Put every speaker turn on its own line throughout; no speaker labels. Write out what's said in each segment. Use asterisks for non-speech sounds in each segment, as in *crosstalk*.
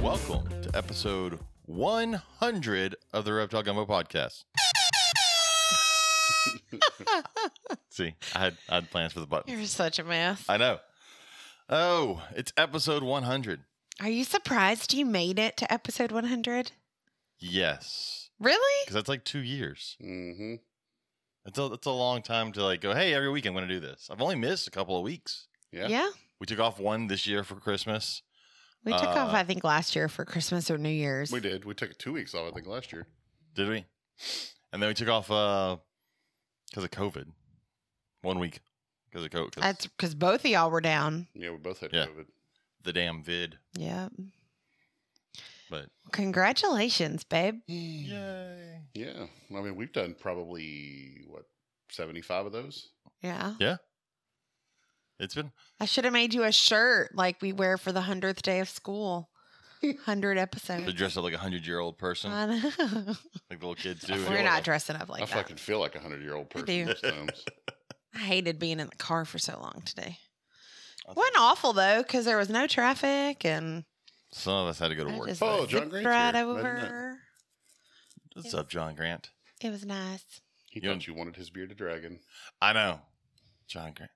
Welcome to episode 100 of the Reptile Gumbo podcast. *laughs* See, I had, I had plans for the button.
You're such a mess.
I know. Oh, it's episode 100.
Are you surprised you made it to episode 100?
Yes.
Really?
Because that's like two years.
Mm-hmm.
That's a, that's a long time to like go, hey, every week I'm going to do this. I've only missed a couple of weeks.
Yeah.
We took off one this year for Christmas.
We took off,
Uh,
I think, last year for Christmas or New Year's.
We did. We took two weeks off, I think, last year.
Did we? And then we took off because of COVID. One week because of COVID.
That's because both of y'all were down.
Yeah, we both had
Yeah.
COVID.
the damn vid.
Yeah.
But
Congratulations, babe.
yay.
Yeah. I mean, we've done probably, what, 75 of those?
Yeah.
It's been
I should have made you a shirt like we wear for the 100th day of school. 100
they
episodes.
dress up like a hundred year old person,
I
*laughs*
know.
like little
*laughs*
kids do.
I
Uh, We're
feel
not
like-
dressing up like
I
that.
fucking feel like a 100 year old
I
person.
do.
sometimes.
I hated being in the car for so long today.
I
Wasn't awful though, because there was no traffic and
Some of us had to go to
I
work.
just
Oh,
zipped
John Grant's
right
here. Imagine that.
over.
What's up, John Grant?
It was nice.
He
You
thought
don't-
you wanted his bearded dragon.
I know. John Grant.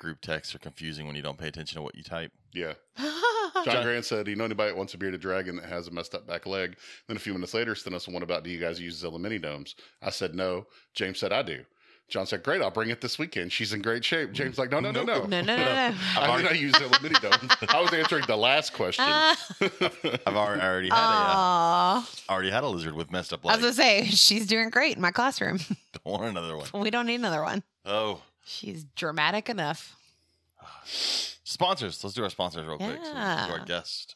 Group texts are confusing when you don't pay attention to what you type.
Yeah.
Oh.
John,
John-
Grant said, "Do you know anybody that wants a bearded dragon that has a messed up back leg?" Then a few minutes later, sent us one about, "Do you guys use Zilla mini domes?" I said, "No." James said, "I do." John said, "Great, I'll bring it this weekend. She's in great shape." James like, "No, no, no, no."
Nope.
no, no, no, no. *laughs*
I did not use Zilla mini domes. *laughs* I was answering the last question.
Ah.
I've already, already had a, uh,
*laughs* Aw.
already had a lizard with messed up
I was
legs.
gonna say she's doing great in my classroom. *laughs*
*laughs* Don't want another one.
we don't need another one.
Oh,
She's dramatic enough.
sponsors. Let's do our sponsors real quick. So we can do
Yeah.
our guest.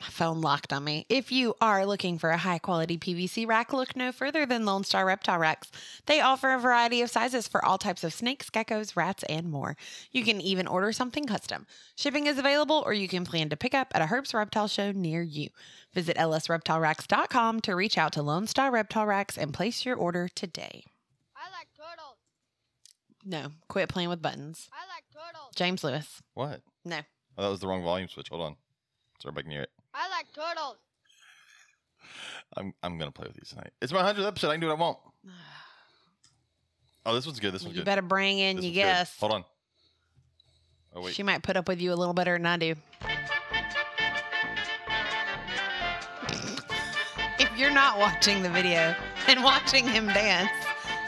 My phone locked on me. If you are looking for a high quality PVC rack, look no further than Lone Star Reptile Racks. They offer a variety of sizes for all types of snakes, geckos, rats, and more. You can even order something custom. Shipping is available, or you can plan to pick up at a Herbs Reptile Show near you. Visit lsreptileracks.com to reach out to Lone Star Reptile Racks and place your order today.
I like turtles.
No, quit playing with buttons.
I like turtles.
James Lewis.
What?
No.
Oh, that was the wrong volume switch. Hold on. It's right back near it.
I like turtles.
I'm, I'm going to play with these tonight. It's my 100th episode. I can do what I want. Oh, this one's good. This one's
You
good.
better bring in
This
your
one's good.
guest.
Hold on. Oh, wait.
She might put up with you a little better than I do. If you're not watching the video and watching him dance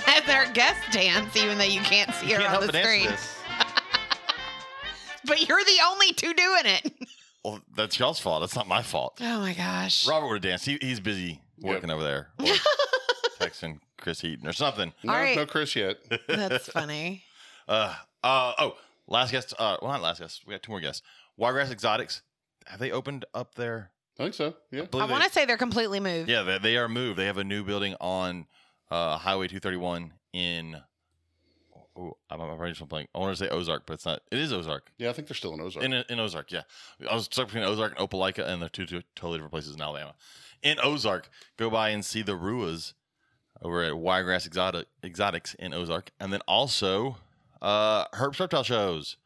as our guest dance, even though you can't see her
Can't
on
help
the
but answer
screen,
this.
but you're the only two doing it.
Well, that's y'all's fault. That's not my
*sighs*
fault.
*laughs* Oh my gosh.
Robert would have danced. He, he's busy
Yep.
working over
*laughs*
there, or texting Chris Heaton or something.
*laughs* no,
All right.
no, Chris yet.
That's
*laughs*
funny.
Uh, uh, oh, last guest. Uh, well, not last guest. We got two more guests. Wiregrass Exotics. Have they opened up their?
I think so. Yeah.
believe
I
they-
want to say they're completely moved.
Yeah, they, they are moved. They have a new building on uh, Highway 231 in. Oh, I'm, I'm already just blank. I want to say Ozark, but it's not. It is Ozark.
Yeah, I think they're still in Ozark.
In, in Ozark, yeah. I was stuck between Ozark and Opelika, and they're two, two totally different places in Alabama. In Ozark, go by and see the Ruas over at Wiregrass Exotic, Exotics in Ozark. And then also uh, Herb's Reptile Shows,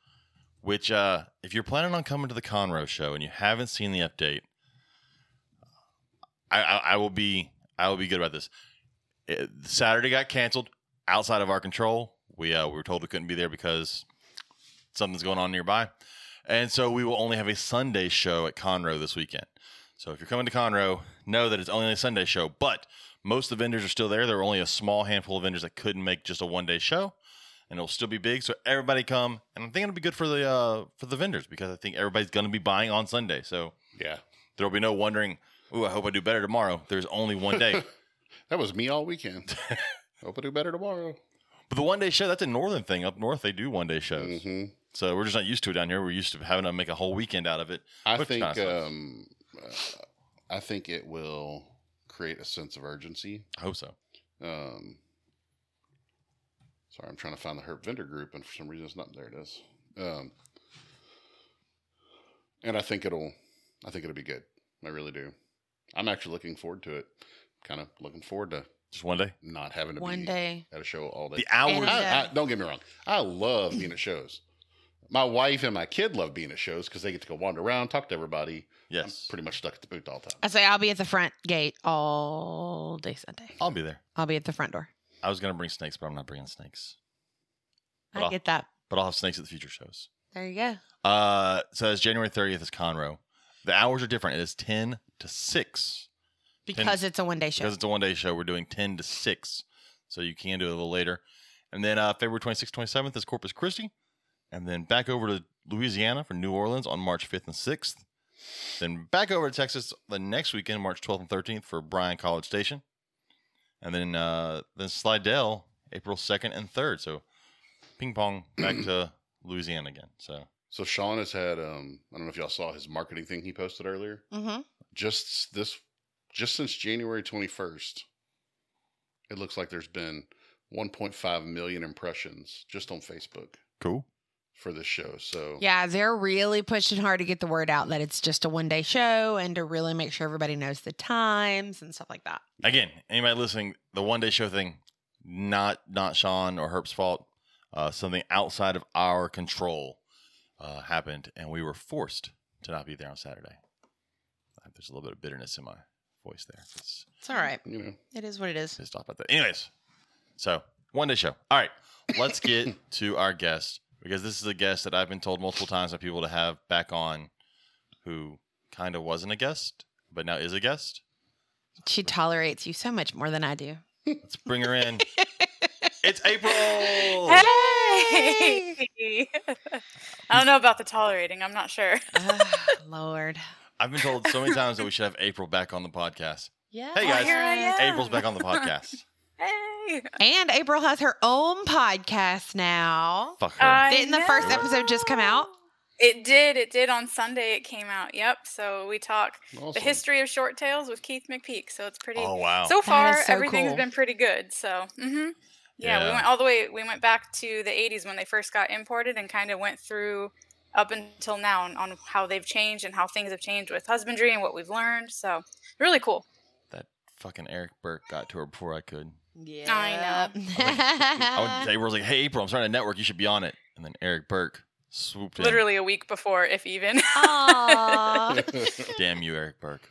which uh, if you're planning on coming to the Conroe show and you haven't seen the update, I, I, I will be I will be good about this. It, Saturday got canceled outside of our control. We uh, we were told we couldn't be there because something's going on nearby. And so we will only have a Sunday show at Conroe this weekend. So if you're coming to Conroe, know that it's only a Sunday show, but most of the vendors are still there. There were only a small handful of vendors that couldn't make just a one day show, and it'll still be big. So everybody come, and I'm thinking it'll be good for the uh, for the vendors because I think everybody's going to be buying on Sunday. So
yeah.
there will be no wondering. Ooh, I hope I do better tomorrow. There's only one
*laughs*
day,
That was me all weekend. Hope I do better tomorrow.
but the one day show that's a northern thing. Up north, they do one day shows,
Mm-hmm.
so we're just not used to it down here. We're used to having to make a whole weekend out of it.
I
Which
think
kind of sucks.
um, uh, I think it will create a sense of urgency.
I hope so.
Um, sorry, I'm trying to find the Herp vendor group, and for some reason it's not there. It is. Um, and I think it'll, I think it'll be good. I really do. I'm actually looking forward to it. kind of looking forward to
Just one day.
not having to
One
be
day.
at a show all day.
The hours.
And-
I, I, don't get me wrong. I love being at shows. My wife and my kid love being at shows because they get to go wander around, talk to everybody. I'm
yes.
pretty much stuck at the booth all the time.
I say I'll be at the front gate all day Sunday.
I'll be there.
I'll be at the front door.
I was gonna bring snakes, but I'm not bringing snakes.
I
Well.
get that.
But I'll have snakes at the future shows.
There you go.
Uh, so it's January 30th is Conroe. The hours are different. It is 10 to 6
Because it's a one day show.
because it's a one day show. We're doing 10 to 6. So you can do it a little later. And then uh, February 26th, 27th is Corpus Christi. And then back over to Louisiana for New Orleans on March 5th and 6th. Then back over to Texas the next weekend, March 12th and 13th for Bryan College Station. And then uh, then Slidell, April 2nd and 3rd. So ping pong back to Louisiana again. So
So Sean has had um I don't know if y'all saw his marketing thing he posted earlier.
mm-hmm.
Just this just since January 21st, it looks like there's been 1.5 million impressions just on Facebook
cool.
for this show. So
Yeah, they're really pushing hard to get the word out that it's just a one day show and to really make sure everybody knows the times and stuff like that.
again, anybody listening, the one day show thing, not not Sean or Herp's fault. Uh, something outside of our control uh, happened, and we were forced to not be there on Saturday. Uh, There's a little bit of bitterness in my voice there. It's
It's all right.
you know,
It is what it is.
pissed off about that. Anyways, so one day show. All right, let's get to our guest because this is a guest that I've been told multiple times by people to have back on, who kind of wasn't a guest but now is a guest.
She tolerates you so much more than I
*laughs*
do.
Let's bring her in. it's April.
Hey! I don't know about the tolerating. I'm not sure.
Ah, Lord.
I've been told so many times that we should have April back on the podcast.
Yeah.
Hey, guys.
Here I am.
April's back on the podcast.
Hey!
And April has her own podcast now.
Fuck her.
I
Didn't the first episode just come out?
know. It did. It did on Sunday. It came out. Yep. So we talk the
awesome.
history of short tales with Keith McPeak. So it's pretty.
oh wow.
So far,
is so
everything's
cool.
been pretty good. So, hmm yeah, we
Yeah.
went all the way. We went back to the '80s when they first got imported, and kind of went through up until now on, on how they've changed and how things have changed with husbandry and what we've learned. So, really cool.
that fucking Eric Burke got to her before I could.
Yeah.
I
I would,
know.
April's like, "Hey, April, I'm starting a network. You should be on it." And then Eric Burke swooped in.
Literally a week before, if even.
Aww. *laughs*
Damn you, Eric Burke.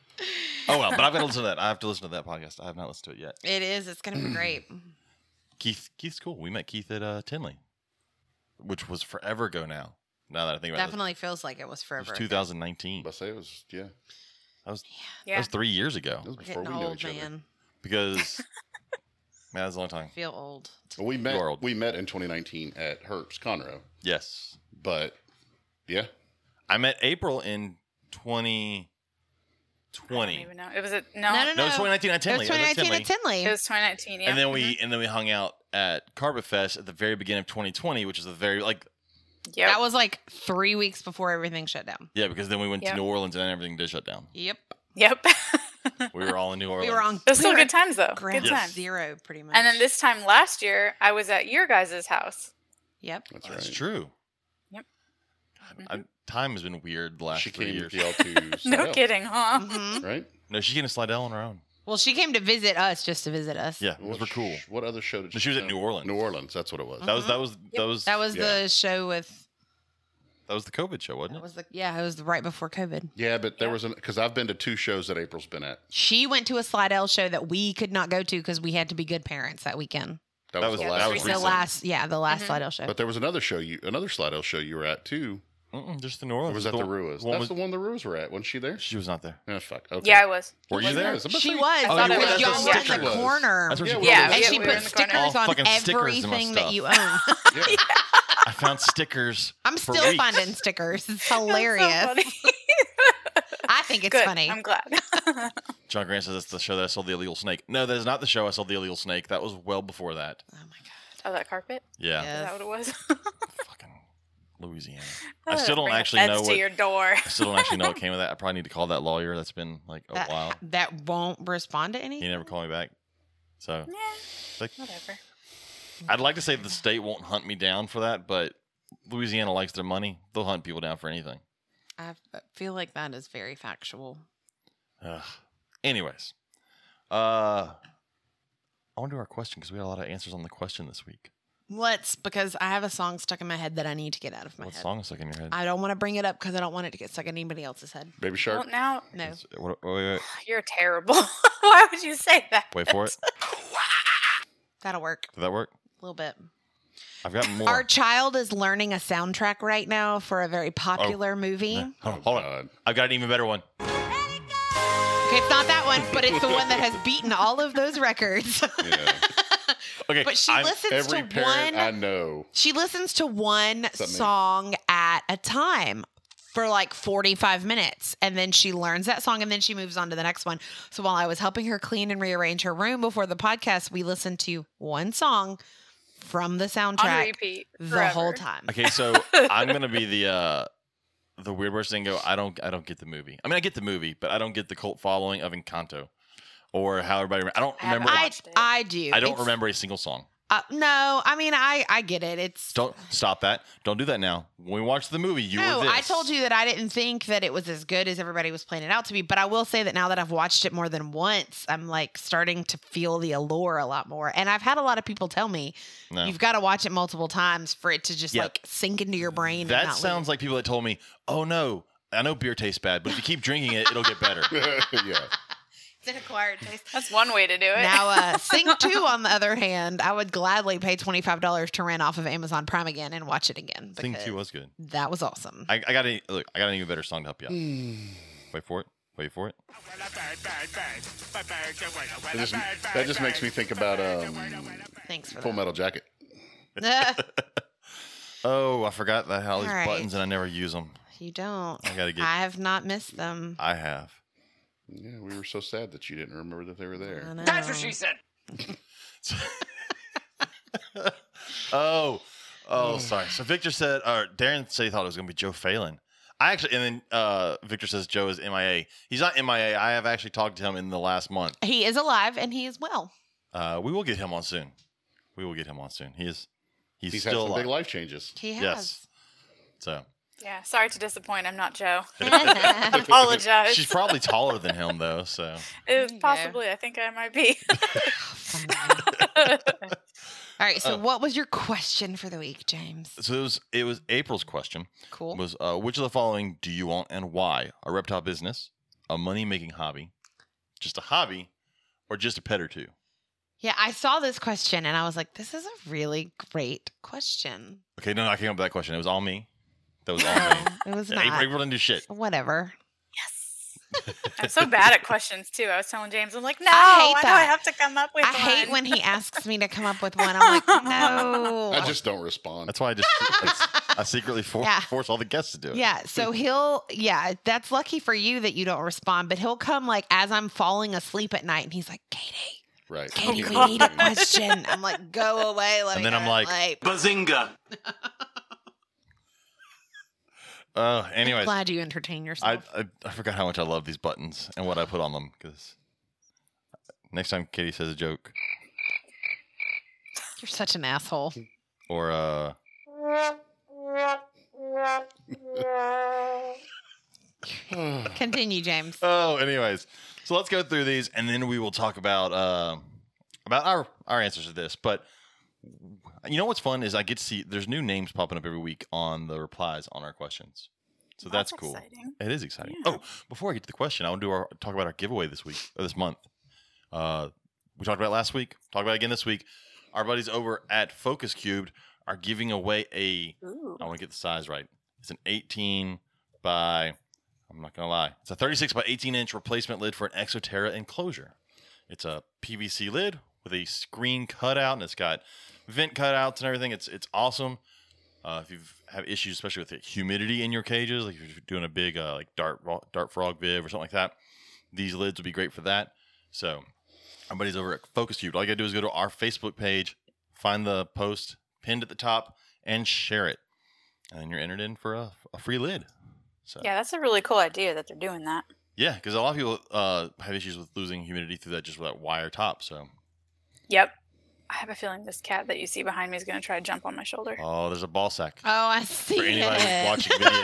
Oh well, but I've got to listen to that. I have to listen to that podcast. I have not listened to it yet.
It is. It's going to be great.
Keith, Keith's cool. We met Keith at uh, Tinley, which was forever ago now. Now that I think about
Definitely feels like it was
it, it
forever.
was
ago.
2019.
*laughs* But I say it was yeah, it
That
yeah.
was three years ago
was
We're
before
getting
we knew
old,
each other.
man.
because man, that's a long time.
I feel old.
But we met
You're old.
we met in 2019 at Herb's Conroe,
Yes,
but yeah,
I met April in
I don't
2020.
even know. It was a
No,
no.
no, no.
No, it was 2019 at
It
Tinley.
was
It was at
2019
Tinley.
at Tinley.
It was 2019. Yeah.
And then we
Mhm.
and then we hung out at Carpet Fest at the very beginning of 2020, which is the very like
Yep.
That was like three weeks before everything shut down.
yeah, because then we went
Yep.
to New Orleans and everything did shut down.
Yep.
Oh, yep. *laughs*
We were all in New Orleans.
We were on
Those still
we were
good times though.
ground
Good times.
zero, pretty much.
And then this time last year, I was at your guys' house.
Yep.
that's
That's
right.
true.
Yep.
God, I- time has been weird the last
She
three
came
years.
with y'all to
*laughs* No
Slidell,
kidding, huh?
Mhm.
right?
No, she came to Slidell on her own.
Well, she came to visit us just to visit us.
Yeah, we were
sh-
cool.
What other show did
No, she was at New Orleans.
New Orleans, that's what it was.
Mm.
That was
Mhm.
that was that was
That was
Yeah.
the show with.
that was the COVID show, wasn't
That
it?
was the yeah. It was right before COVID.
Yeah, but there
Yeah.
was an because I've been to two shows that April's been at.
She went to a Slidell show that we could not go to because we had to be good parents that weekend.
That,
That
was,
was-
the
that
last
was
one.
The
Recent.
last, yeah, the last
Mhm.
Slidell show.
But there was another show you another Slidell show you were at too.
Mm-mm, just the New Orleans.
Or was that the, Ruas?
one
That's
was-
the one the Ruas were at. Wasn't she there?
She was not there.
Oh, fuck. Okay.
Yeah, I was.
Were you
*laughs*
Wasn't
there?
there? Somebody-
She was.
Oh, you were-
because
that's
y'all
what
were
sticker
in the
was.
corner.
That's where she
Yeah,
put
we were
it.
in the-
and
Yeah,
she
we were
put
in the corner.
stickers
All
on
fucking stickers and my
everything that
stuff.
you own.
Yeah.
I found stickers.
I'm
For
still
weeks.
finding stickers. It's
*laughs* That's so
hilarious.
funny.
I think *laughs* it's
Good.
funny.
I'm glad. *laughs*
John Grant says that's the show that I sold the illegal snake. No, that is not the show I sold the illegal snake. That was well before that.
oh my
oh, that carpet?
Yeah.
Yeah.
Is that what it was? *laughs*
Fucking Louisiana. I still don't
Oh, Bring the
actually know
feds
what-
to
*laughs*
your door.
I still don't actually know what came of that. I probably need to call that lawyer. That's been like a
god. That,
while.
that won't respond to
He
anything.
never called me back. So
yeah,
like,
whatever.
I'd like to say the state won't hunt me down for that, but Louisiana likes their money. They'll hunt people down for anything.
I feel like that is very factual.
Ugh. Anyways, Uh, on to our question because we had a lot of answers on the question this week.
Let's because I have a song stuck in my head that I need to get out of my
what
head.
song is stuck in your head?
I don't want to bring it up because I don't want it to get stuck in anybody else's head.
Baby
Well,
Shark.
now
No.
It's- what- wait, wait, wait.
you're terrible. *laughs* Why would you say that?
Wait
*laughs*
for it.
That'll work
Did that work?
a little bit.
I've got more.
Our child is learning a soundtrack right now for a very popular movie.
Yeah.
Oh,
Hold on, hold on.
God.
I've got an even better one.
Okay, it's not that one, but it's the one that has beaten all of those records. *laughs*
Yeah.
Okay,
but she
I'm-
listens
Every
to one.
parent I know. *laughs*
she listens to one
that mean?
song at a time for like 45 minutes and then she learns that song and then she moves on to the next one. So while I was helping her clean and rearrange her room before the podcast, we listened to one song from the
On
soundtrack
repeat
the whole
forever.
time.
Okay,
*laughs*
so I'm gonna be the uh the weird person and go. I don't. I don't get the movie. I mean, I get the movie, but I don't get the cult following of Encanto, or how everybody. I don't
I haven't
remember.
watched
I,
I
watched it.
I do.
don't
It's-
remember a single song.
Uh, no, I mean I I get it. It's
Don't stop that. Don't do that now. When we watched the movie, you
no,
were this.
I told you that I didn't think that it was as good as everybody was playing it out to be, but I will say that now that I've watched it more than once, I'm like starting to feel the allure a lot more. And I've had a lot of people tell me
No.
you've got to watch it multiple times for it to just
Yeah.
like sink into your brain. and
That
not
sounds like people that told me, "Oh no, I know beer tastes bad, but if you
*laughs*
keep drinking it, it'll get better."
yeah.
leave. it's an acquired taste.
That's one way to do it.
*laughs* Now, uh, Sing 2, on the other hand, I would gladly pay $25 to rent off of Amazon Prime again and watch it again.
Thing
because
two was good.
That was awesome.
I, I got a look. I got an even better song to help you
Mm.
out. Wait for it. Wait for it.
That just, that just makes me think about um,
Thanks for
Full Metal Jacket.
that.
Oh, I forgot that all these
All right.
buttons and I never use them.
*laughs* you don't.
*laughs* I gotta get.
I have not missed them.
I have.
Yeah, we were so sad that you didn't remember that they were there.
That's what she said.
Oh, oh, sorry. So Victor said, or Darren said he thought it was going to be Joe Phelan. I actually, and then uh, Victor says Joe is MIA. He's not MIA. I have actually talked to him in the last month.
He is alive and he is well.
Uh, we will get him on soon. We will get him on soon. He is, he's,
He's had
still
some big
alive.
life changes.
He has.
Yes. So
yeah, sorry to disappoint. I'm not Joe.
*laughs*
*laughs*
Yes.
Apologize.
she's
*laughs*
probably taller than him though. So
It-
Yeah.
possibly, I think I
*laughs*
might be. *laughs*
Oh, All right. So,
Oh.
what was your question for the week, James?
so it was it was April's question
Cool.
was uh, which of the following do you want and why a reptile business, a money making hobby, just a hobby, or just a pet or two.
Yeah, I saw this question and I was like, this is a really great question.
Okay, no, no, I came up with that question. It was all me. That
*laughs*
was all
No,
me.
it was
Yeah, April,
not.
April didn't do
*laughs*
shit.
Whatever.
yes. I'm so bad at questions too. I was telling James, I'm like, no,
I
I,
hate
know I
that.
have to come up with
I hate
one."
when he asks me to come up with one. I'm like, no. *laughs*
I just don't
*laughs*
respond.
That's why I just that's- I secretly for-
Yeah.
force all the guests to do it.
Yeah, so he'll yeah, that's lucky for you that you don't respond, but he'll come like as I'm falling asleep at night and he's like, "Katie,
Right.
Katie,
Oh,
we
God.
need a question." I'm like, "Go away, let
And
me
then
go
I'm
to
like,
sleep."
Bazinga!
Uh,
I'm
anyways, I,
glad you entertain yourself.
I I forgot how much I love these buttons and what I put on them because next time Katie says a joke
You're such an asshole.
or uh
*sighs*
Continue, *laughs* James.
oh, anyways, so let's go through these and then we will talk about uh, about our our answers to this. But you know what's fun is I get to see there's new names popping up every week on the replies on our questions, so that's, cool.
exciting.
It is exciting.
Yeah.
Oh, before I get to the question, I want to do our talk about our giveaway this week or this month. Uh, we talked about it last week. Talked about it again this week. Our buddies over at Focus Cubed are giving away a.
Ooh.
I want to get the size right. It's an 18 by. I'm not gonna lie. It's a 36 by 18 inch replacement lid for an ExoTerra enclosure. It's a PVC lid with a screen cutout, and it's got vent cutouts and everything. It's it's awesome. Uh, if you have issues, especially with the humidity in your cages, like if you're doing a big uh, like dart ro- dart frog viv or something like that, these lids would be great for that. So, our buddies over at Focus Cube, all you gotta do is go to our Facebook page, find the post pinned at the top, and share it, and then you're entered in for a, a free lid. So
Yeah, that's a really cool idea that they're doing that.
yeah, because a lot of people uh, have issues with losing humidity through that just with that wire top. So
Yep. I have a feeling this cat that you see behind me is going to try to jump on my shoulder.
Oh, there's a ball sack.
Oh, I see.
For anybody
it.
watching
*laughs*
video,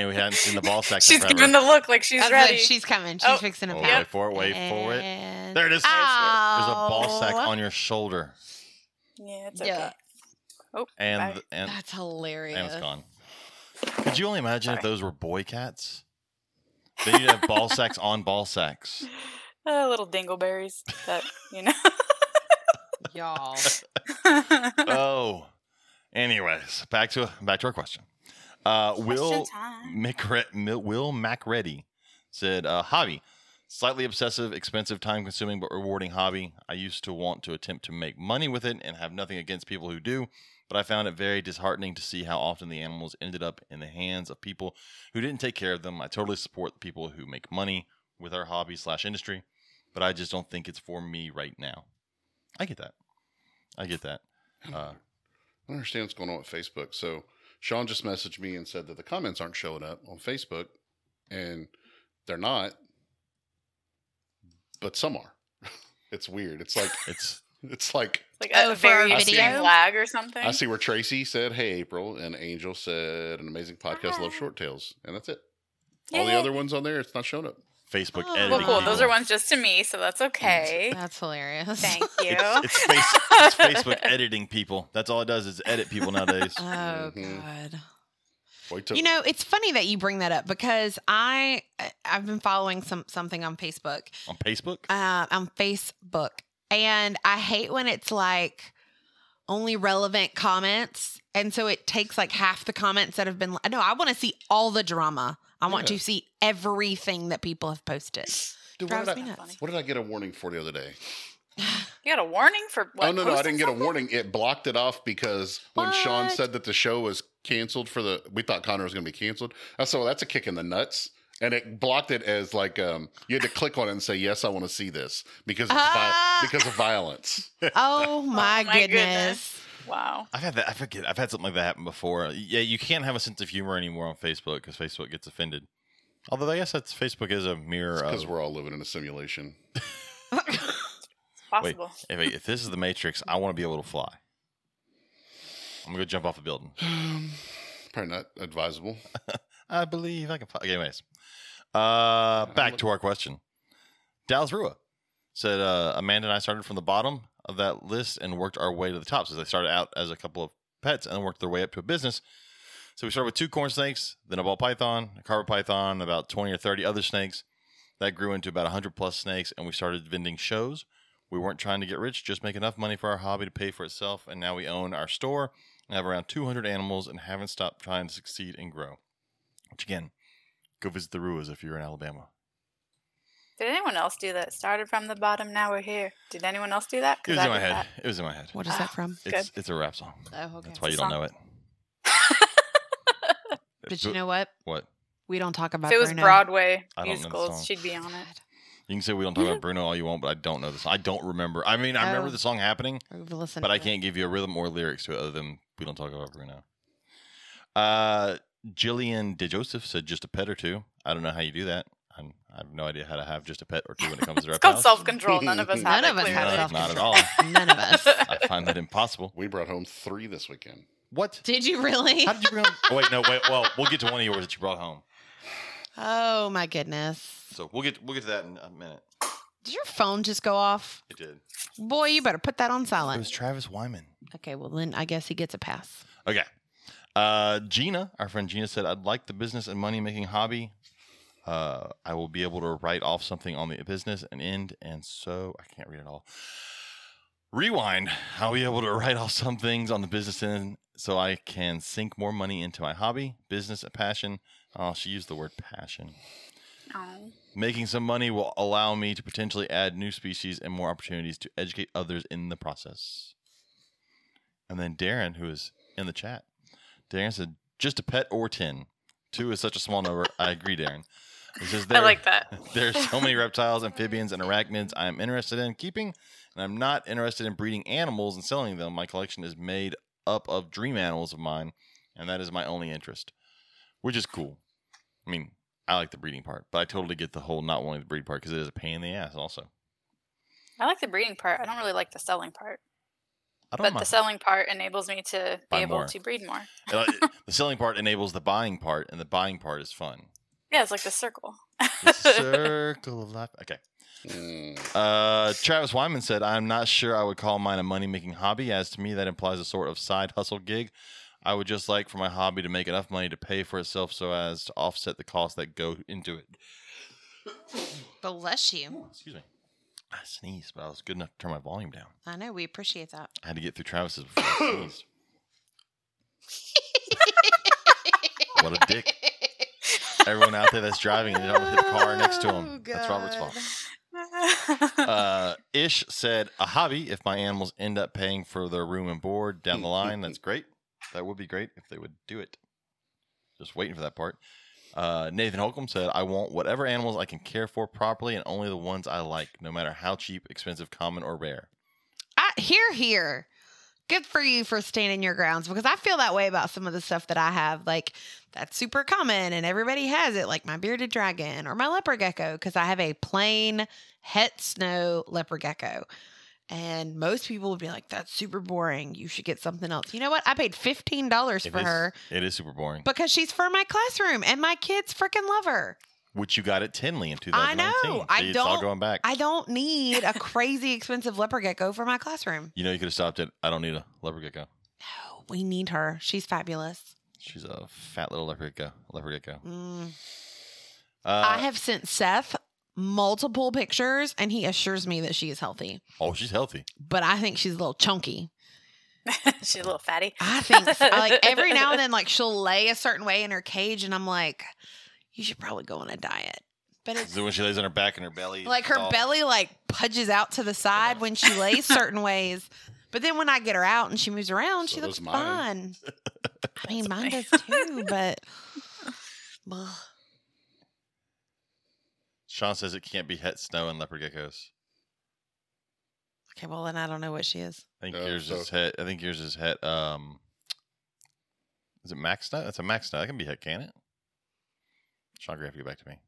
and we hadn't seen the ball sack. in
She's
forever.
giving the look like she's
I was like,
ready.
*laughs* she's coming. She's
Oh.
fixing to
Oh,
pass.
wait for it. Wait for it.
And-
There it is. There's a ball sack
Oh.
Ow.
on your shoulder,
yeah, it's okay.
Yeah.
and
Bye.
and
That's hilarious.
and it's gone. Could you only imagine if
Sorry.
those were boy cats? Then you'd have ball sacks on ball
*laughs*
sacks.
Uh, little dingleberries, but you know.
Y'all.
*laughs*
Oh, anyways, back to back to our question. Uh, will
Question time.
Macre- Mil- Will Macready said, uh, hobby. Slightly obsessive, expensive, time consuming, but rewarding hobby. I used to want to attempt to make money with it and have nothing against people who do, but I found it very disheartening to see how often the animals ended up in the hands of people who didn't take care of them. I totally support the people who make money with our hobby slash industry, but I just don't think it's for me right now. I get that. I get that. Uh,
I don't understand what's going on with Facebook. So Sean just messaged me and said that the comments aren't showing up on Facebook, and they're not, but some are. *laughs* it's weird. It's like *laughs*
it's
it's like
like
Oh,
a,
for
very
our
extreme
video?
lag or something.
I see where Tracy said, "Hey April," and Angel said, "An amazing podcast. Love short tales," and that's it. All the
Yay.
other ones on there, it's not showing up.
Facebook
Oh.
editing.
Well, cool. Those
people.
are ones just to me, so that's okay.
That's hilarious.
Thank you.
*laughs* It's,
*laughs*
it's, face, it's Facebook editing people. That's all it does is edit people
*laughs*
nowadays.
*laughs* Oh,
Mm-hmm.
Mhm.
God.
Wait till
You know, it's funny that you bring that up because I I've been following some something on Facebook
On Facebook?
uh, on Facebook, and I hate when it's like only relevant comments, and so it takes like half the comments that have been. No, I want to see all the drama. I want
Yeah.
to see everything that people have posted.
Dude, what,
Drives
did
me
I,
*laughs*
nuts.
what did I get a warning for the other day?
You got a warning for what?
oh no, no, I
posting
didn't get a
something?
warning. It blocked it off because when Sean
What?
said that the show was canceled for the, we thought Connor was going to be canceled. I said, well, that's a kick in the nuts. And it blocked it as like um, you had to click on it and say yes, I want to see this because of vi-
Ah.
because of violence.
Oh my,
my
goodness.
goodness. Wow.
I've had that. I forget. I've had something like that happen before. Yeah, you can't have a sense of humor anymore on Facebook because Facebook gets offended. Although I guess that's Facebook is a mirror
Because
of.
we're all living in a simulation. *sighs*
It's possible.
If, if this is the Matrix, I want to be able to fly. I'm gonna go jump off a building.
Probably not advisable.
I believe I can. Fly. Okay, anyways, uh, back to our question. Dallas Rua said uh, Amanda and I started from the bottom of that list and worked our way to the top. So they started out as a couple of pets and then worked their way up to a business. So we started with two corn snakes, then a ball python, a carpet python, about twenty or thirty other snakes. That grew into about hundred plus snakes, and we started vending shows. We weren't trying to get rich, just make enough money for our hobby to pay for itself, and now we own our store and have around 200 animals and haven't stopped trying to succeed and grow. Which again, go visit the Ruas if you're in Alabama.
Did anyone else do that? Started from the bottom, now we're here. Did anyone else do that?
It
'Cause
was
I
in my
did
head.
that.
It was in my head.
What is that from?
It's it's a rap song.
Oh, okay.
That's why you
It's a
don't know it.
*laughs* But you know what?
what?
We don't talk about
If it was
Bruno.
Broadway
I don't know the song.
musicals, she'd be on it.
You can say we don't talk about Bruno all you want, but I don't know this. I don't remember. I mean, I remember
Oh.
the song happening,
We've listened
but
to
I
it.
can't give you a rhythm or lyrics to it other than we don't talk about Bruno. Uh, Jillian DeJoseph said just a pet or two. I don't know how you do that. I'm, I have no idea how to have just a pet or two when it
*laughs*
comes to
It's
rap
called
house.
self control. None of us
None
have it,
of us
clearly.
have
No,
self
not at
*laughs* control.
all. *laughs*
None of us.
I find that impossible.
We brought home three this weekend.
What?
Did you really?
How did you bring? Home? Oh, *laughs* wait, no, wait. Well, we'll get to one of yours that you brought home.
Oh my goodness.
So we'll get we'll get to that in a minute.
Did your phone just go off?
It did.
Boy, you better put that
It
on
was
silent.
Travis Wyman.
Okay, well then I guess he gets a pass.
Okay. Uh, Gina, our friend Gina said, I'd like the business and money making hobby. Uh, I will be able to write off something on the business and end. And so I can't read it all. Rewind. I'll be able to write off some things on the business end so I can sink more money into my hobby, business, and passion. Oh, she used the word passion.
Oh.
Making some money will allow me to potentially add new species and more opportunities to educate others in the process. And then Darren, who is in the chat, Darren said, just a pet or 10. Two is such a small number. I agree, Darren. He says,
*laughs* I
*laughs* "There-
like that.
There's so
*laughs*
many reptiles, amphibians, and arachnids I'm interested in keeping, and I'm not interested in breeding animals and selling them. My collection is made up of dream animals of mine, and that is my only interest, which is cool. I mean, I like the breeding part, but I totally get the whole not wanting to breed part because it is a pain in the ass, also.
I like the breeding part. I don't really like the selling part.
I don't
but
mind.
the selling part enables me to be
Buy
able
more.
to breed more.
*laughs* Uh, it- the selling part enables the buying part, and the buying part is fun.
Yeah, it's like the circle. *laughs*
The circle of life. Okay.
Mm.
Uh, Travis Wyman said, I'm not sure I would call mine a money making hobby, as to me, that implies a sort of side hustle gig. I would just like for my hobby to make enough money to pay for itself so as to offset the costs that go into it.
Bless you.
Excuse me. I sneezed, but I was good enough to turn my volume down.
I know. We appreciate that.
I had to get through Travis's before I sneezed. What a
*laughs*
dick. Everyone out there that's driving and they don't hit the car next to them.
Oh,
that's Robert's fault.
God.
Uh, Ish said, a hobby. If my animals end up paying for their room and board down the line,
*laughs*
that's great. That would be great if they would do it. Just waiting for that part. Uh, Nathan Holcomb said, I want whatever animals I can care for properly and only the ones I like, no matter how cheap, expensive, common, or rare.
I, here, here. Good for you for standing your grounds because I feel that way about some of the stuff that I have. Like, that's super common and everybody has it, like my bearded dragon or my leopard gecko, because I have a plain het snow leopard gecko. And most people would be like, that's super boring. You should get something else. You know what? I paid $15
It
for
is-
her
It is super boring.
because she's for my classroom and my kids freaking love her.
Which you got at Tinley in
I
2019.
know.
See,
I
It's all
don't-
going back.
I don't need a crazy expensive leopard gecko for my classroom.
you know, you could have stopped it. I don't need a leopard gecko.
No, we need her. She's fabulous.
She's a fat little leopard gecko. Leopard gecko.
Mm.
Uh,
I have sent Seth multiple pictures and he assures me that she is healthy,
oh, she's healthy.
but I think she's a little chunky.
She's a little fatty.
I think so. like every now and *laughs* then like she'll lay a certain way in her cage and I'm like you should probably go on a diet. But it's
So when she lays on her back and her belly,
like her
all-
belly like pudges out to the side when she lays certain ways. But then when I get her out and she moves around,
So
she
does
looks fine.
mine.
I mean, mine does
That's
too, but *sighs* Ugh.
Sean says it can't be het snow and leopard geckos.
okay, well then I don't know what she is.
I think
Oh,
yours
so-
is het. I think yours is het. Um, is it max snow? That's a max snow. That can be het, can it? Sean, you have to get back to me.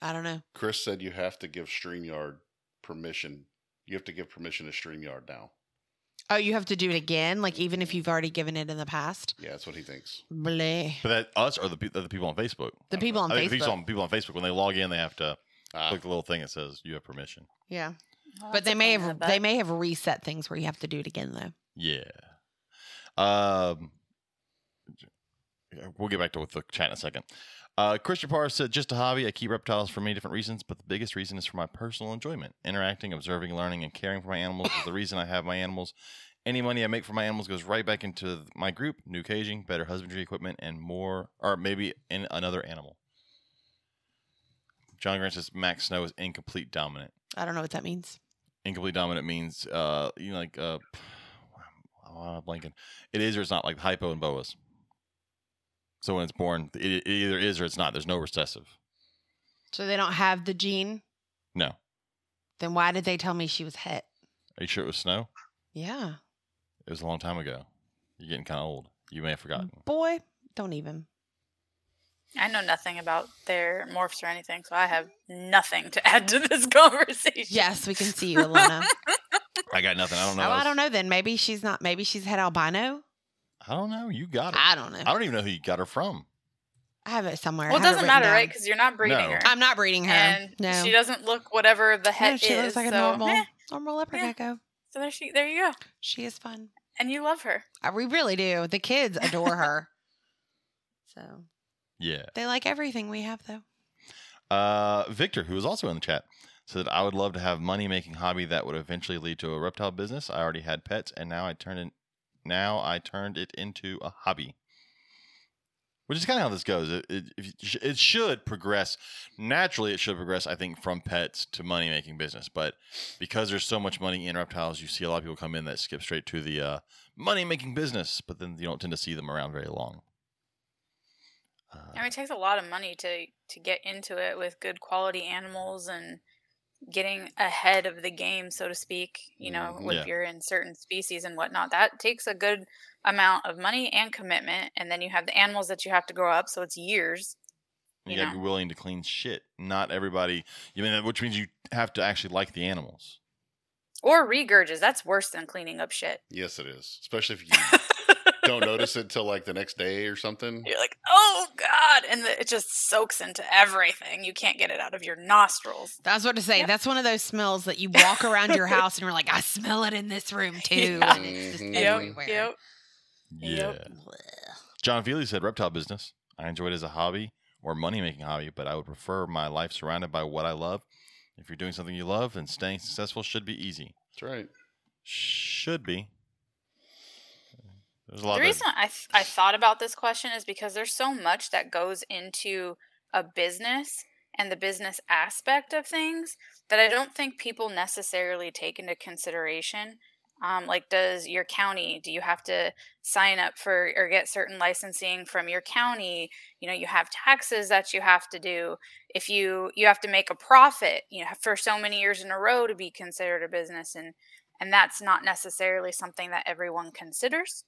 I don't know.
Chris said you have to give StreamYard permission. You have to give permission to StreamYard now.
Oh, you have to do it again, like even if you've already given it in the past.
Yeah, that's what he thinks.
Bleh.
But that us or the, pe- the people on Facebook.
The people on
I think people
Facebook.
on, people on Facebook when they log in, they have to
Ah,
click the little thing that says you have permission.
Yeah, but
Well, that's
they
a
may
pain in
have
the
they
butt.
may have reset things where you have to do it again though.
Yeah. Um, we'll get back to with the chat in a second. Uh, Christian Parr said, just a hobby. I keep reptiles for many different reasons, but the biggest reason is for my personal enjoyment. Interacting, observing, learning, and caring for my animals is the reason I have my animals. Any money I make for my animals goes right back into my group, new caging, better husbandry equipment, and more, or maybe in another animal. John Grant says, Max Snow is incomplete dominant
I don't know what that means.
incomplete dominant means uh you know like uh *sighs* I'm blanking. It is or it's not like hypo and boas. So when it's born, it, it either is or it's not. There's no recessive.
So they don't have the gene.
No. Are
Then why did they tell me she was het?
you sure it was snow?
Yeah,
It was a long time ago. You're getting kind of old. You may have forgotten.
boy, don't even.
I know nothing about their morphs or anything, so I have nothing to *laughs* add to this conversation.
Yes, we can see *laughs* you, Alana.
I got nothing. I don't
oh,
know.
I don't know. Then maybe she's not. Maybe she's het albino.
I don't know. You got it.
I don't know.
I don't even know who you got her from.
I have it somewhere. I
Well, it
have
doesn't
written
matter,
down.
right? Because you're not breeding
No.
her.
I'm not breeding her.
and
no,
she doesn't look whatever the
no,
head
she
is.
looks like a
so,
normal,
eh,
normal leopard
Yeah.
gecko.
so there she, there you go,
She is fun.
and you love her.
Uh, We really do. The kids adore *laughs* her. so
Yeah.
they like everything we have, though.
Uh, Victor, who was also in the chat, said, I would love to have money making hobby that would eventually lead to a reptile business. I already had pets and now I turned it now I turned it into a hobby. Which is kind of how this goes. It, it, if you- it should progress naturally. It should progress, I think, from pets to money making business. But because there's so much money in reptiles, you see a lot of people come in that skip straight to the uh, money making business, but then you don't tend to see them around very long. Uh,
I mean, it takes a lot of money to to get into it with good quality animals and getting ahead of the game, so to speak. You know,
Mhm.
if
Yeah.
you're in certain species and whatnot, that takes a good amount of money and commitment. And then you have the animals that you have to grow up, so it's years.
You,
you
gotta
know?
be willing to clean shit. Not everybody. You mean which means you have to actually like the animals.
Or regurges. That's worse than cleaning up shit.
Yes, it is. Especially if you don't notice it till like the next day or something.
You're like, oh God. And the, it just soaks into everything. You can't get it out of your nostrils.
That's what to say. That's one of those smells that you walk around *laughs* your house and you're like, I smell it in this room too.
Yeah.
And it's just
Mhm. Yep,
everywhere.
Yep.
Yeah.
Yep.
John Feely said reptile business. I enjoy it as a hobby or money making hobby, but I would prefer my life surrounded by what I love. If you're doing something you love, then staying successful should be easy.
That's right.
Should be. There's a lot
The
of
reason I, th- I thought about this question is because there's so much that goes into a business and the business aspect of things that I don't think people necessarily take into consideration. Um, like, does your county, do you have to sign up for or get certain licensing from your county? You know, you have taxes that you have to do. If you you have to make a profit, you know, for so many years in a row to be considered a business, and and that's not necessarily something that everyone considers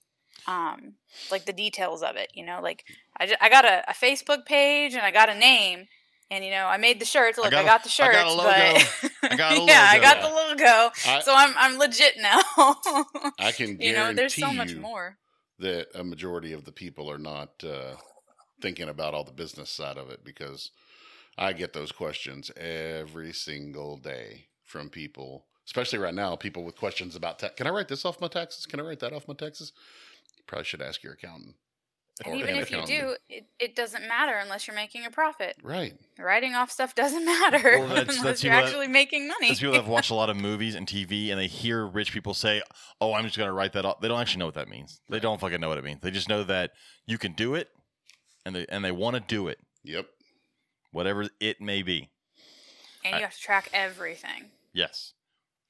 um like the details of it you know like i, ju- I got a, a facebook page and i got a name and you know i made the shirts look i got,
got a-
the
I
shirts
got a
but
I got a
*laughs* yeah i got
logo.
the logo
I,
so i'm i'm legit now *laughs*
I can guarantee
you
you,
know there's so much more
that a majority of the people are not uh, thinking about all the business side of it because I get those questions every single day from people, especially right now, people with questions about tax. Can I write this off my taxes? Can I write that off my taxes? You probably should ask your accountant.
*laughs*
and
or
even
an
if you do
accountant.
it, it doesn't matter unless you're making a profit
Right.
writing off stuff *laughs* doesn't matter
Well, that's-
unless
that's uh, people
you're
that-
actually making money
Those people that have watched a lot of movies and TV and they hear rich people say, "Oh, I'm just going to write that off." They don't actually know what that means. They don't fucking know what it means. They just know that you can do it, and they and they want to do it,
Yep.
whatever it may be.
and you have to track everything
Yes,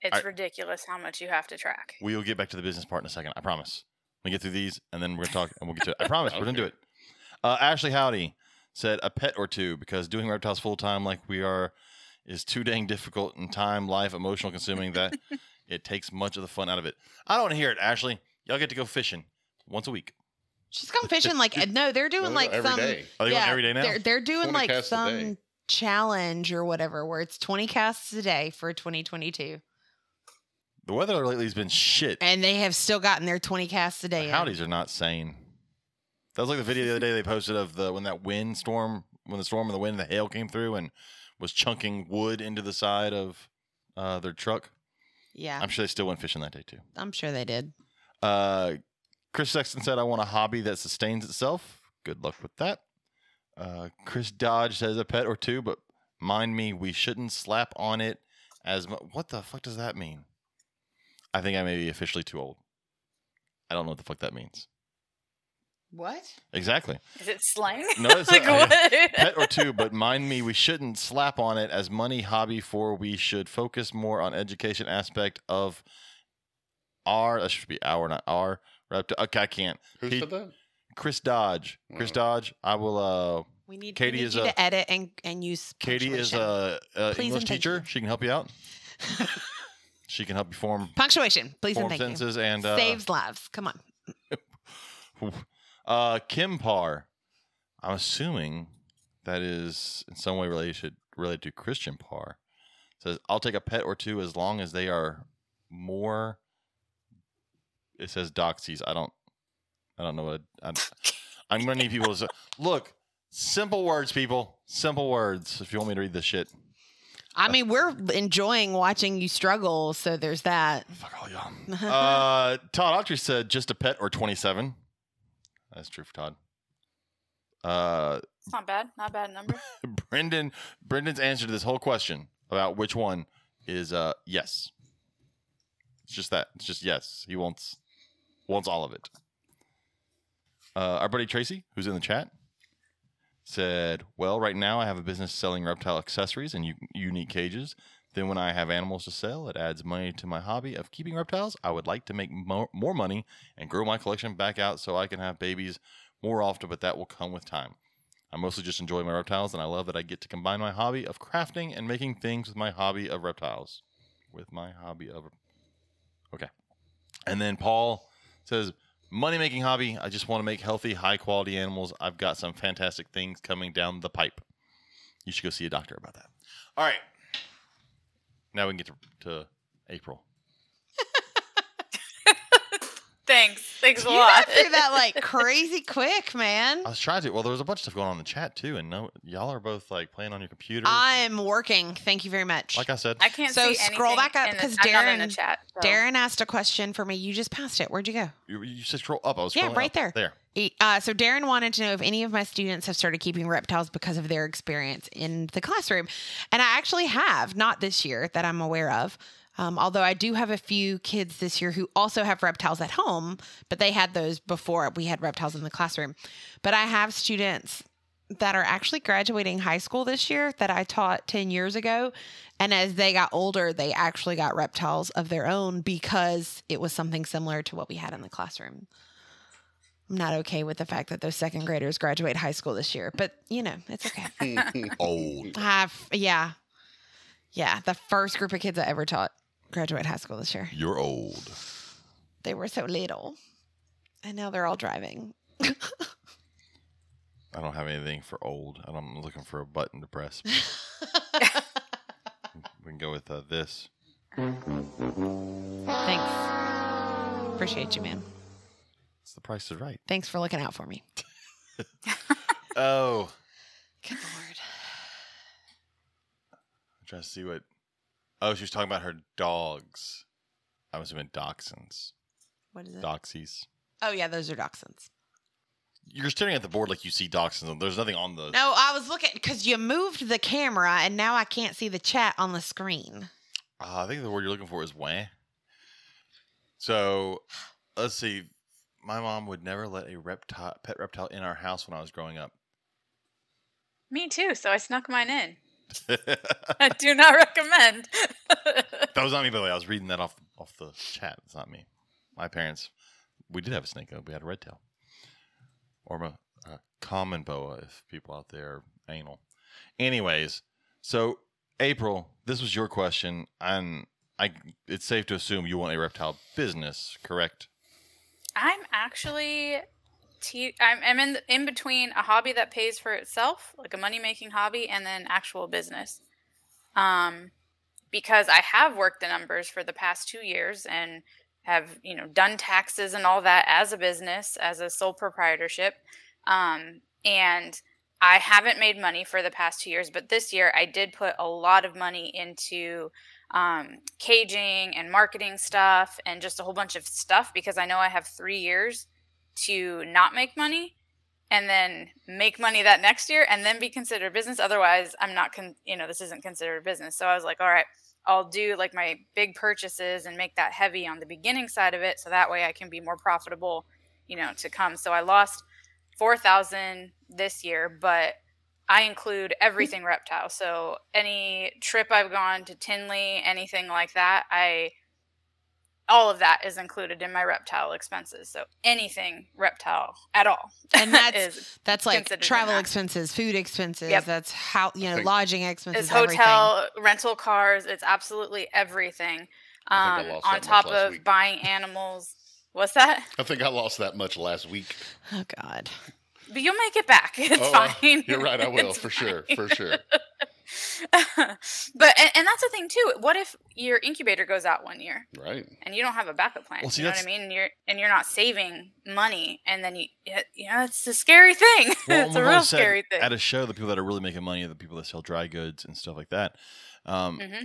it's
I-
ridiculous how much you have to track
we will get back to the business part in a second. I promise. We get through these, and then we're gonna talk, and we'll get to it. I promise. We're gonna do it. Uh, Ashley Howdy said a pet or two because doing reptiles full time like we are is too dang difficult in time, life, emotional consuming
*laughs*
that it takes much of the fun out of it. I don't want to hear it, Ashley. Y'all get to go fishing once a week.
She's gone fishing like and no, they're doing like
every
some
day.
Are they going
yeah,
Oh, every day now?
They're they're doing
20
like
casts a
some
day.
challenge or whatever where it's 20 casts a day for 2022
The weather lately has been shit.
and they have still gotten their 20 casts
The
a day. in.
Howdies are not sane. That was like the video the other day they posted of the when that wind storm, when the storm and the wind and the hail came through and was chunking wood into the side of uh, their truck.
Yeah,
I'm sure they still went fishing that day too.
I'm sure they did.
Uh, Chris Sexton said, I want a hobby that sustains itself. Good luck with that. Uh, Chris Dodge says a pet or two, but mind me, we shouldn't slap on it as mu- What the fuck does that mean? I think I may be officially too old. I don't know what the fuck that means.
What?
Exactly.
is it slang
No,
*laughs*
it's
like
not-
what
pet or two, but mind me, we shouldn't slap on it as money hobby for we should focus more on education aspect of our that should be our not our rept- okay, I can't.
Who
He-
said that?
Chris Dodge. Chris
Wow.
Dodge, I will uh
We need
Katie
Katie need
is
you
a-
to edit and and use
Katie is
punctuation.
a, a
Please
English
and thank
teacher.
you.
She can help you out. She can help you form
*laughs* punctuation. Please and
form
thank you.
sentences and uh,
Saves lives. Come on.
*sighs* uh Kim Parr. I'm assuming that is in some way related related to Christian Parr. Says I'll take a pet or two as long as they are more. It says doxies. I don't. I don't know what. I, I'm gonna need people to say, look. Simple words, people. Simple words. If you want me to read this shit,
I mean, we're enjoying watching you struggle, so there's that. *laughs*
fuck all y'all. uh, Todd Autry said just a pet or 27. That's true for Todd. Uh,
It's not bad. Not a bad number.
*laughs* Brendan Brendan's answer to this whole question about which one is uh yes. It's just that. It's just yes. He wants wants all of it. Uh, our buddy Tracy, who's in the chat, said, "Well, right now I have a business selling reptile accessories and u- unique cages. Then when I have animals to sell, it adds money to my hobby of keeping reptiles. I would like to make more, more money and grow my collection back out so I can have babies more often, but that will come with time. I mostly just enjoy my reptiles, and I love that I get to combine my hobby of crafting and making things with my hobby of reptiles. With my hobby of. Okay. And then Paul says, Money making hobby. I just want to make healthy, high quality animals. I've got some fantastic things coming down the pipe. You should go see a doctor about that. All right. Now we can get to, to April.
Thanks a
You got
lot.
through that like crazy quick, man.
*laughs* I was trying to. Well, there was a bunch of stuff going on in the chat too, and no, y'all are both like playing on your computer.
I'm working. Thank you very much.
like I said,
*laughs* I can't
So
see
scroll
anything
back up,
in the-
'cause
I'm not in the
Darren-
chat. so-
Darren asked a question for me. You just passed it. Where'd you go?
you, you said scroll up. I was
Yeah,
scrolling
right
up.
there.
There.
E- Uh, so Darren wanted to know if any of my students have started keeping reptiles because of their experience in the classroom, and I actually have not this year that I'm aware of. Um, although I do have a few kids this year who also have reptiles at home, but they had those before we had reptiles in the classroom. But I have students that are actually graduating high school this year that I taught 10 years ago. And as they got older, they actually got reptiles of their own because it was something similar to what we had in the classroom. I'm not okay with the fact that those second graders graduate high school this year, but you know, it's *laughs* okay.
Old.
I've, yeah. Yeah. The first group of kids I ever taught graduate high school this year.
You're old.
They were so little. And now they're all driving.
I don't have anything for old. and I'm looking for a button to press. we can go with uh, this.
Thanks. Appreciate you, man.
It's the price is right.
Thanks for looking out for me.
Oh, I'm
Good lord.
trying to see what. Oh, she was talking about her dogs. I'm assuming dachshunds,
What is it?
doxies.
oh yeah, those are dachshunds.
You're staring at the board like you see dachshunds. and There's nothing on the.
No, I was looking because you moved the camera and now I can't see the chat on the screen.
Uh, I think the word you're looking for is wah. So let's see. My mom would never let a reptile, pet reptile in our house when I was growing up. *laughs*
Me too. So I snuck mine in. *laughs*
that
I do not recommend.
was not me, by the way. I was reading that off off the chat. It's not me. My parents. We did have a snake though. We had a red tail, or a, a common boa. If people out there are anal. Anyways, so April, this was your question, and I. It's safe to assume you want a reptile business,
*laughs*
correct?
I'm actually, te- I'm, I'm in in between a hobby that pays for itself, like a money making hobby, and then actual business. Um, because I have worked the numbers for the past two years and have you know done taxes and all that as a business, as a sole proprietorship, um, and I haven't made money for the past two years. But this year, I did put a lot of money into um, caging and marketing stuff and just a whole bunch of stuff because I know I have three years to not make money and then make money that next year and then be considered business. Otherwise, I'm not, con- you know, this isn't considered business. So I was like, all right, I'll do like my big purchases and make that heavy on the beginning side of it. So that way I can be more profitable, you know, to come. So I lost 4,000 this year, but I include everything reptile. So any trip I've gone to Tinley, anything like that, I all of that is included in my reptile expenses. So anything reptile at all. *laughs*
And that's
is,
that's like
considered in
travel
that.
expenses, food expenses,
Yep.
that's how you know,
think-
lodging expenses,
is hotel, rental cars, it's absolutely everything.
I
Um,
think I lost that
on
much
top
last
of
week.
buying animals. What's that?
*laughs* I think I lost that much last week.
everything. Oh god.
But you'll make it back. *laughs* It's
Oh, uh,
fine.
You're right. I
*laughs*
*laughs*
will
It's
for sure.
fine.
For sure.
*laughs* but and, and that's the thing too. What if your incubator goes out one year? *laughs*
Right.
and you don't have a backup plan.
Well, see,
you know what I
that's-
mean? And you're and you're not saving money, and then you yeah, it's a scary thing. *laughs*
Well,
it's
we've always
a real
said
scary thing.
At a show, the people that are really making money are the people that sell dry goods and stuff like that. Um,
Mhm.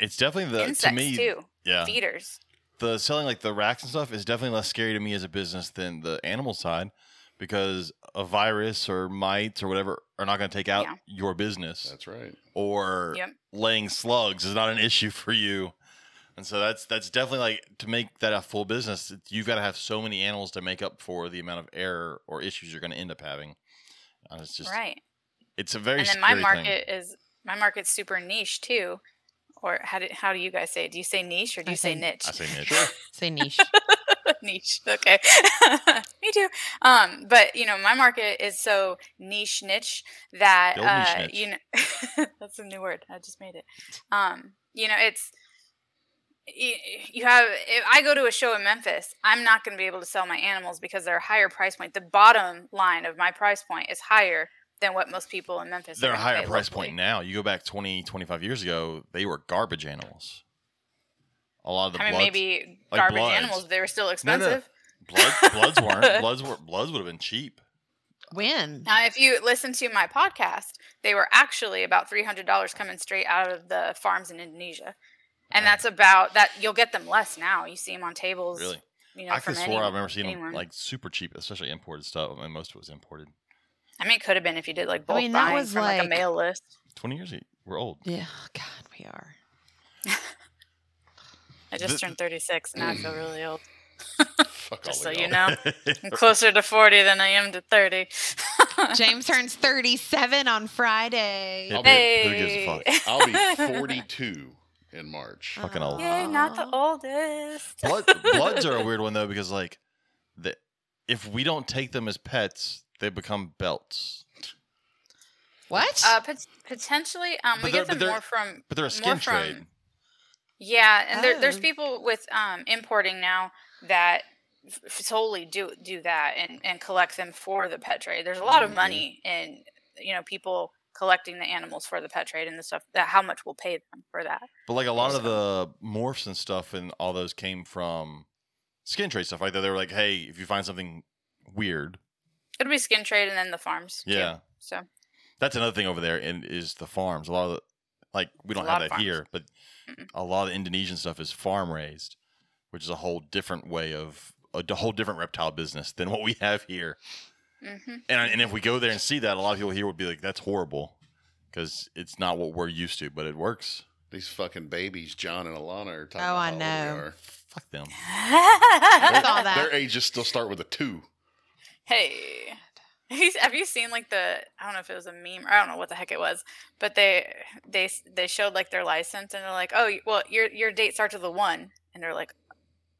It's definitely the
Insects
to me,
too,
yeah.
feeders.
The selling like the racks and stuff is definitely less scary to me as a business than the animal side because a virus or mites or whatever are not going to take out
Yeah.
your business
That's right.
or
Yep.
laying slugs is not an issue for you. And so that's that's definitely like to make that a full business, you've got to have so many animals to make up for the amount of error or issues you're going to end up having. Uh, it's just
right.
it's a very
and then my
scary thing.
market is my market's super niche too. Or how do how do you guys say? it? Do you say niche or do
I
you say
say-
niche?
I
*laughs*
say niche.
Sure.
Say niche.
niche. Okay. *laughs* Me too. Um, but you know, my market is so niche niche that
The old niche
uh,
niche.
you know *laughs* that's a new word. I just made it. Um, you know, it's you, you have if I go to a show in Memphis, I'm not going to be able to sell my animals because they're a higher price point. The bottom line of my price point is higher than what most people in Memphis
They're a
gonna
higher
pay
price
locally.
point now. You go back 20, 25 years ago, they were garbage animals. A lot of the
I mean,
bloods-
maybe
like
garbage
bloods.
animals, they were still
No, no,
expensive.
Blood, bloods
*laughs*
weren't. Bloods were. Bloods would have been cheap.
When?
Now, if you listen to my podcast, they were actually about three hundred dollars coming straight out of the farms in Indonesia, and that's about that. You'll get them less now. You see them on tables.
really.
You know,
I could
from
have
any,
swore I've never seen them
anyone.
like super cheap, especially imported stuff. I mean, most of it was imported.
I mean, it could have been if you did like
I
bulk
mean, that
buying
was
from like,
like-
a mail list.
Twenty years ago, we're
*laughs*
old. *laughs*
Yeah, oh, God, we are.
I just
Th-
turned thirty six, and I
Mm.
feel really old.
Fuck
Just so
all of
you
y'all.
*laughs*
know, I'm closer to forty than I am to thirty.
James turns 37 on Friday.
Yep. Who gives a
hey, *laughs*
fuck?
I'll be 42 in March.
fucking old.
Yay, not the
Aw.
oldest.
Blood, bloods are a weird one though because like, the, if we don't take them as pets, they become belts.
What?
Uh, pot- potentially, um,
But
we
they're-
get
but
them
they're-
more from
But they're a
More
skin
from-
trade.
yeah, and there, there's
Oh.
people with um, importing now that f- solely do do that and, and collect them for the pet trade. There's a lot of
Mhm.
money in you know people collecting the animals for the pet trade and the stuff that how much we'll pay them for that.
But like a lot of the morphs and stuff and all those came from skin trade stuff, right? They were like, hey, if you find something weird,
It'll be skin trade and then the farms. too.
yeah,
So
that's another thing over there. And is the farms a lot of the, like we don't
a
have
lot of
that
farms. Mm-hmm.
here, but
Mm-mm.
a lot of the Indonesian stuff is farm raised, which is a whole different way of a d- whole different reptile business than what we have here.
hmm
And and if we go there and see that, a lot of people here would be like, that's horrible because it's not what we're used to, but it works.
These fucking babies, John and Alana, are talking
Oh,
about
I
how old
know.
they are.
Fuck them.
*laughs* I saw that.
Their ages still start with a two.
Hey. Have you- Have you seen like the I don't know if it was a meme or I don't know what the heck it was, but they they s- they showed like their license and they're like, "Oh, y- well, your your date starts with a 1." And they're like,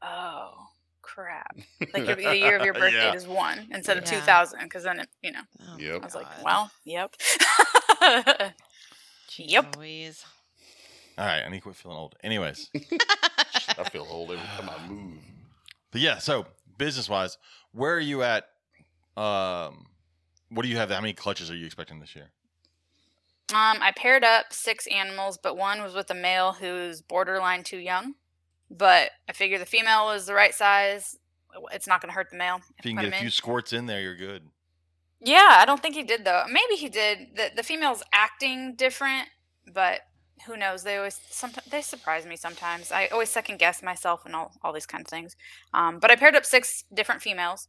"Oh, crap." Like your, the year of your
*laughs*
birthday
Yeah.
is 1 instead of
Yeah.
2000 because then it, you know.
Oh,
Yep.
I was
God.
like, "Well, yep." *laughs* Um,
Jeez
yep. *laughs*
Louise.
All right, I need to quit feeling old. Anyways.
*laughs* I feel old every time I
*laughs*
move. *laughs*
But yeah, so business wise, where are you at? Um, what do you have? How many clutches are you expecting this year?
Um, I paired up six animals, but one was with a male who's borderline too young. But I figure the female was the right size. It's not going to hurt the male.
If you can
Put
get a
'em
few
in.
squirts in there, you're good.
Yeah, I don't think he did though. Maybe he did. The the female's acting different, but who knows? They always sometimes they surprise me sometimes. I always second guess myself and all all these kinds of things. Um, but I paired up six different females,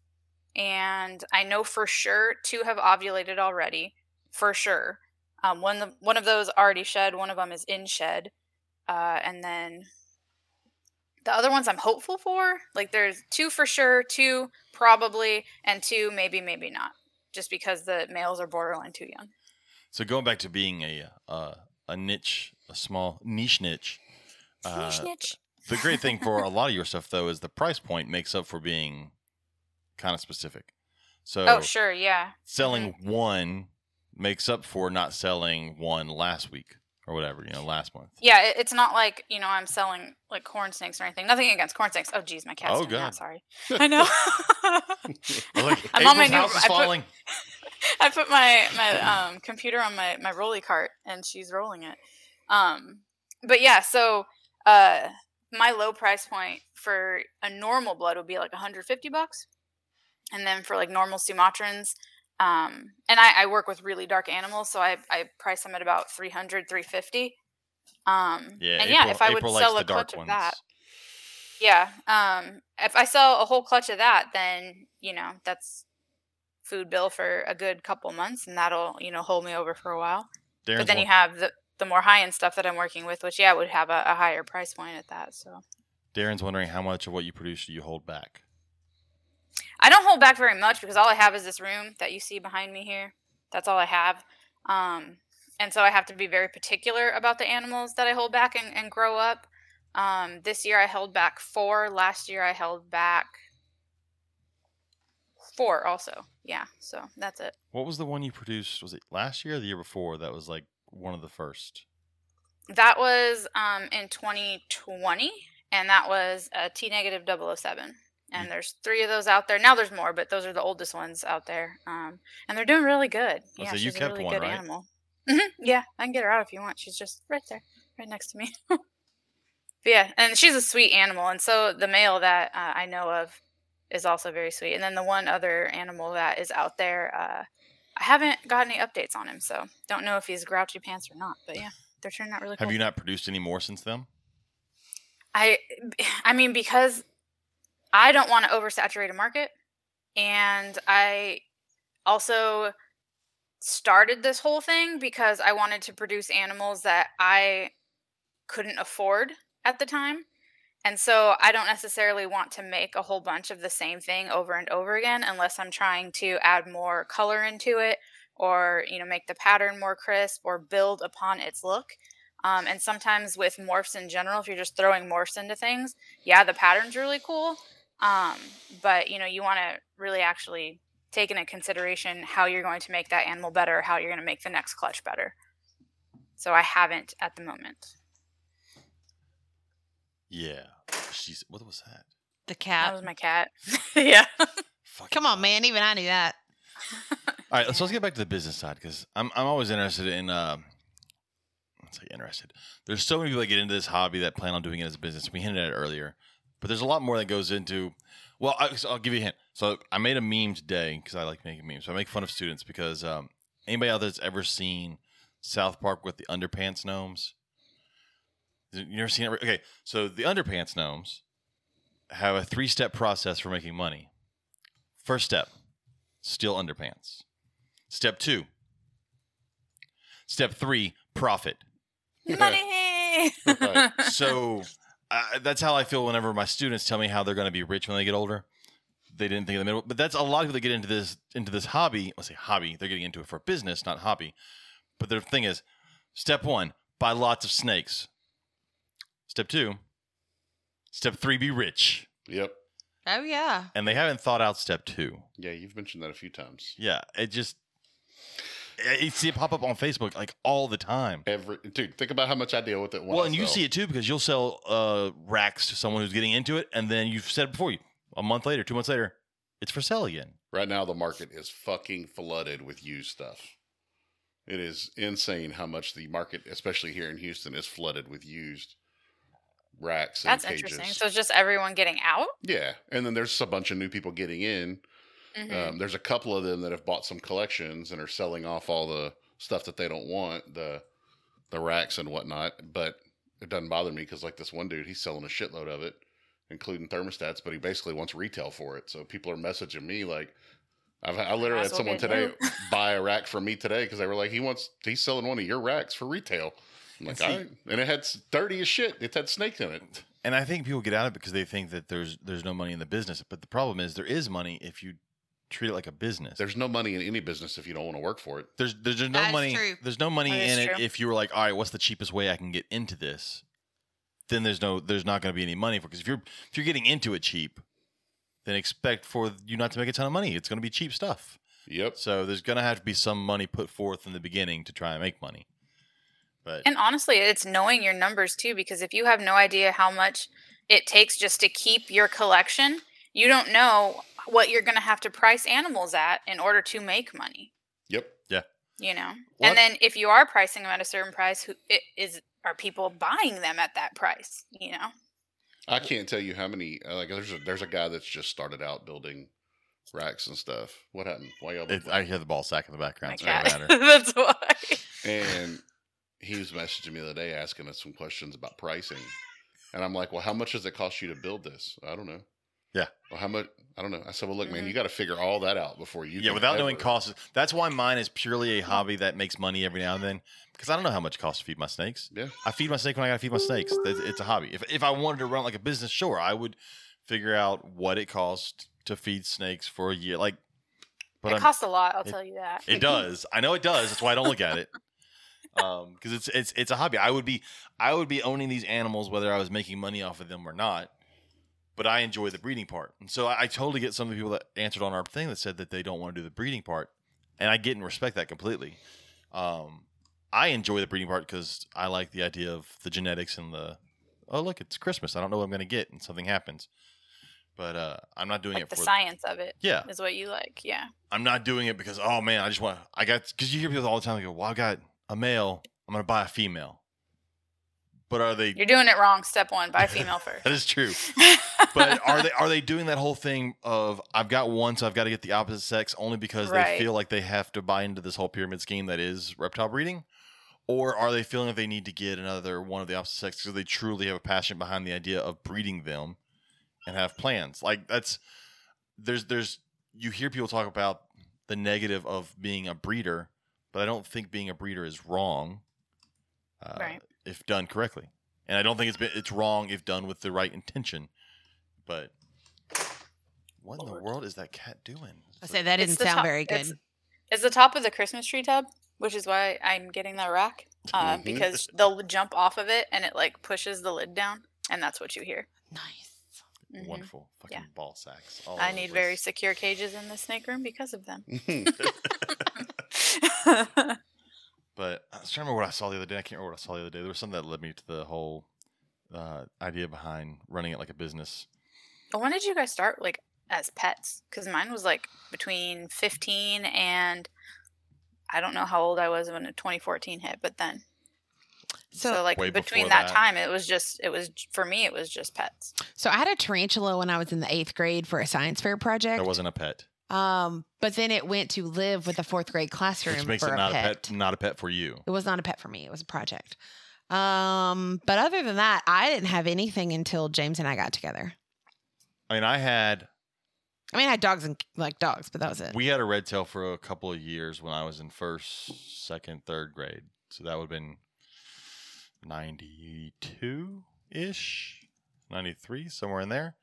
and I know for sure two have ovulated already, for sure. Um, one of- one of those already shed. One of them is in shed, uh, and then the other ones I'm hopeful for. Like there's two for sure, two probably, and two maybe maybe not just because the males are borderline too young.
So going back to being a uh, a niche, a small niche niche. Uh, the great thing for a lot of your stuff though is the price point makes up for being kind of specific. So
Oh, sure, yeah.
selling one makes up for not selling one last week or whatever you know last month.
Yeah, it, it's not like, you know, I'm selling like corn snakes or anything. Nothing against corn snakes. Oh, geez, my cat's
Oh,
doing that,
God. *laughs*
sorry. I know. *laughs*
Like,
*laughs* I'm on my
April's
new-
house is
I put-
falling.
*laughs* I put my, my um, computer on my, my rolly cart and she's rolling it. Um, but yeah, so uh, my low price point for a normal blood would be like 150 bucks. And then for like normal Sumatrans, um, and I, I work with really dark animals, so I, I price them at about 300, 350. Um,
Yeah,
and
April,
yeah, if I would
April likes
sell
the
a
dark
clutch of
ones.
that, yeah. Um, if I sell a whole clutch of that, then you know that's food bill for a good couple months, and that'll you know hold me over for a while.
Darren's
but then
one-
you have the the more high end stuff that I'm working with, which yeah would have a, a higher price point at that. So
Darren's wondering how much of what you produce do you hold back.
I don't hold back very much because all I have is this room that you see behind me here. That's all I have. Um, and so I have to be very particular about the animals that I hold back and, and grow up. Um, this year I held back four. Last year I held back four also. Yeah. So that's it.
What was the one you produced? Was it last year or the year before? That was like one of the first.
That was um, in 2020, and that was a T negative 007.
Mm.
And there's three of those out there now. There's more, but those are the oldest ones out there, um, and they're doing really good.
Oh,
Yeah,
so you
she's
kept
a really
one,
good
right?
animal. hmm Yeah, I can get her out if you want. She's just right there, right next to me. *laughs* but yeah, and she's a sweet animal, and so the male that uh, I know of is also very sweet. And then the one other animal that is out there, uh, I haven't got any updates on him, so don't know if he's grouchy pants or not. But yeah, they're turning out really cool.
Have you not produced any more since then?
I *sighs* I mean because I don't want to oversaturate a market and I also started this whole thing because I wanted to produce animals that I couldn't afford at the time. And so I don't necessarily want to make a whole bunch of the same thing over and over again unless I'm trying to add more color into it or you know make the pattern more crisp or build upon its look. Um, and sometimes with morphs in general, if you're just throwing morphs into things, yeah, the pattern's really cool. Um, but you know, you want to really actually take into consideration how you're going to make that animal better, how you're going to make the next clutch better. So I haven't at the moment.
Yeah. She's what was that?
The
That
cat.
was my cat. *laughs* yeah.
Fucking
Come on, man. Even I knew that.
All right, so let's get back to the business side because I'm I'm always interested in. Uh, let's say interested. There's so many people that get into this hobby that plan on doing it as a business. We hinted at it earlier, but there's a lot more that goes into. Well, I, so I'll give you a hint. So I made a meme today because I like making memes. So I make fun of students because um, anybody out there that's ever seen South Park with the underpants gnomes, you never seen it. Okay, so the underpants gnomes have a three-step process for making money. First step, steal underpants. Step two. Step three, profit.
Money. *laughs*
Right.
So uh, that's how I feel whenever my students tell me how they're going to be rich when they get older. They didn't think of the middle, but that's a lot of people that get into this into this hobby. I say hobby; they're getting into it for business, not hobby. But their thing is, step one: buy lots of snakes. Step two. Step three: be rich.
Yep.
Oh yeah.
And they haven't thought out step two.
Yeah, you've mentioned that a few times.
Yeah, it just I I see it pop up on Facebook like all the time.
Every dude, think about how much I deal with it. When
well,
I
and you
sell.
see it too because you'll sell uh, racks to someone who's getting into it, and then you've said it before you a month later, two months later, it's for sale again.
Right now, the market is fucking flooded with used stuff. It is insane how much the market, especially here in Houston, is flooded with used racks and
That's
cages.
interesting. So it's just everyone getting out.
yeah, and then there's a bunch of new people getting in.
hmm
Um, there's a couple of them that have bought some collections and are selling off all the stuff that they don't want, the the racks and whatnot. But it doesn't bother me because like this one dude, he's selling a shitload of it, including thermostats, but he basically wants retail for it. So people are messaging me like, I've, I literally
as
had someone
well get
today
new.
buy a rack from me today because they were like, he wants he's selling one of your racks for retail. I'm like,
see-
all right. and it had s- dirty as shit. It had snakes in it.
And I think people get out of it because they think that there's there's no money in the business, but the problem is there is money if you treat it like a business.
There's no money in any business if you don't want to work for it.
there's there's, there's no
That is
money
true.
there's no money
That
in
is
it
true.
if you were like all right what's the cheapest way i can get into this then there's no there's not going to be any money for because if you're if you're getting into it cheap then expect for you not to make a ton of money it's going to be cheap stuff
Yep.
so there's going to have to be some money put forth in the beginning to try and make money but
And honestly, it's knowing your numbers too, because if you have no idea how much it takes just to keep your collection, you don't know what you're going to have to price animals at in order to make money.
Yep.
You know,
What-
and then if you are pricing them at a certain price, who it is are people buying them at that price? You know,
I can't tell you how many. uh, Like, there's a, there's a guy that's just started out building racks and stuff. What happened? Why y'all?
it, i hear the ball sack in the background so it
My
doesn't
cat. *laughs*
matter
that's why.
and he was messaging me the other day asking us some questions about pricing, and I'm like, "Well, how much does it cost you to build this? I don't know.
Yeah.
Well, how much? I don't know. I said, "Well, look, man,
Mhm.
you got to figure all that out before you.
yeah
can
without knowing
ever-
costs that's why mine is purely a hobby that makes money every now and then because i don't know how much it costs to feed my snakes
Yeah.
I feed my snake when I gotta feed my snakes. That's- It's a hobby. If, if I wanted to run like a business, sure, I would figure out what it costs to feed snakes for a year. Like, but
it
I'm,
costs a lot. I'll
it-
tell you that.
it does. I know it does. That's why I don't look at it. Um, because it's it's it's a hobby. I would be I would be owning these animals whether I was making money off of them or not. But I enjoy the breeding part, and so I, I totally get some of the people that answered on our thing that said that they don't want to do the breeding part, and I get and respect that completely. Um, I enjoy the breeding part because I like the idea of the genetics and the oh look, it's Christmas. I don't know what I'm going to get, and something happens. But uh, I'm not doing
Like
it
the
for
science of it
yeah.
is what you like. Yeah.
I'm not doing it because oh man, I just want I got because you hear people all the time go, well, I got a male, I'm gonna buy a female. But are they?
You're doing it wrong. Step one, buy
*laughs*
female first. *laughs*
That is true. *laughs* But are they are they doing that whole thing of I've got one, so I've got to get the opposite sex only because
Right.
they feel like they have to buy into this whole pyramid scheme that is reptile breeding? Or are they feeling that they need to get another one of the opposite sex because they truly have a passion behind the idea of breeding them and have plans? Like that's there's there's you hear people talk about the negative of being a breeder, but I don't think being a breeder is wrong. Uh,
Right.
If done correctly. And I don't think it's been, it's wrong if done with the right intention. But what in the
Lord.
world is that cat doing?
I say that
It's
didn't
the
sound
top-
very good.
it's- It's the top of the Christmas tree tub, which is why I'm getting that rack uh,
Mm-hmm.
Mhm.
because they'll jump off of it and it like pushes the lid down, and that's what you hear.
nice.
Mhm.
Wonderful fucking
Yeah.
ball sacks. all
I
over the
need
place.
very secure cages in the snake room because
*laughs*
of them. *laughs*
*laughs*
But I was trying to remember what I saw the other day. I can't remember what I saw the other day. There was something that led me to the whole uh, idea behind running it like a business.
when did you guys start like as pets? Because mine was like between 15 and I don't know how old I was when 2014 hit, but then so,
So,
like
Way
between
before
that,
that.
time, it was just it was for me it was just pets.
so I had a tarantula when I was in the eighth grade for a science fair project.
That wasn't a pet,
Um, but then it went to live with a fourth grade classroom
which makes
for
it
a,
not
pet.
a pet, not a pet for you.
It was not a pet for me. It was a project. Um, but other than that, I didn't have anything until James and I got together.
I mean, I had
I mean, I had dogs and like dogs, but that was it.
We had a red tail for a couple of years when I was in first, second, third grade. So that would have been 92 ish, 93, somewhere in there.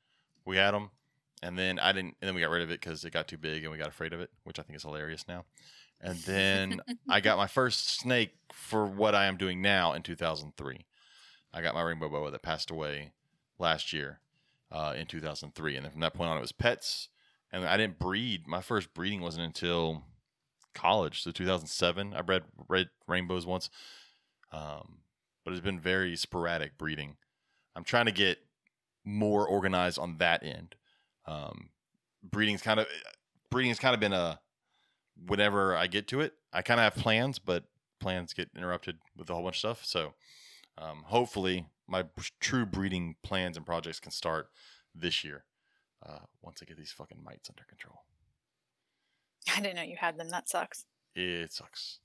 We had them. And then I didn't, and then we got rid of it because it got too big and we got afraid of it, which I think is hilarious now. And then I got my first snake for what I am doing now in 2003. I got my rainbow boa that passed away last year uh, in 2003. And then from that point on, it was pets. And I didn't breed. My first breeding wasn't until college. So 2007, I bred red rainbows once. Um, but it's been very sporadic breeding. I'm trying to get more organized on that end. Um, breeding's kind of breeding's kind of been a whenever I get to it. I kind of have plans, but plans get interrupted with a whole bunch of stuff. So um, hopefully, my b- true breeding plans and projects can start this year uh, once I get these fucking mites under control.
I didn't know you had them. That sucks.
It sucks.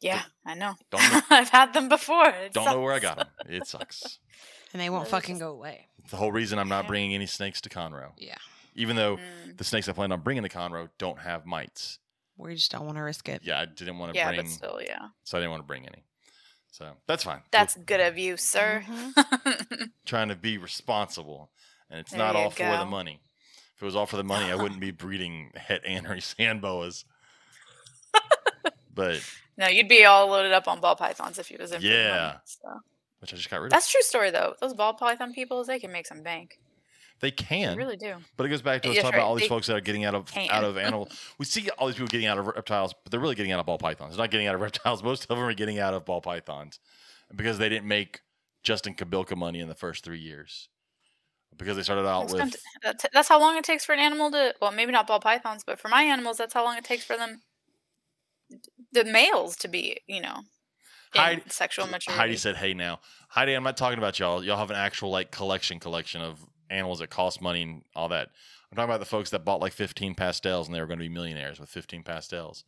Yeah, I know.
Don't know,
*laughs* I've had them before. It
don't know where I
sucks.
got them. It
*laughs*
sucks.
and they won't
Those
fucking
just-
go away.
It's the whole reason I'm not
Yeah.
bringing any snakes to Conroe,
Yeah.
even though
Mm.
the snakes I plan on bringing to Conroe don't have mites.
We just don't want to risk it.
Yeah, I didn't want to
Yeah,
bring,
but still, yeah.
so I didn't want to bring any. So that's fine. We're
That's good of you, sir.
Mm-hmm.
trying to be responsible, and it's
There
not
you
all for the
go.
money. If it was all for the money, I wouldn't
*laughs*
be breeding het annery sand boas. but
*laughs* no, you'd be all loaded up on ball pythons if you was in. for the money,
Yeah.
so.
which I just got rid of.
That's a true story though. Those ball python people, they can make some bank.
They
They
can,
really do.
but it goes back to us
Yes,
talking
right,
about all these
they
folks that are getting out of
can.
out of
*laughs*
animal. we see all these people getting out of reptiles, but they're really getting out of ball pythons. They're not getting out of reptiles. Most of them are getting out of ball pythons because they didn't make Justin Kabilka money in the first three years because they started out
That's,
with.
gonna t- that's, that's how long it takes for an animal to. Well, maybe not ball pythons, but for my animals, that's how long it takes for them, the males to be, you know, in
Heidi-
sexual maturity.
Heidi said, "Hey, now, Heidi, I'm not talking about y'all. Y'all have an actual like collection, collection of animals that cost money and all that. I'm talking about the folks that bought like 15 pastels and they were going to be millionaires with 15 pastels.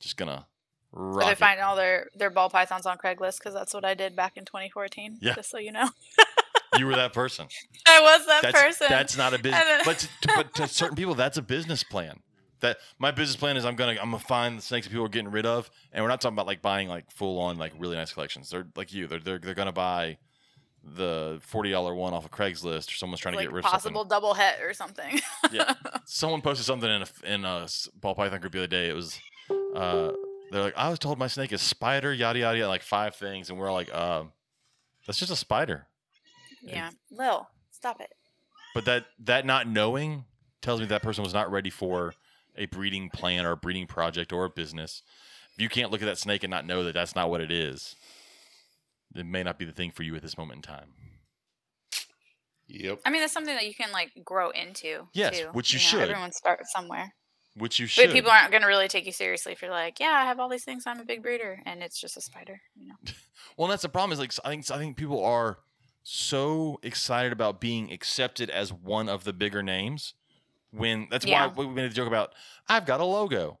Just gonna
so
rock.
they're
it.
finding all their their ball pythons on Craigslist because that's what I did back in 2014.
Yeah.
Just so you know,
You were that person.
I was *laughs* that
that's,
person.
That's not a business.
And-
but to, to- but
*laughs*
to certain people, that's a business plan. That my business plan is I'm gonna I'm gonna find the snakes that people are getting rid of, and we're not talking about like buying like full on like really nice collections. They're like you. They're they're, they're gonna buy the forty dollar one off of Craigslist or someone's trying
like
to get rid of
possible
something.
double hit or something. *laughs*
Someone posted something in a in a s- ball python group the other day. It was uh they're like I was told my snake is spider yada yada yada, like five things, and we're like uh that's just a spider.
yeah, Lil, stop it.
but that that not knowing tells me that person was not ready for a breeding plan or a breeding project or a business. If you can't look at that snake and not know that that's not what it is, it may not be the thing for you at this moment in time.
Yep.
I mean, that's something that you can like grow into.
Yes,
too,
which you
know,
should.
Everyone starts somewhere.
which you should.
But people aren't going to really take you seriously if you're like, yeah, I have all these things. I'm a big breeder, and it's just a spider. You know, *laughs*
Well, that's the problem. Is like I think I think people are so excited about being accepted as one of the bigger names. When that's
Yeah.
why we made a joke about I've got a logo.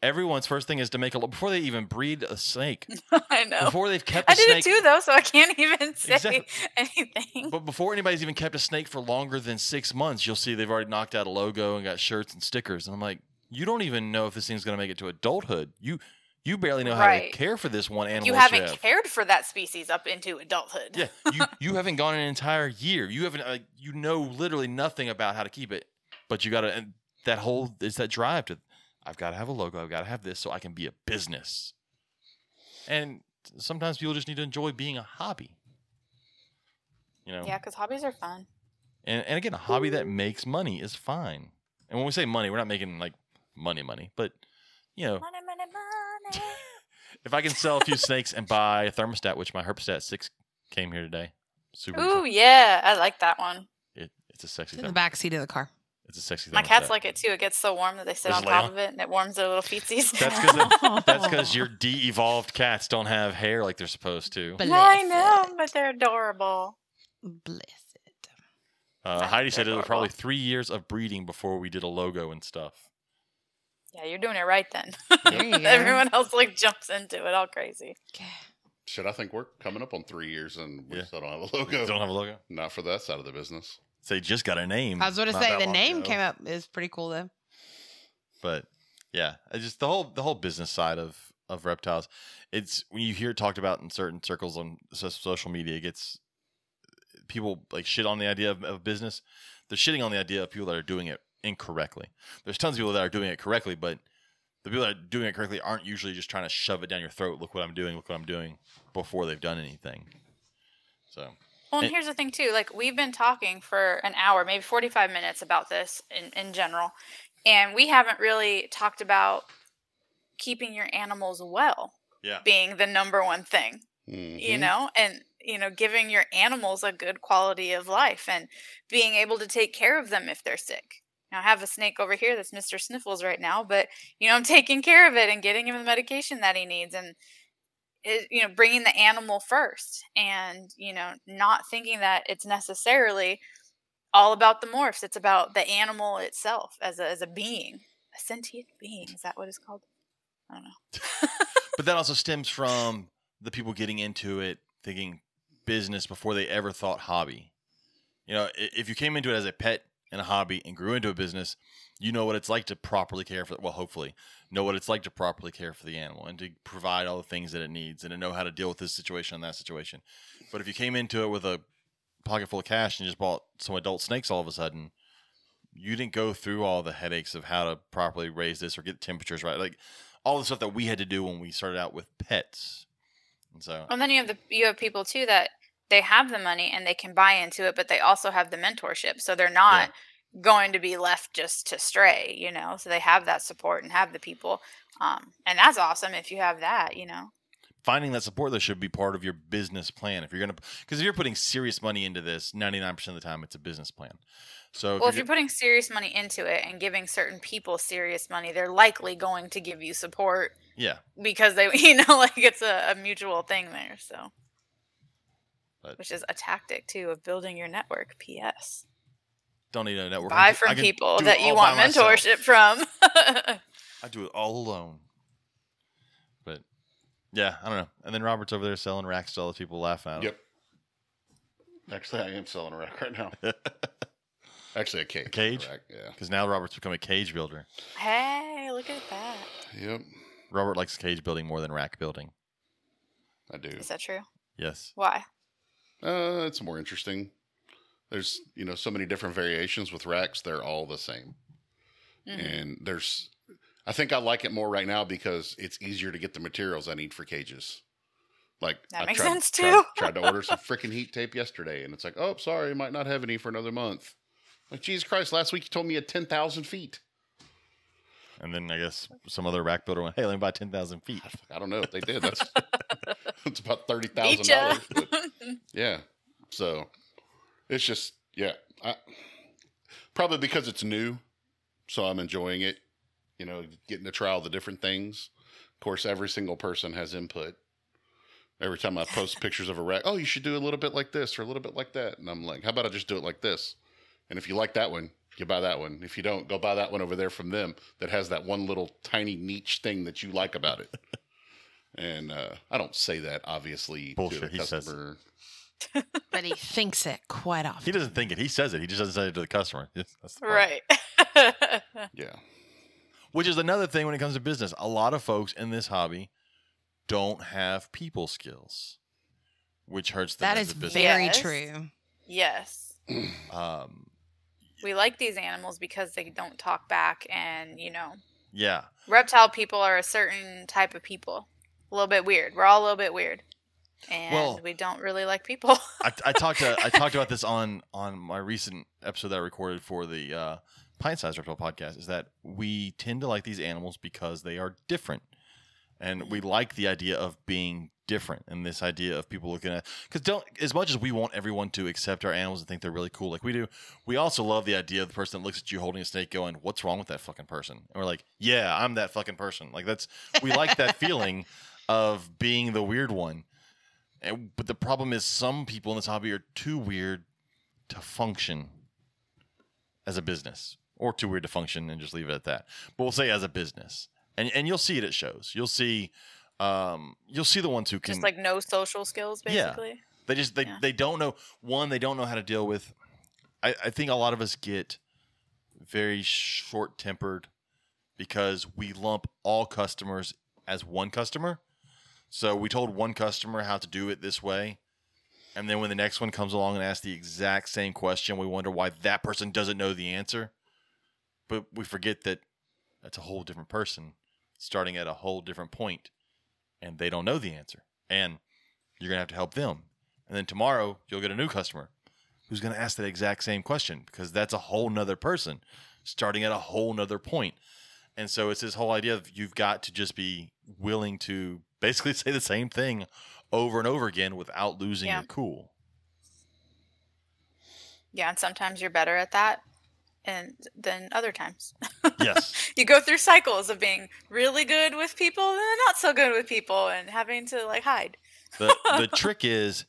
Everyone's first thing is to make a logo before they even breed a
*laughs*
snake.
I know.
Before they've kept a
I did
snake,
it too, though, so I can't *laughs* even say
Exactly.
anything.
but before anybody's even kept a snake for longer than six months, you'll see they've already knocked out a logo and got shirts and stickers. And I'm like, you don't even know if this thing's going to make it to adulthood. You you barely know how
Right.
to care for this one animal.
You
that
haven't
have.
cared for that species up into adulthood.
Yeah, you you haven't gone an entire year. You haven't like you know literally nothing about how to keep it, but you got to and that whole is that drive to I've got to have a logo. I've got to have this so I can be a business. And sometimes people just need to enjoy being a hobby. You know.
Yeah, because hobbies are fun.
And and again, a hobby that makes money is fine. And when we say money, we're not making like money money, but you know,
Money, money, money.
if I can sell a few snakes and buy a thermostat, which my Herpstat 6 came here today. *laughs* Super
Ooh, yeah, I like that one.
It, it's a sexy
It's in the
thing.
back seat of the car.
It's a sexy thing.
My
with
cats
that.
like it too. It gets so warm that they sit
Does
on
it lay
top
on-
of it and it warms their little
*laughs*
feetsies.
That's 'cause it-
*laughs*
That's because your de-evolved cats don't have hair like they're supposed to.
*laughs* But- *laughs*
I
Bless
know,
it.
but they're adorable.
Bliss it.
Uh, Heidi said it was
Adorable.
probably three years of breeding before we did a logo and stuff.
Yeah, you're doing it right then. *laughs*
There you go.
Everyone else like jumps into it all crazy.
Okay.
Shit, I think we're coming up on three years and we
Yeah.
still don't have a
Don't
logo.
have a logo.
Not for that side of the business.
So they just got a name.
I was going to
not
say
that
the
long
name
ago.
came up is pretty cool though.
But yeah, I just the whole the whole business side of of reptiles. It's when you hear it talked about in certain circles on so- social media, it gets people like shit on the idea of, of business. They're shitting on the idea of people that are doing it incorrectly. There's tons of people that are doing it correctly, but the people that are doing it correctly aren't usually just trying to shove it down your throat. Look what I'm doing. Look what I'm doing before they've done anything. So
Well, and
And-
here's the thing too. Like we've been talking for an hour, maybe 45 minutes about this in, in general, and we haven't really talked about keeping your animals well
yeah,
being the number one thing. you
Mhm.
know and you know giving your animals a good quality of life and being able to take care of them if they're sick now i have a snake over here that's mr sniffles right now but you know i'm *laughs* taking care of it and getting him the medication that he needs and it, you know bringing the animal first and you know not thinking that it's necessarily all about the morphs it's about the animal itself as a, as a being a sentient being is that what it's called i don't know
but that also stems from the people getting into it thinking business before they ever thought hobby. You know, i- if you came into it as a pet and a hobby and grew into a business, you know what it's like to properly care for. Well, hopefully, know what it's like to properly care for the animal and to provide all the things that it needs and to know how to deal with this situation and that situation. But if you came into it with a pocket full of cash and just bought some adult snakes all of a sudden, you didn't go through all the headaches of how to properly raise this or get temperatures right, like all the stuff that we had to do when we started out with pets. And so,
Well, then you have the you have people too that they have the money and they can buy into it, but they also have the mentorship, so they're not going to be left just to stray, you know. So they have that support and have the people, um, and that's awesome if you have that, you know.
finding that support though should be part of your business plan if you're gonna because if you're putting serious money into this 99% of the time it's a business plan so if
Well, if
you're
you're putting serious money into it and giving certain people serious money, they're likely going to give you support
go- yeah
because they, *laughs* you know, like it's a, a mutual thing there. So,
But-
which is a tactic too of building your network. P.S.
don't need a network I
buy
can- I
from
can
people
do it
that you
all by
want
myself.
mentorship
*laughs*
from.
i do it all alone but yeah i don't know and then robert's over there selling racks to all those people laughing at him
Yep. Actually, I am selling a rack right now. *laughs* Actually, a cage. not a
cage?
rack, Yeah.
because now robert's become a cage builder
hey, look at that.
Yep.
robert likes cage building more than rack building
I do.
Is that true?
yes
Why?
Uh, it's more interesting. There's you know so many different variations with racks. They're all the same,
Mhm.
and there's. I think I like it more right now because it's easier to get the materials I need for cages. Like
That
I
makes
tried-
sense,
Tried,
too.
tried to
*laughs*
order some freaking heat tape yesterday, and it's like, oh, sorry, might not have any for another month. Like Jesus Christ! Last week you told me at ten thousand feet.
and then i guess some other rack builder went hey let me buy 10000 feet
I don't know if they did. That's that's about thirty thousand
Beatcha.
dollars. Yeah. So it's just yeah. I, probably because it's new, so I'm enjoying it. you know, getting to try all the different things. Of course, every single person has input. Every time I
*laughs*
post pictures of a rack, oh, you should do a little bit like this or a little bit like that. And I'm like, how about I just do it like this? And if you like that one, you buy that one. If you don't, go buy that one over there from them that has that one little tiny niche thing that you like about
*laughs*
it. and uh, I don't say that, obviously,
Bullshit,
to
he
a
says it.
customer.
but he thinks it quite
He
often.
doesn't think it. He says it. He just doesn't say it to the customer. Yes, that's the problem.
Right. *laughs*
Yeah.
Which is another thing when it comes to business. A lot of folks in this hobby don't have people skills, which hurts them.
That
as
is
a business.
very
Yes.
true.
yes.
Um,
We like these animals because they don't talk back and, you know,
yeah.
reptile people are a certain type of people. A little bit weird. We're all a little bit weird. And
Well-
we don't really like people. *laughs*
I, I talked to, I talked about this on on my recent episode that I recorded for the uh, Pint Size Reptile podcast. Is that we tend to like these animals because they are different, and we like the idea of being different, and this idea of people looking at because don't as much as we want everyone to accept our animals and think they're really cool like we do, we also love the idea of the person that looks at you holding a snake going, "What's wrong with that fucking person?" And we're like, "Yeah, I'm that fucking person." Like that's we like that feeling of being the weird one. And, but the problem is, some people in this hobby are too weird to function as a business, or too weird to function and just leave it at that. But we'll say as a business, and and you'll see it at shows. You'll see, um, you'll see the ones who can
Just like no social skills,
Mm. Yeah.
basically.
they just they,
Yeah.
they don't know one, they don't know how to deal with I, I think a lot of us get very short tempered because we lump all customers as one customer. So we told one customer how to do it this way. And then when the next one comes along and asks the exact same question, we wonder why that person doesn't know the answer. But we forget that that's a whole different person starting at a whole different point and they don't know the answer. And you're going to have to help them. And then tomorrow you'll get a new customer who's going to ask that exact same question because that's a whole nother person starting at a whole nother point. And so it's this whole idea of you've got to just be willing to basically *laughs* say the same thing over and over again without losing
Yeah.
your
*laughs*
cool.
Yeah, and sometimes you're better at that and than other times.
Yes.
You go through cycles of being really good with people and then not so good with people and having to like hide.
The the trick is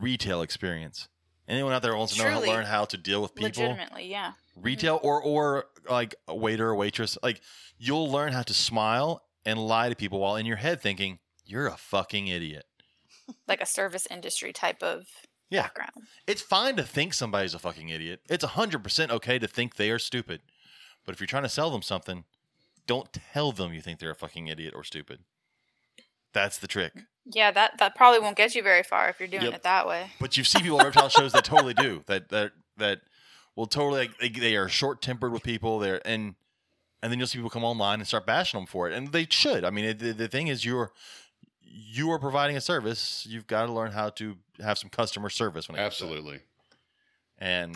retail experience. Anyone out there who wants to know how,
Truly.
learn how to deal with people,
Legitimately, yeah.
retail or or like a waiter or waitress like you'll learn how to smile and lie to people while in your head thinking you're a fucking idiot
Like a service industry type of
Yeah.
background.
it's fine to think somebody's a fucking idiot it's 100% okay to think they are stupid but if you're trying to sell them something don't tell them you think they're a fucking idiot or stupid that's the trick
Yeah, that that probably won't get you very far if you're doing
Yep.
it that way.
But you've seen people at reptile shows that totally do that that that will totally like, they, they are short tempered with people there and and then you'll see people come online and start bashing them for it and they should. I mean it, the, the thing is you're you are providing a service. You've got to learn how to have some customer service when it comes to that.
Absolutely.
And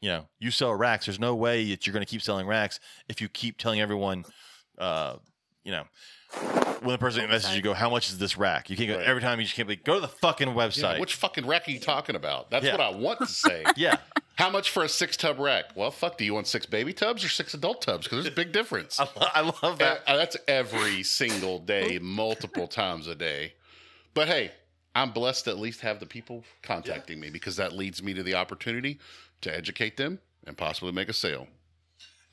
you know you sell racks. There's no way that you're going to keep selling racks if you keep telling everyone. Uh, you know, when the person messages you, go, "How much is this rack?" You can't go
Right.
every time. You just can't be go to the fucking
Yeah,
website. Yeah,
which fucking rack are you talking about? That's
Yeah.
what I want
*laughs*
to say.
yeah.
How much for a six tub rack? Well, fuck, do you want six baby tubs or six adult tubs? Because there's a big
*laughs*
difference.
I, lo- I love
Uh,
that.
that's every single day, multiple times a day. But hey, I'm blessed to at least have the people contacting me because that leads me to the opportunity to educate them and possibly make a sale.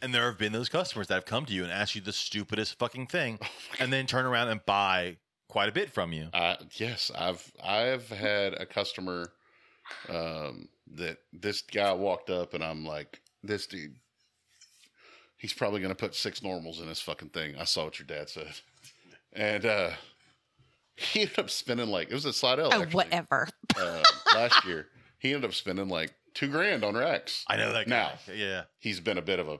And there have been those customers that have come to you and asked you the stupidest fucking thing, and then turn around and buy quite a bit from you.
Uh, yes, I've I've had a customer um, that this guy walked up and I'm like, this dude, he's probably gonna put six normals in his fucking thing. I saw what your dad said, and uh, he ended up spending like it was a slide L
Oh,
actually,
whatever.
uh, last year. He ended up spending like two grand on racks.
I know that.
Now.
guy. yeah,
He's been a bit of a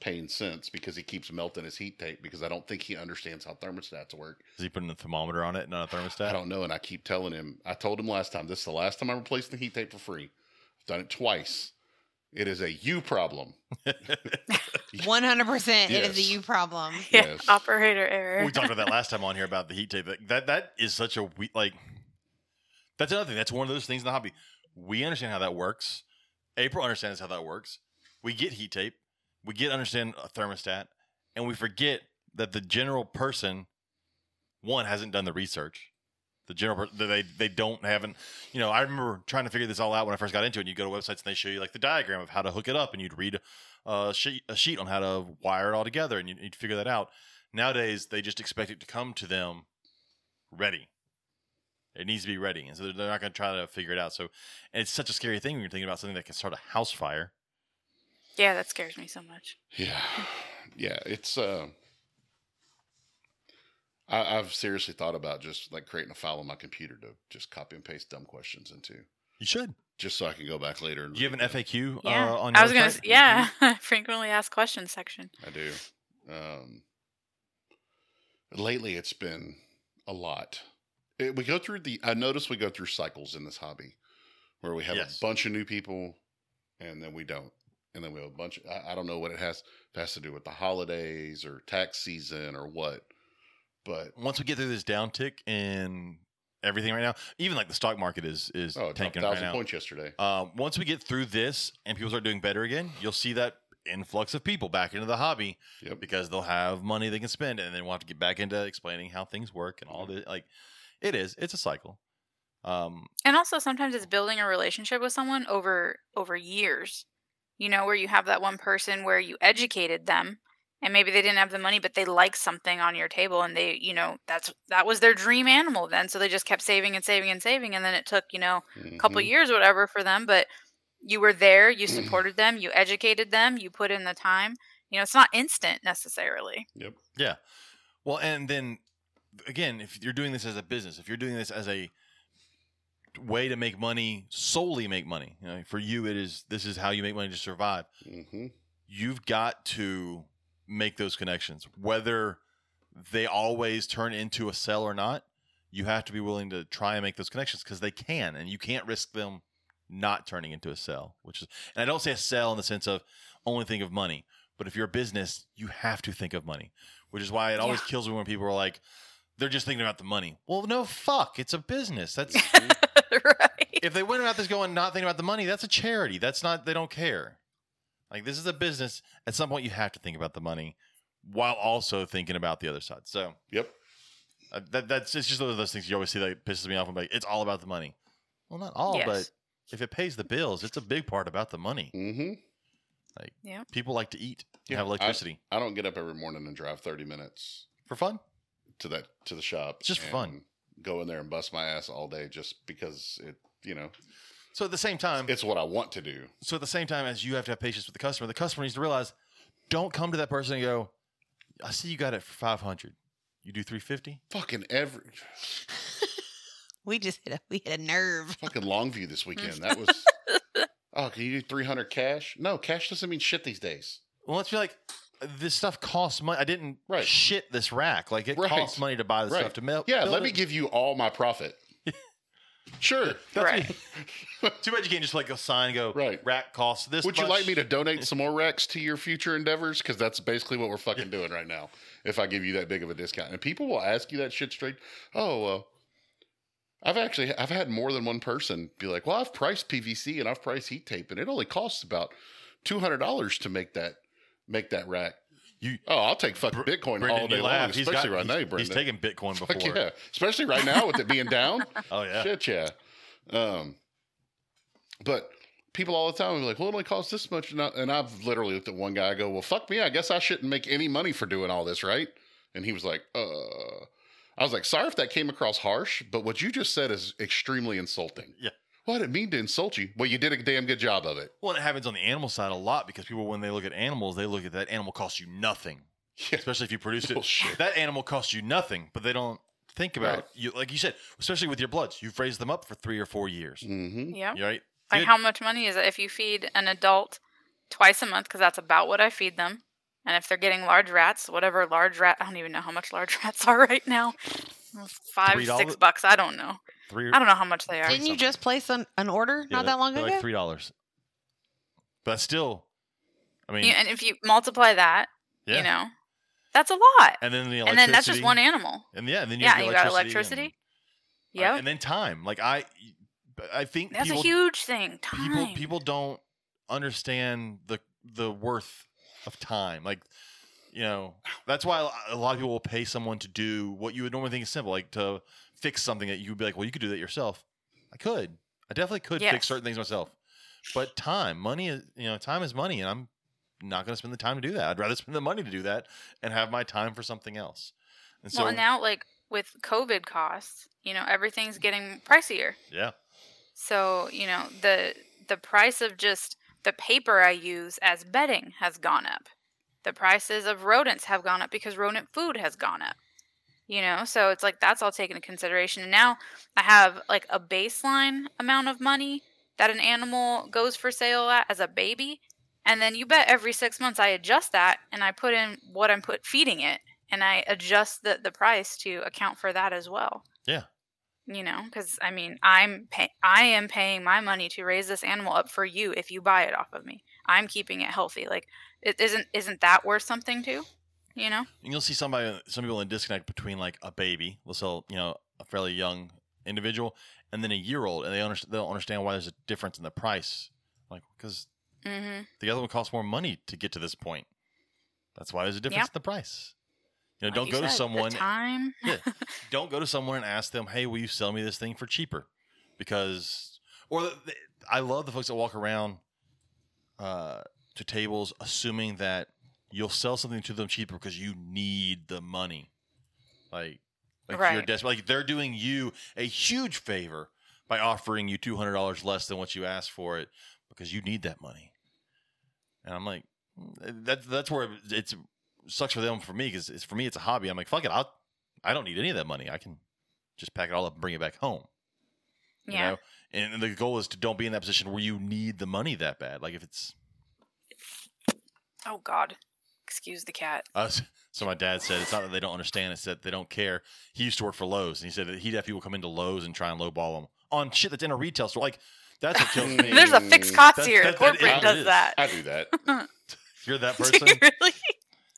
pain since because he keeps melting his heat tape because I don't think he understands how thermostats work.
is he putting a thermometer on it, not a thermostat?
I don't know. And I keep telling him, I told him last time, this is the last time I'm replacing the heat tape for free. I've done it twice. It is a you problem.
One hundred percent. It
Yes.
is a you problem.
*laughs* Yeah.
Yes.
Operator error.
we talked about that last time on here about the heat tape. Like, That that is such a we like. That's another thing. That's one of those things in the hobby. We understand how that works. April understands how that works. We get heat tape. We get understand a thermostat, and we forget that the general person one hasn't done the research. The general per- that they they don't haven't you know I remember trying to figure this all out when I first got into it. And you'd go to websites and they show you like the diagram of how to hook it up, and you'd read a sheet a sheet on how to wire it all together, and you'd, you'd figure that out. Nowadays they just expect it to come to them ready. It needs to be ready, and so they're, they're not going to try to figure it out. So and it's such a scary thing when you're thinking about something that can start a house fire.
Yeah, that scares me so much.
Yeah, yeah. It's uh, I, I've seriously thought about just like creating a file on my computer to just copy and paste dumb questions into,
You should.
just so I can go back later. And
Do you have an
read them.
FAQ
Yeah,
uh, on your Mm-hmm.
I was gonna.
website?
s- Yeah, *laughs* frequently asked questions section.
I do. Um, lately, it's been a lot. It, we go through the. I notice we go through cycles in this hobby, where we have
Yes.
a bunch of new people, and then we don't, and then we have a bunch. I, I don't know what it has. If it has to do with the holidays or tax season or what, but
Mm-hmm. once we get through this downtick in everything right now, even like the stock market is is
oh, it dropped
tanking right
thousand
now.
points yesterday.
Uh, once we get through this and people start doing better again, you'll see that influx of people back into the hobby
Yep.
because they'll have money they can spend, and then we'll have to get back into explaining how things work and all this. Like, it is, it's a cycle. Um,
And also sometimes it's building a relationship with someone over over years. You know, where you have that one person where you educated them and maybe they didn't have the money but they liked something on your table and they, you know, that's that was their dream animal then, so they just kept saving and saving and saving and then it took, you know, a couple
Mm-hmm.
Mhm.
years or whatever for them, but you were there, you supported them, you educated them, you put in the time. You know, it's not instant necessarily.
Yep.
Well, and then again, if you're doing this as a business, if you're doing this as a way to make money, solely make money, you know, for you, it is this is how you make money to survive.
hmm
You've got to make those connections, whether they always turn into a sell or not. You have to be willing to try and make those connections because they can, and you can't risk them not turning into a sell. Which is, and I don't say a sell in the sense of only think of money, but if you're a business, you have to think of money, which is why it always
Yeah.
kills me when people are like, they're just thinking about the money. Well, no, fuck, it's a business. That's
*laughs* right.
Mm-hmm. if they went about this going not thinking about the money, that's a charity. That's not they don't care. Like this is a business. At some point, you have to think about the money while also thinking about the other side. So
Yep.
uh, that that's it's just one of those things you always see that pisses me off. I'm like, it's all about the money. Well, not all,
Yes.
but if it pays the bills, it's a big part about the money.
hmm
People like to eat,
Yeah,
have
I-
electricity
I don't get up every morning and drive thirty minutes
for fun.
to that to the shop.
It's just
and
fun.
Go in there and bust my ass all day just because it. You know,
So at the same time,
it's what I want to do.
so at the same time as you have to have patience with the customer, the customer needs to realize, don't come to that person and go, I see you got it for five hundred. You do three fifty.
Fucking every
We just hit a we hit a nerve.
fucking Longview this weekend. That was.
*laughs*
oh, can you do three hundred cash? No, cash doesn't mean shit these days.
Well, let's be like, this stuff costs money. I didn't
Right.
shit this rack. Like it
Right.
costs money to buy this
Right.
stuff to melt.
Yeah, let me give you all
*laughs*
my profit. sure.
Right.
Too bad you can't just like go sign and go.
Right.
Rack costs this.
Would you
much."
like me to donate some more racks to your future endeavors? Because that's basically what we're fucking doing right now. If I give you that big of a discount, and people will ask you that shit straight. Oh well, I've actually I've had more than one person be like, "Well, I've priced PVC and I've priced heat tape, and it only costs about two hundred dollars to make that make that rack."
You-
oh, I'll take fucking Bitcoin
Brendan,
all day
you
long,
laugh.
especially
He's got,
right now,
he's,
Brendan.
he's taken Bitcoin before.
Fuck yeah, especially right now with it
*laughs*
being down.
Oh yeah.
Shit, yeah. Um, but people all the time will be like, well, it only costs this much. And, I, and I've literally looked at one guy, I go, well, fuck me. I guess I shouldn't make any money for doing all this, right? And he was like, uh, I was like, sorry if that came across harsh, but what you just said is extremely insulting.
Yeah.
Well, I didn't mean to insult you. Well, you did a damn good job of it.
*laughs* Well, it happens on the animal side a lot because people, when they look at animals, they look at that animal costs you nothing.
Yeah.
Especially if you produce it,
Bullshit.
that animal costs you nothing. But they don't think about
Right.
you, like you said, especially with your bloods. You've raised them up for three or four years.
Mm-hmm.
Yeah.
You're right.
Like
Good.
how much money is it if you feed an adult twice a month because that's about what I feed them. And if they're getting large rats, whatever large rat, I don't even know how much large *laughs* rats are right now. Five,
Three dollars?
six bucks. I don't know.
Three.
I don't know how much they are.
Didn't you just place an, an order
Yeah,
not that long
they're
ago?
Like three dollars. But still, I mean,
You- and if you multiply that,
yeah.
you know, that's a lot.
and then the electricity,
And then that's just one animal.
and yeah, and then you
yeah,
have the
you got
electricity.
electricity.
and-
Yep.
and then time. Like I, I think
that's
people,
a huge thing. Time.
people people don't understand the the worth of time. Like you know that's why a lot of people will pay someone to do what you would normally think is simple like to fix something that you'd be like well you could do that yourself i could i definitely could fix
Yes.
certain things myself but time money is you know time is money and i'm not going to spend the time to do that i'd rather spend the money to do that and have my time for something else and so
well, and now like with COVID costs, you know, everything's getting pricier.
yeah
So, you know, the the price of just the paper I use as bedding has gone up. The prices of rodents have gone up because rodent food has gone up. You know, so it's like that's all taken into consideration. And now I have like a baseline amount of money that an animal goes for sale at as a baby. And then you bet every six months I adjust that and I put in what I'm put feeding it and I adjust the, the price to account for that as well you know because i mean i'm pay- i am paying my money to raise this animal up for you if you buy it off of me i'm keeping it healthy like it isn't isn't that worth something too you know
And you'll see somebody, some people in disconnect between like a baby, let's say, you know, a fairly young individual, and then a year old, and they under, they don't understand why there's a difference in the price, like because
mm-hmm
the other one costs more money to get to this point. That's why there's a difference in the price. You know, don't go to someone,
time
Yeah. don't go to someone and ask them, "Hey, will you sell me this thing for cheaper?" Because, or the, the- I love the folks that walk around uh, to tables assuming that you'll sell something to them cheaper because you need the money. Like, like you're
Right.
desperate. Like they're doing you a huge favor by offering you two hundred dollars less than what you asked for it because you need that money. And I'm like, that's that's where it's sucks for them for me because it's for me it's a hobby. I'm like, fuck it, I'll I don't need any of that money. I can just pack it all up and bring it back home. You
yeah
know? And the goal is to don't be in that position where you need the money that bad. Like if it's
oh god excuse the cat
Uh, s- *laughs* so my dad said it's not that they don't understand; it's that they don't care. He used to work for Lowe's, and he said that he'd have people come into Lowe's and try and lowball them on shit that's in a retail store. Like that's what
*laughs*
*laughs*
kills me.
there's a fixed
Mm,
cost
that's-
here
that- that
corporate
is-
does
is.
that
I do that.
You're
*laughs*
that
*laughs* Do you
person.
really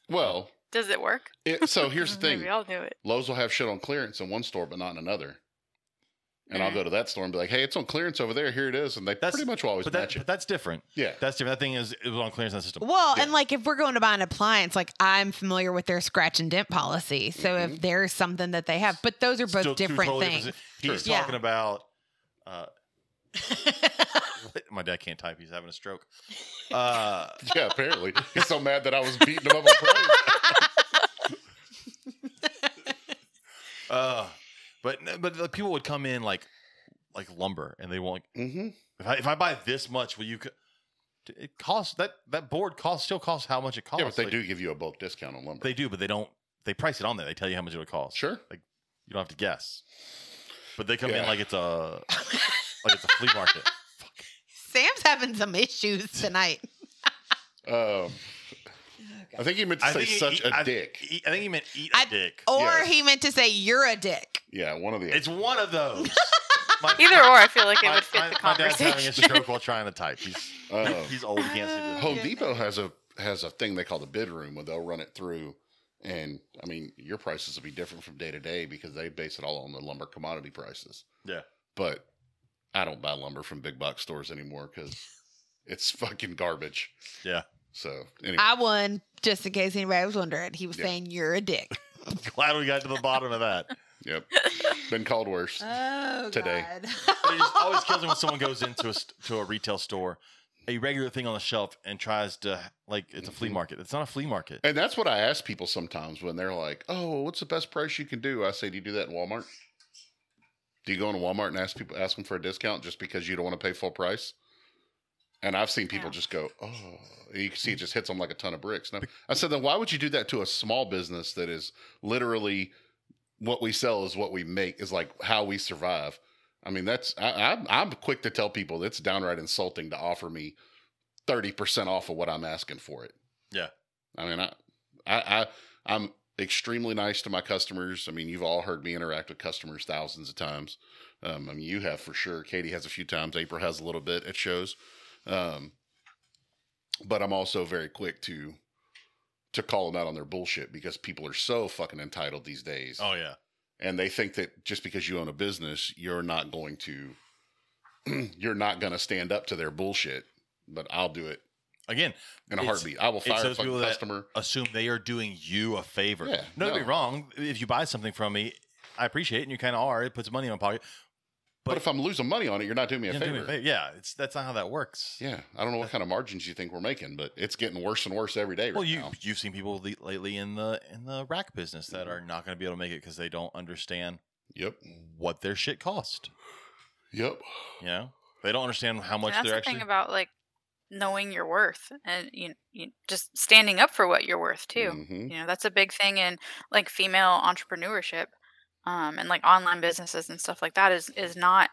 Well,
does it work Mm-hmm.
it, so here's the
*laughs*
thing:
we all do it
Lowe's will have shit on clearance in one store, but not in another. And I'll
Mhm.
go to that store and be like, "Hey, it's on clearance over there. Here it is," and they
Mm-hmm. That's-
pretty much will always
But,
match
that,
it.
but that's different.
yeah,
That's different. That thing is it was on clearance in the system.
Well,
Yeah.
and like if we're going to buy an appliance, like I'm familiar with their scratch and dent policy. So if there's something that they have, but those are both
Still two
different
totally
things.
He's
Sure. Yeah.
talking about. *laughs* Uh, my dad can't type. He's having a stroke. Uh,
yeah.
*laughs*
Apparently, he's so mad that I was beating him up on price.
uh, but but the people would come in like like lumber, and they want
Mm-hmm.
If I, if I buy this much, will you? co- It costs that that board cost still costs how much it costs.
Yeah, but they
Like,
do give you a bulk discount on lumber.
They do, but they don't. They price it on there. They tell you how much it'll cost.
sure.
You don't have to guess. But they come in
Yeah.
like it's
*laughs*
a like it's a flea market.
*laughs* Sam's having some issues tonight.
Um, I think he meant to
I
say
think he-
such a
I-
dick.
Eat- I think he meant eat a
I-
dick.
oh
Or
Yes.
he meant to say, You're a dick.
yeah, one of the.
It's one of
*laughs*
those. My-
either or i feel like it
my-
would fit
my-
the
my dad's having a
conversation
stroke while trying to type. He's
Uh,
he's old. He can't see this.
Home Depot has a has a thing they call the bid room where they'll run it through, and I mean your prices will be different from day to day because they base it all on the lumber commodity prices.
Yeah.
but I don't buy lumber from big box stores anymore because it's fucking garbage.
Yeah.
So anyway,
I won, just in case anybody was wondering. He was
Yeah.
saying, You're a dick.
Oh,
Glad we got to the bottom of that.
yep, been called worse.
Oh,
Today.
But it just always kills me when someone goes into a st- to a retail store, a regular thing on the shelf, and tries to like it's a flea
Mhm.
market. It's not a flea market.
And that's what I ask people sometimes when they're like, "Oh, what's the best price you can do?" I say, "Do you do that in Walmart? Do you go into Walmart and ask people ask them for a discount just because you don't want to pay full price?" And I've seen people
Yeah.
just go, "Oh," and you can see it just hits them like a ton of bricks. No, I said, "Then why would you do that to a small business that is literally what we sell is what we make is like how we survive?" I mean, that's I, I'm I'm quick to tell people that's downright insulting to offer me thirty percent off of what I'm asking for it.
Yeah.
I mean, I, I, I, I'm extremely nice to my customers. I mean, you've all heard me interact with customers thousands of times. Um, I mean, you have for sure. Katie has a few times. April has a little bit at shows. Um, but I'm also very quick to to call them out on their bullshit because people are so fucking entitled these days
Oh yeah,
and they think that just because you own a business, you're not *clears throat* going to you're not going to stand up to their bullshit. But I'll do it
Again,
in a
It's-
heartbeat. I will
it's
fire a
those
fucking
people that-
customer.
assume they are doing you a favor.
Yeah,
no, don't be
no.
wrong. If you buy something from me, I appreciate it, and you kind of are. It puts money in my pocket.
But,
but-
if I'm losing money on it, you're not doing me a
You
favor.
don't do me a favor. Yeah, it's that's not how that works.
Yeah, I don't know what kind of margins you think we're making, but it's getting worse and worse every day. Right
Well, you
now.
you've seen people le- lately in the in the rack business that are not going to be able to make it because they don't understand
Yep.
what their shit cost.
Yep.
You know, they don't understand how much
and that's
they're
the
actually.
thing about like knowing your worth and you, you just standing up for what you're worth too.
Mm-hmm.
Mhm.
You know, that's a big thing in like female entrepreneurship um, and like online businesses and stuff like that is is not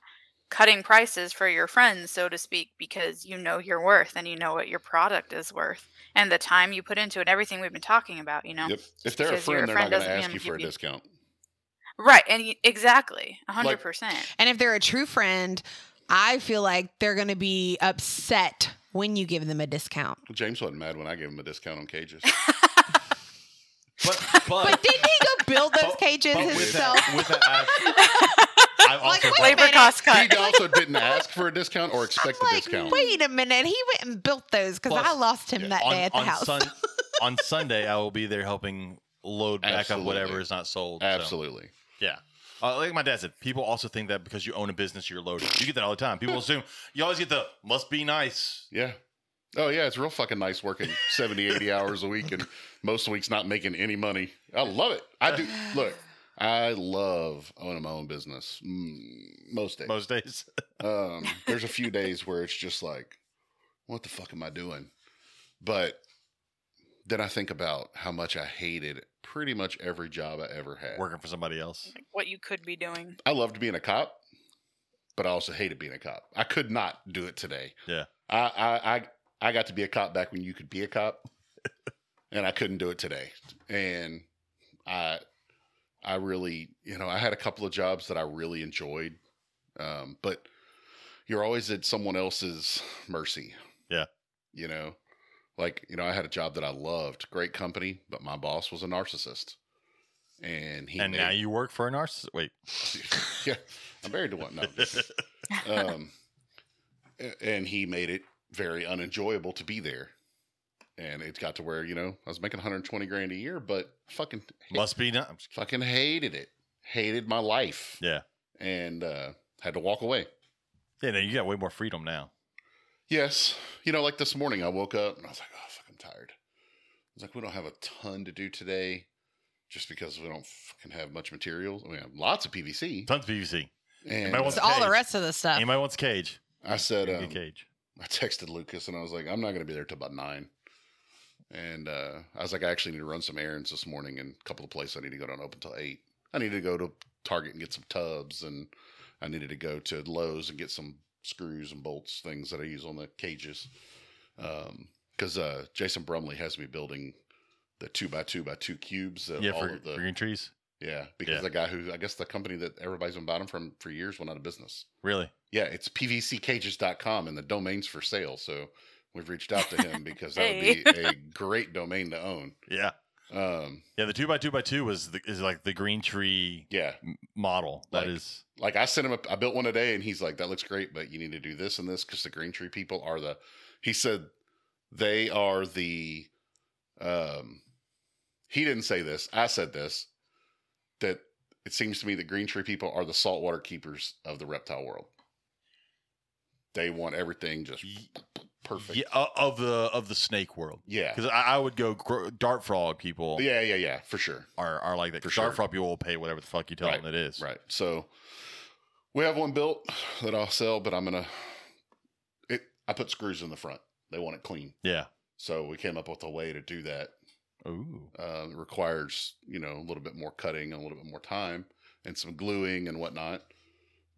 cutting prices for your friends, so to speak, because you know your worth and you know what your product is worth and the time you put into it, everything we've been talking about, you know.
Yep. If they're a
Because you're
friend,
a
they're not
friend
going to
doesn't mean
ask
I'm
you for a
giving you-
discount.
Right. And y- exactly. a 100%.
Like-
*laughs*
And if they're a true friend, I feel like they're going to be upset when you give them a discount.
James wasn't mad when I gave him a discount on
*laughs*
cages.
But, but,
But didn't he
*laughs*
go build those
Oh. But-
cages
but with
himself?
that, with that, I've, I've
*laughs* Like,
also
wait a
bought-
Labor
minute.
cost cut.
he also didn't ask for a discount or expect a
I'm like,
discount.
wait a minute. He went and built those because
Plus,
I lost him
yeah,
that
on,
day at the
on
house. *laughs*
Sun, on Sunday, I will be there helping load back
Absolutely.
up whatever is not sold. so.
Absolutely.
Yeah. Uh, like my dad said, people also think that because you own a business, you're loaded. You get that all the time.
*laughs*
People assume you always get the must be nice.
Yeah. Oh yeah, it's real fucking nice working 70, 80 *laughs* hours a week and most weeks not making any money. I love it. I do. Look, I love owning my own business. Mm, most days.
Most
*laughs*
days,
Um, there's a few days where it's just like, what the fuck am I doing? But then I think about how much I hated pretty much every job I ever had.
working for somebody else.
Like, what you could be doing.
I loved being a cop, but I also hated being a cop. I could not do it today.
Yeah.
I I I, I got to be a cop back when you could be
*laughs*
a cop, and I couldn't do it today. And I I really you know I had a couple of jobs that I really enjoyed, um, but you're always at someone else's mercy.
Yeah.
You know. Like, you know, I had a job that I loved, great company, but my boss was a narcissist. And he
and
made-
now you work for a narcissist. Wait,
*laughs* yeah, I'm married to one. No, I'm just- um, a- and he made it very unenjoyable to be there. And it got to where you know I was making 120 grand a year, but fucking
must be nice.
fucking hated it, hated my life.
Yeah.
and uh, had to walk away.
Yeah, no, you got way more freedom now.
Yes, you know, like this morning I woke up and I was like, oh fuck, I'm tired. I was like, we don't have a ton to do today, just because we don't fucking have much materials. We have lots of PVC.
Tons of PVC.
And uh,
Anybody
It's
wants-
all the
Cage.
rest of the stuff.
Anybody wants a cage?
I said,
Get a
um,
cage.
I texted Lucas and I was like, I'm not going to be there till about nine. And uh, I was like, I actually need to run some errands this morning and a couple of places I need to go to aren't open till eight. I needed to go to Target and get some tubs, and I needed to go to Lowe's and get some screws and bolts, things that I use on the cages. Because uh, Jason Brumley has me building the two by two by two cubes. That
Yeah,
all
for,
of the,
for green trees.
yeah, because
Yeah.
the guy who I guess the company that everybody's been buying them from for years went out of business.
Really?
Yeah, it's pvccages.com and the domain's for sale. So we've reached out to him because that
Hey.
would be a great domain to own.
Yeah.
Um,
Yeah. The two by two by two was the, is like the green tree
yeah,
m- model. That
Like-
is
like I sent him, a, I built one today and he's like, that looks great, but you need to do this and this because the green tree people are the, he said they are the, um, he didn't say this. I said this that it seems to me the green tree people are the saltwater keepers of the reptile world. They want everything just perfect.
Yeah, o- of the of the snake world.
yeah.
Because I, I would go gro- dart frog people
Yeah, yeah, yeah, for sure.
are, are like that.
For
Dart
sure.
frog people will pay whatever the fuck you tell
Right,
them it is.
Right. So we have one built that I'll sell, but I'm gonna it I put screws in the front. They want it clean.
Yeah.
So we came up with a way to do that.
Ooh.
Uh, it requires, you know, a little bit more cutting and a little bit more time and some gluing and whatnot.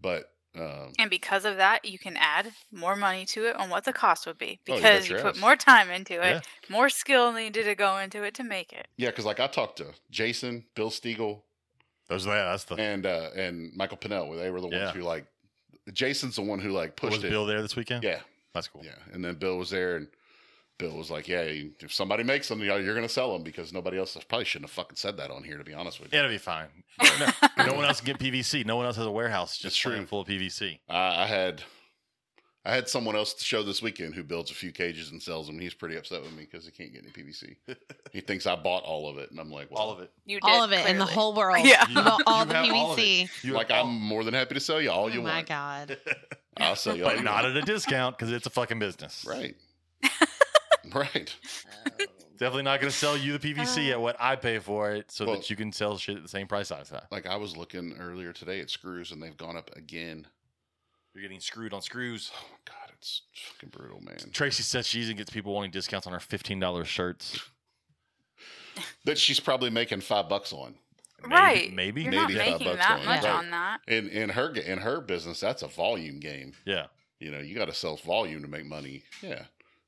But um
And because of that, you can add more money to it on what the cost would be
Oh, you bet
because you
your
put
ass.
more time into it,
Yeah.
more skill needed to go into it to make it.
yeah, because like I talked to Jason, Bill Stiegel,
Those are that's the
and uh and Michael Pinnell. They were the ones
Yeah.
who like Jason's the one who like pushed
was
it.
Bill there this weekend?
yeah.
That's cool.
Yeah, and then Bill was there, and Bill was like, "Yeah, you- if somebody makes them, you're going to sell them because nobody else I probably shouldn't have fucking said that on here, to be honest with you."
It'll be
*laughs*
fine. No, no one else can get PVC. No one else has a warehouse just
It's true.
slammed full of PVC.
I I had I had someone else to show this weekend who builds a few cages and sells them. He's pretty upset with me because he can't get
*laughs*
any PVC. he thinks I bought all of it, and I'm like, well,
All of it.
You did,
all of it in the
clearly.
whole world.
Yeah.
You bought all
You
the
have all of it.
PVC.
You
Like I'm more than happy to sell you all you
oh my
*laughs*
want.
god.
I'll sell you all.
but
you
not
want.
at a discount because it's a fucking business.
*laughs*
right, right.
Definitely not going to sell you the PVC at what I pay for it, so
Well-
that you can sell shit at the same price I sell.
Like I was looking earlier today at screws, and they've gone up again.
You're getting screwed on screws.
Oh my god, it's fucking brutal, man.
Tracy says she even gets people wanting discounts on her fifteen dollars shirts.
That she's probably making five bucks on.
Maybe-
right.
Maybe.
You're
Maybe
not
five
making
bucks
that
on it.
much
Right.
on that.
In in her in her business, that's a volume game.
Yeah.
You know, you got to sell volume to make money. Yeah.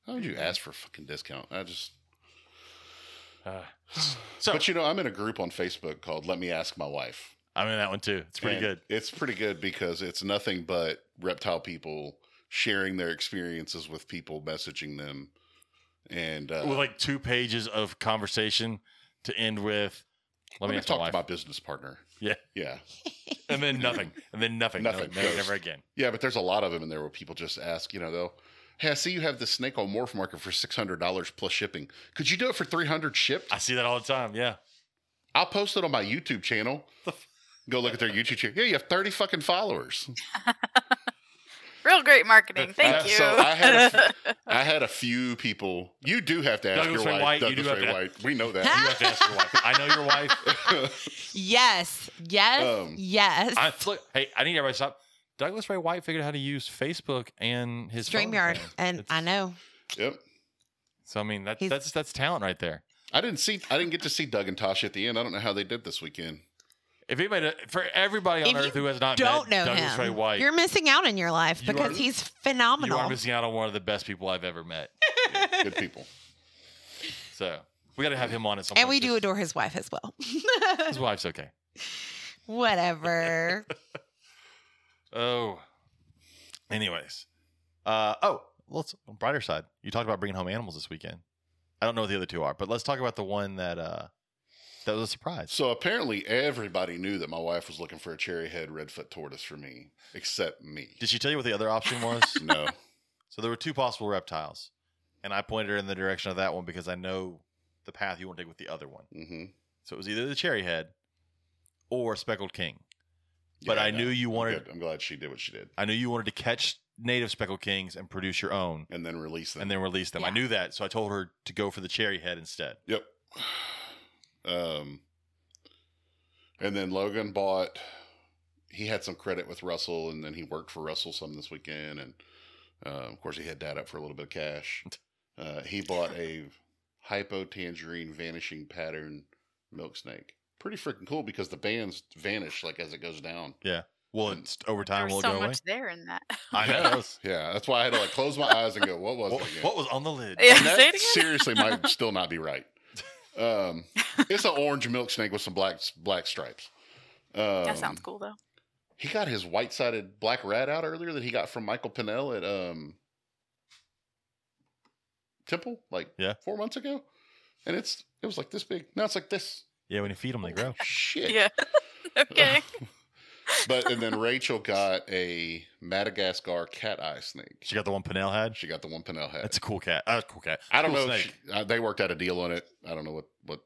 How would you ask for a fucking discount? I just.
Uh, so
but you know, I'm in a group on Facebook called "Let Me Ask My Wife."
I'm in that one too. It's pretty
And
good.
It's pretty good because it's nothing but reptile people sharing their experiences with people, messaging them, and uh,
with like two pages of conversation to end with. Let,
let,
me
me
ask my
talk
wife.
to my business partner.
Yeah.
yeah,
*laughs* and then nothing, and then nothing,
Nothing.
no, no,
Ghost.
never again.
yeah. But there's a lot of them in there where people just ask, you know, they'll, "Hey, I see you have this snake on Morph Market for six hundred dollars plus shipping. Could you do it for three hundred shipped?
I see that all the time. Yeah,
I'll post it on my YouTube channel. Go look at their YouTube channel. Yeah, you have thirty fucking followers.
Real great marketing. Thank
Uh,
you.
so I had
*laughs*
a *laughs* I had a few people. You do have to ask
Douglas Ray
your wife.
White, you
Douglas
do have
Ray
to-
White. We know
you
that. *laughs*
*laughs*
have to ask your wife. I know your
*laughs*
wife.
Yes. Yes.
Um,
yes.
I look. Hey, I need everybody to stop. Douglas Ray White figured out how to use Facebook and his phone
StreamYard.
thing.
And
It's-
I know.
yep.
So I mean, that,
He's-
that's that's talent right there.
I didn't see. I didn't get to see Doug and Tosh at the end. I don't know how they did this weekend.
If anybody, for everybody on
If you
earth who has not
Don't know
met Douglas
him.
Ray White,
You're missing out in your life
You
because
are-
he's
you
phenomenal.
are missing out on one of the best people I've ever met.
Good people.
So we got to have him on at some
and
point.
we do
His-
adore his wife as well.
His wife's okay. *laughs*
Whatever.
Oh. Anyways. Uh, oh, let's on brighter side. You talked about bringing home animals this weekend. I don't know what the other two are, but let's talk about the one that uh, that was a surprise.
So apparently, everybody knew that my wife was looking for a cherry head redfoot tortoise for me, except me.
Did she tell you what the other option
*laughs*
was? *laughs*
No.
so there were two possible reptiles, and I pointed her in the direction of that one because I know the path you want to take with the other one.
Mm-hmm.
So it was either the cherry head or speckled king. But I knew you wanted-
I'm glad she did what she did,
I knew you wanted to catch native speckled kings and produce your own
and then release them.
and then release them. I
Yeah.
knew that, so I told her to go for the cherry head instead.
Yep. *sighs* Um, and then Logan bought. He had some credit with Russell, and then he worked for Russell some this weekend, and uh, of course he had dad up for a little bit of cash.
*laughs*
Uh, he bought a hypo tangerine vanishing pattern milk snake. Pretty freaking cool because the bands vanish like as it goes down.
*laughs* Well,
And-
it's over
there
time. Will
was
it
so
go
much
away?
there in that. *laughs*
I know. That was-
Yeah, that's why I had to like close my eyes and go, "What was
what,
it?" again?"
what was on the lid?
*laughs*
Yeah.
And that
Say it again.
seriously
*laughs*
might still not be right. Um, it's an orange milk snake with some black black stripes. Um,
that sounds cool though.
He got his white sided black rat out earlier that he got from Michael Pinnell at um, Temple, like
Yeah.
four months ago, and it's it was like this big. Now it's like this.
Yeah, when you feed them, they grow.
Shit.
Yeah. *laughs* okay.
*laughs* But and then Rachel got a Madagascar cat eye snake.
She got the one Pinnell had.
She got the one Pinnell had.
That's a cool cat. That's a cool cat.
I don't
Cool
know. If
snake.
she- uh, they worked out a deal on it. I don't know what what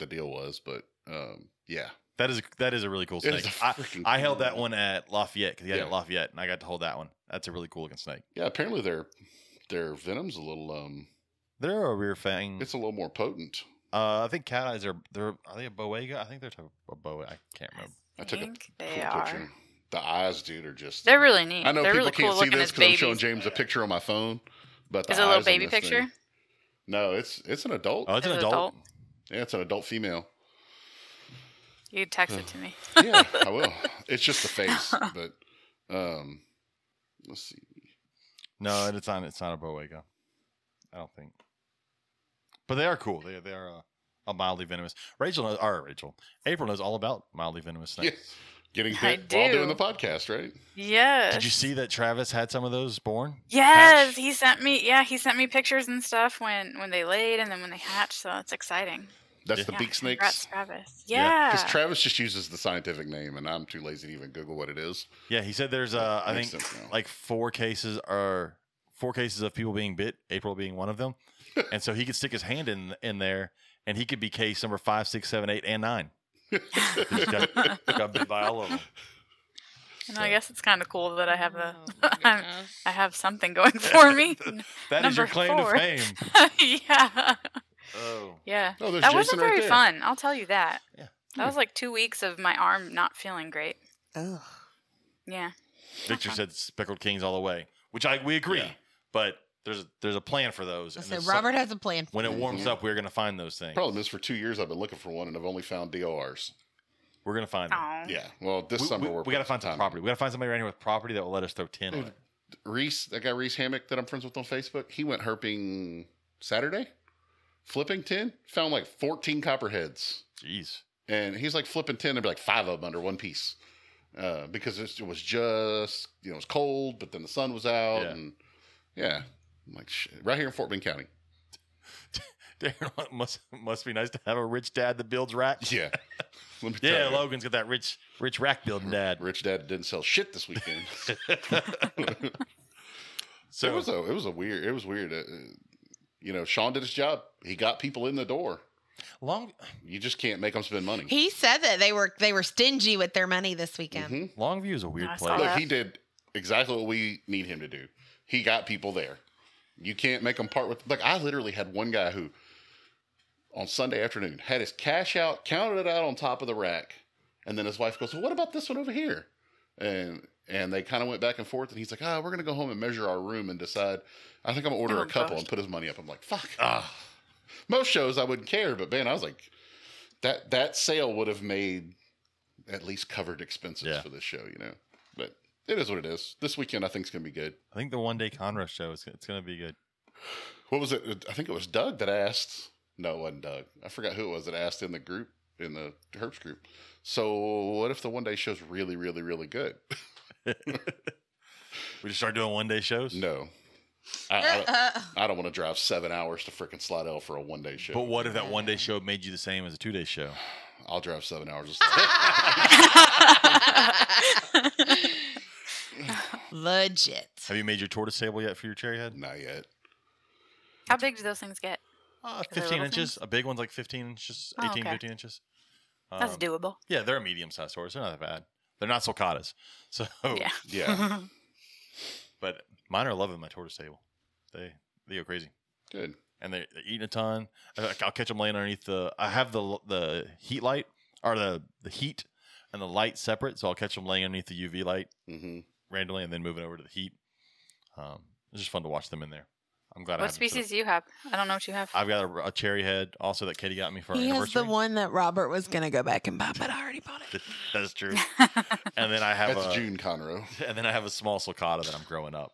the deal was, but um, yeah,
That is that is a really cool
It is
snake.
a
I
freaking
I held
cool-
that one at Lafayette because he had it
Yeah.
at Lafayette, and I got to hold that one. That's a really cool looking snake.
Yeah, apparently their their venom's a little um,
They're a rear fang.
it's a little more potent.
Uh, I think cat eyes are. They're are they a boega? I think they're type of a boa. I can't remember.
I
I
took a
think they
cool
are.
picture. The eyes, dude, are just.
They're really neat.
I know
They're
people
really
can't
cool
see
looking
this
as
because I'm
babies.
showing James a picture on my phone, but the
Is it a little
eyes on
baby
this thing-
picture?
No, it's it's an adult.
Oh, it's an
As an
adult.
adult.
Yeah, it's an
*laughs*
adult female.
You text
*sighs*
it to me.
Yeah, I will. It's just the
*laughs*
face, but um, let's see.
No, it's not. It's not a boega. I don't think. But they are cool. They they are uh, a mildly venomous. Rachel knows. Or Rachel. April knows all about mildly venomous snakes.
Yeah, getting
I
hit while
do.
doing the podcast, right?
Yes.
Did you see that Travis had some of those born?
Yes,
hatch?
he sent me. Yeah, he sent me pictures and stuff when when they laid and then when they hatched. So it's exciting.
That's
Yeah.
the beak
Congrats,
snakes.
Travis.
Because
Yeah.
Travis just uses the scientific name, and I'm too lazy to even Google what it is.
Yeah, he said there's uh, I
Makes
think
sense now.
like four cases are four cases of people being bit, April being one of *laughs* them, and so he could stick his hand in in there, and he could be case number five, six, seven, eight, and nine. He's got,
*laughs*
got bit by all of them.
*laughs* and I guess it's kind of cool that I have a, *laughs*
Oh my
I'm-
goodness.
I have something going *laughs* for me.
That is your
number
claim
four.
to fame.
yeah.
Oh,
Yeah.
Oh, there's
That
Jason
wasn't
right
very
there.
fun. I'll tell you that.
Yeah.
That was like two weeks of my arm not feeling great.
Ugh.
Yeah.
Victor said speckled kings all the way, which I we agree,
Yeah.
but there's a, there's a plan for those.
I
and
said
there's some-
Robert has a plan.
when it warms
Mhm.
up, we're gonna find those things.
Problem is, for two years I've been looking for one, and I've only found DORs.
We're gonna find them.
Oh.
Yeah. Well, this
we,
summer
we,
we're
we gotta find some
timing.
property. We gotta find somebody around here with property that will let us throw ten on
Dude.
it.
Reese, that guy Reese Hammock that I'm friends with on Facebook, he went herping Saturday, flipping 10, found like 14 copperheads.
Jeez. *laughs*
And he's like flipping 10, there'd be like five of them under one piece. Uh, because it's, it was just, you know, it was cold, but then the sun was out.
Yeah.
And yeah, I'm like, shit. right here in Fort Bend County.
Darren must must be nice to have a rich dad that builds racks.
Yeah. Let me tell
Yeah,
you.
Logan's got that rich rich rack building dad.
Rich Dad didn't sell shit this weekend. it
So
was a, it was a weird, it was weird. Uh, you know, Sean did his job. He got people in the door.
long
You just can't make them spend money.
He said that they were they were stingy with their money this weekend.
Mhm.
Longview is a weird
I saw
place.
Look,
that.
he did exactly what we need him to do. He got people there. You can't make them part with. Like I literally had one guy who, on Sunday afternoon, had his cash out, counted it out on top of the rack, and then his wife goes, "Well, what about this one over here?" And and they kind of went back and forth, and he's like, "Ah, we're gonna go home and measure our room and decide. I think I'm gonna order
Oh,
a couple
gosh.
and put his money up." I'm like, "Fuck." Ah. Most shows I wouldn't care, but man, I was like, that that sale would have made at least covered expenses
Yeah.
for this show, you know. But it is what it is. This weekend, I think, is going to be good.
I think the one day Conroe show is it's gonna be good.
What was it? I think it was Doug that asked. No, it wasn't Doug. I forgot who it was that asked in the group, in the Herbs group. So, what if the one day show's really, really, really good?
We just start doing one day shows.
No.
Mm-hmm.
*laughs*
I, I, don't-
Uh,
I don't want to drive seven hours to frickin' Slide L for a one day show.
But what if that one day show made you the same as a two day show?
I'll drive seven hours. to Slide L.
*laughs*
uh. *laughs* Legit.
Have you made your tortoise table yet for your cherry head?
Not yet.
How big do those things get?
Uh,
they
15
little
inches. A big one's like 15 inches,
Oh,
18,
okay.
15 inches.
That's
Um,
doable.
Yeah, they're a medium sized horse. They're not that bad. They're not sulcatas. *laughs* So,
Yeah.
oh,
*laughs*
*laughs*
Yeah.
but mine are loving my tortoise table. They they go crazy.
good.
and they're, they're eating a ton. I- I'll catch them laying underneath the. I have the the heat light or the the heat and the light separate, so I'll catch them laying underneath the UV light
Mm-hmm.
randomly, and then moving over to the heat. Um, it's just fun to watch them in there. I'm glad. I
What
have them set up.
species do you have? I don't know what you have.
I've got a, a cherry head also that Katie got me for our
He has
anniversary. *laughs*
the one that Robert was gonna go back and buy, but I already bought it.
That's true.
*laughs*
And then I have
That's
a,
June Conroe.
*laughs* and then I have a small sulcata that I'm growing up.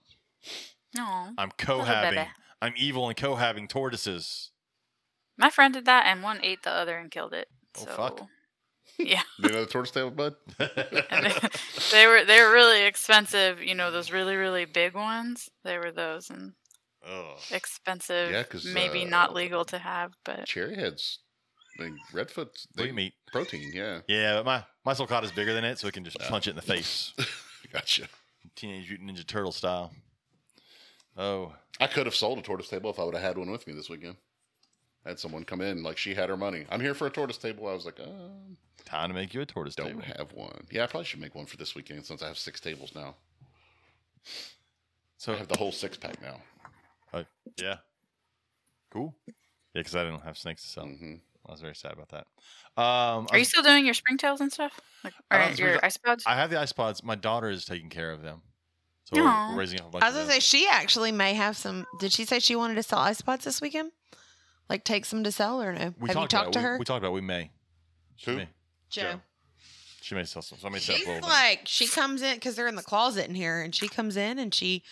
*laughs*
No.
Oh,
I'm cohabbing.
baby.
I'm evil and cohabbing tortoises.
My friend did that, and one ate the other and killed it.
Oh,
So.
fuck.
Yeah,
You know the tortoise
*laughs*
table, bud? *laughs*
and they, *laughs* they were they were really expensive. You know those really really big ones. They were those and
Ugh.
expensive.
Yeah, 'cause,
maybe
uh,
not legal to have, but
Cherry heads. I mean, Redfoot's
Blue meat.
protein, yeah.
Yeah, but my my sulcata is bigger than it, so it can just punch it in the
*laughs*
face,
Gotcha.
Teenage Mutant Ninja Turtle style. Oh,
I could have sold a tortoise table if I would have had one with me this weekend. I had someone come in like she had her money. I'm here for a tortoise table. I was like, um,
time to make you a tortoise
don't
table.
have one. Yeah, I probably should make one for this weekend since I have six tables now. I
So
have the whole six pack now.
*laughs* yeah, cool. Yeah, because I didn't have snakes to sell.
hmm
I was very sad about that. Um, I,
are you
was-
still doing your springtails and stuff? Like,
I
or
don't
your
springtail-
ice pods?
I have the ice pods. My daughter is taking care of them, so we're-
Aw.
we're raising up a bunch.
I was
of
gonna
them.
say she actually may have some. Did she say she wanted to sell ice pods this weekend? Like take some to sell or no?
we
have you
talked about
talked
it.
to
We-
her,
We, talked about it. we may. She
Who?
may,
Joe?
she may sell some. So I may sell
She's
a little bit.
like she comes in because they're in the closet in here, and she comes in and she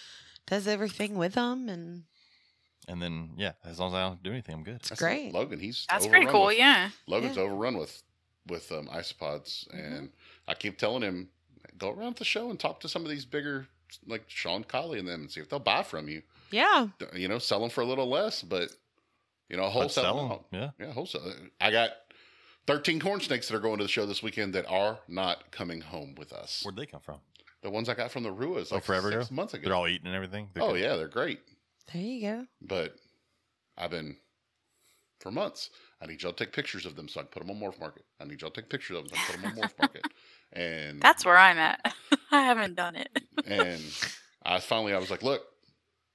does everything with them, and
and then yeah, as long as I don't do anything, I'm good.
it's great.
Logan, he's
That's
overrun
pretty cool.
with-
Yeah. Mm-hmm.
Logan's
Yeah.
overrun with with um, isopods, and I keep telling him, go around the show and talk to some of these bigger, like Sean Colley and them, and see if they'll buy from you.
Yeah,
You know, sell them for a little less, but You know,
But
wholesale.
sell
amount.
'em. Yeah.
Yeah, wholesale. I got 13 corn snakes that are going to the show this weekend that are not coming home with us.
Where'd they come from?
the ones I got from the Ruas
Oh,
like
forever
six
ago?
months ago.
They're all eating and everything. They're
oh,
good.
yeah, they're great.
There you go.
But I've been for months. I need y'all to take pictures of them so I can put them on Morph Market. I need y'all to take pictures of them so I can put them on Morph Market. And
That's where I'm at. *laughs* I haven't done it.
and I finally I was like, look,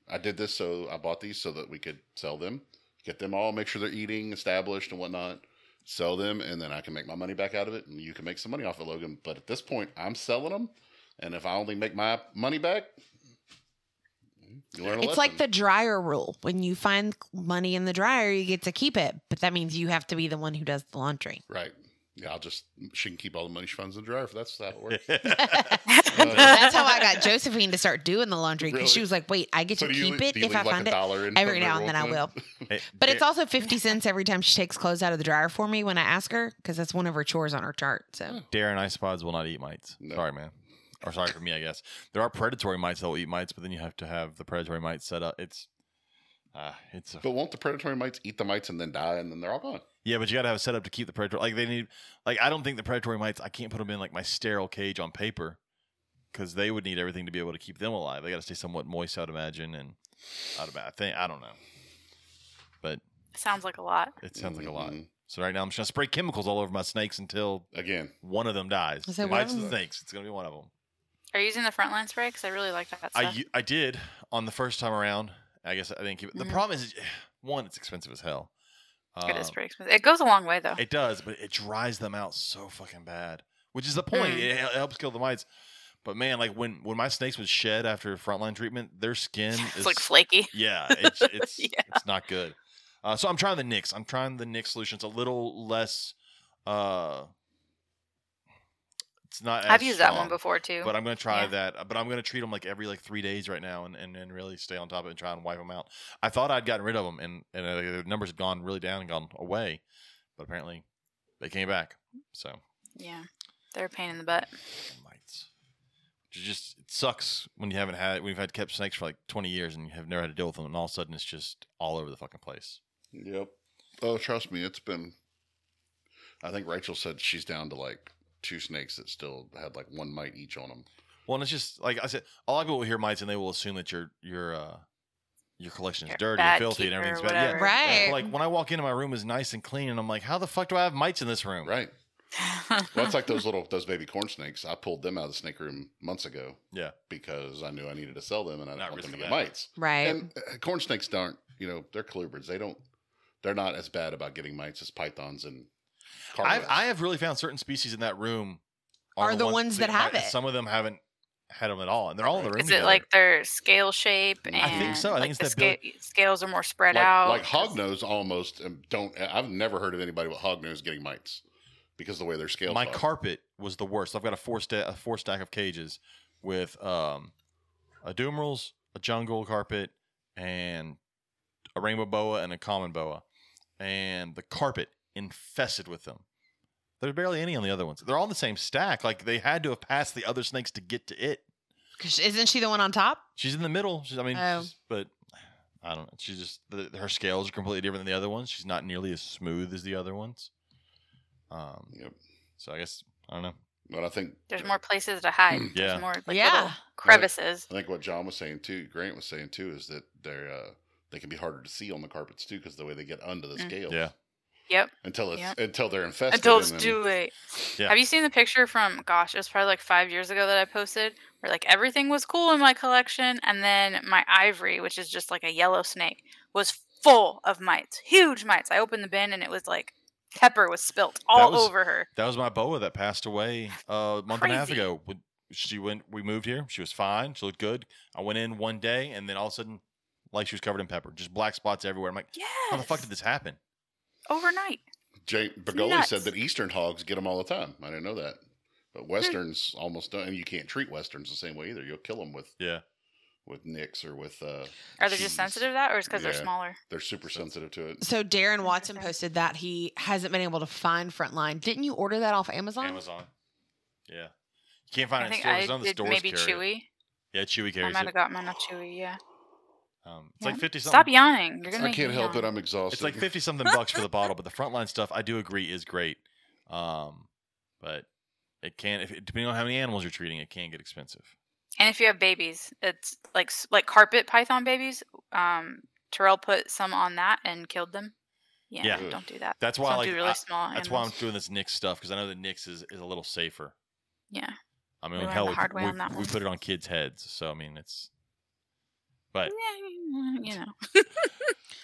I did this so I bought these so that we could sell them, get them all, make sure they're eating, established and whatnot, sell them, and then I can make my money back out of it, and you can make some money off of Logan. But at this point, I'm selling them, and if I only make my money back, you learn a
It's
lesson.
like the dryer rule. When you find money in the dryer, you get to keep it, but that means you have to be the one who does the laundry.
right. Yeah, I'll just she can keep all the money she finds in the dryer. If that's how
*laughs*
it works.
*laughs* That's how I got Josephine to start doing the laundry because she
Oh, Really?
was like, "Wait, I get
So
to
do you
keep
leave-
it
do you
if I
leave, like,
find
a
it."
dollar in
every
from the
now and then I
roll *laughs*
will.
thing?
*laughs* But it's also 50 cents every time she takes clothes out of the dryer for me when I ask her because that's one of her chores on her chart. So,
Dare and ice pods will not eat mites.
No.
Sorry, man. Or sorry for me, I guess. There are predatory mites that will eat mites, but then you have to have the predatory mites set up. It's, uh, it's a,
But won't the predatory mites eat the mites and then die, and then they're all gone?
yeah, but you got to have a setup to keep the predatory. Like they need, like I don't think the predatory mites. I can't put them in like my sterile cage on paper because they would need everything to be able to keep them alive. They got to stay somewhat moist, I'd imagine, and I'd ima- I think I don't know. But
Sounds like a lot.
it sounds like a lot.
Mhm.
Mm-hmm. So right now I'm just gonna spray chemicals all over my snakes until
Again,
one of them dies.
So one
Mites
of
and
them-
snakes. It's gonna be one of them.
Are you using the frontline spray? Because I really like that
I
stuff.
u- I did on the first time around. I guess I didn't keep it. The
Mhm.
problem is, *sighs* one, it's expensive as hell.
it is
Um,
pretty expensive. It goes a long way though. *laughs*
It does, but it dries them out so fucking bad, which is the point.
Mm.
It, hel- helps kill the mites. But man, like when when my snakes would shed after frontline treatment, their skin
*laughs* it's
is *laughs*
like flaky.
yeah,
*laughs*
it's it's,
Yeah.
it's not good. Uh, so I'm trying the Nix. I'm trying the Nix solution. It's a little less. uh It's not.
I've
as
used that one
strong.
before too.
But I'm going to try
Yeah.
that. But I'm going to treat them like every like three days right now, and, and and really stay on top of it and try and wipe them out. I thought I'd gotten rid of them, and and uh, the numbers had gone really down and gone away, but apparently they came back. So
yeah, they're a pain in the butt.
mites. It just it sucks when you haven't had we've had kept snakes for like 20 years and you have never had to deal with them, and all of a sudden it's just all over the fucking place.
Yep. Oh, trust me, it's been. I think Rachel said she's down to like two snakes that still had like one mite each on them.
Well, and it's just like I said, a lot of people will hear mites and they will assume that your your uh your collection is
You're a
dirty and
bad
filthy and
keeper or
everything's bad. Yeah,
whatever.
Yeah,
right.
but, like when I walk into my room is nice and clean, and I'm like, how the fuck do I have mites in this room?
Right. Well, it's like those little those baby corn snakes. I pulled them out of the snake room months ago.
Yeah.
Because I knew I needed to sell them, and I didn't
Not
want them to
risking
get
that.
mites.
right.
And uh, corn snakes aren't, you know, they're colubrids. They don't. They're not as bad about getting mites as pythons and.
I've,
Carpets.
I have really found certain species in that room
Are the ones that have it.
Some of them haven't had them at all, and they're all in the room.
Is it
together.
like their scale shape? And
I
think so. Mm, I
like
think
the
it's that
sca- scales are more spread
like,
out.
like hognose almost um, don't. I've never heard of anybody with hognose getting mites because of the way their scales.
my
are.
carpet was the worst? I've got a four sta- a four stack of cages with um, a doomerals, a jungle carpet, and a rainbow boa and a common boa, and the carpet infested with them. There's barely any on the other ones. They're all in the same stack. Like they had to have passed the other snakes to get to it.
'Cause isn't she the one on top?
She's in the middle. She's, I mean,
Oh.
she's- but I don't know. She's just the, her scales are completely different than the other ones. She's not nearly as smooth as the other ones. Um,
Yep.
so I guess I don't know.
But I think
There's more places to hide.
Hmm. Yeah.
There's more like,
Yeah.
little
Right.
crevices.
I think what John was saying too, Grant was saying too, is that they're uh, they can be harder to see on the carpets too because the way they get under the
Mm.
scales.
Yeah.
Yep.
Until it's
Yep.
until they're infested.
Until it's
and then-
too late.
Yeah.
Have you seen the picture from gosh, it was probably like five years ago that I posted where like everything was cool in my collection and then my ivory, which is just like a yellow snake, was full of mites. Huge mites. I opened the bin and it was like pepper was spilt all
was-
over her.
That was my boa that passed away uh, a month and a half
Crazy.
ago. When She went. We moved here. She was fine. She looked good. I went in one day, and then all of a sudden, like she was covered in pepper, just black spots everywhere. I'm like,
Yeah.
how the fuck did this happen?
overnight?
Jay Bergoli
nuts.
said that Eastern hogs get them all the time. I didn't know that, but
Hmm.
Westerns almost don't. And you can't treat Westerns the same way either. You'll kill them with
Yeah.
with nicks or with uh,
Are they just
Jeez.
sensitive to that or is because
Yeah.
they're smaller?
they're super sensitive to it.
So Darren Watson
Interesting.
posted that he hasn't been able to find Frontline. Didn't you order that off Amazon?
Amazon. Yeah. You can't find
I
it in
think
stores.
I
None of the
did
stores
maybe
carry it.
Chewy.
Yeah, Chewy
I
carries
might
it.
have got mine off Chewy, yeah.
Um, it's
Yeah.
like fifty something.
Stop yawning. You're gonna
I
make
can't
me
help
yawn.
it. I'm exhausted.
It's like fifty something bucks for the bottle, but the frontline stuff I do agree is great. Um, but it can, if, depending on how many animals you're treating, it can get expensive.
And if you have babies, it's like s- like carpet python babies. Um, Terrell put some on that and killed them. Yeah,
Yeah.
don't do that.
That's why I
don't
like.
do really
I-
small.
that's why I'm
animals.
doing this Nix stuff because I know that Nix is, is a little safer.
Yeah,
I mean,
We learned
hell,
the
we,
hard way
we-
on that
we
one.
put it on kids' heads, so I mean, it's. But
yeah, you know.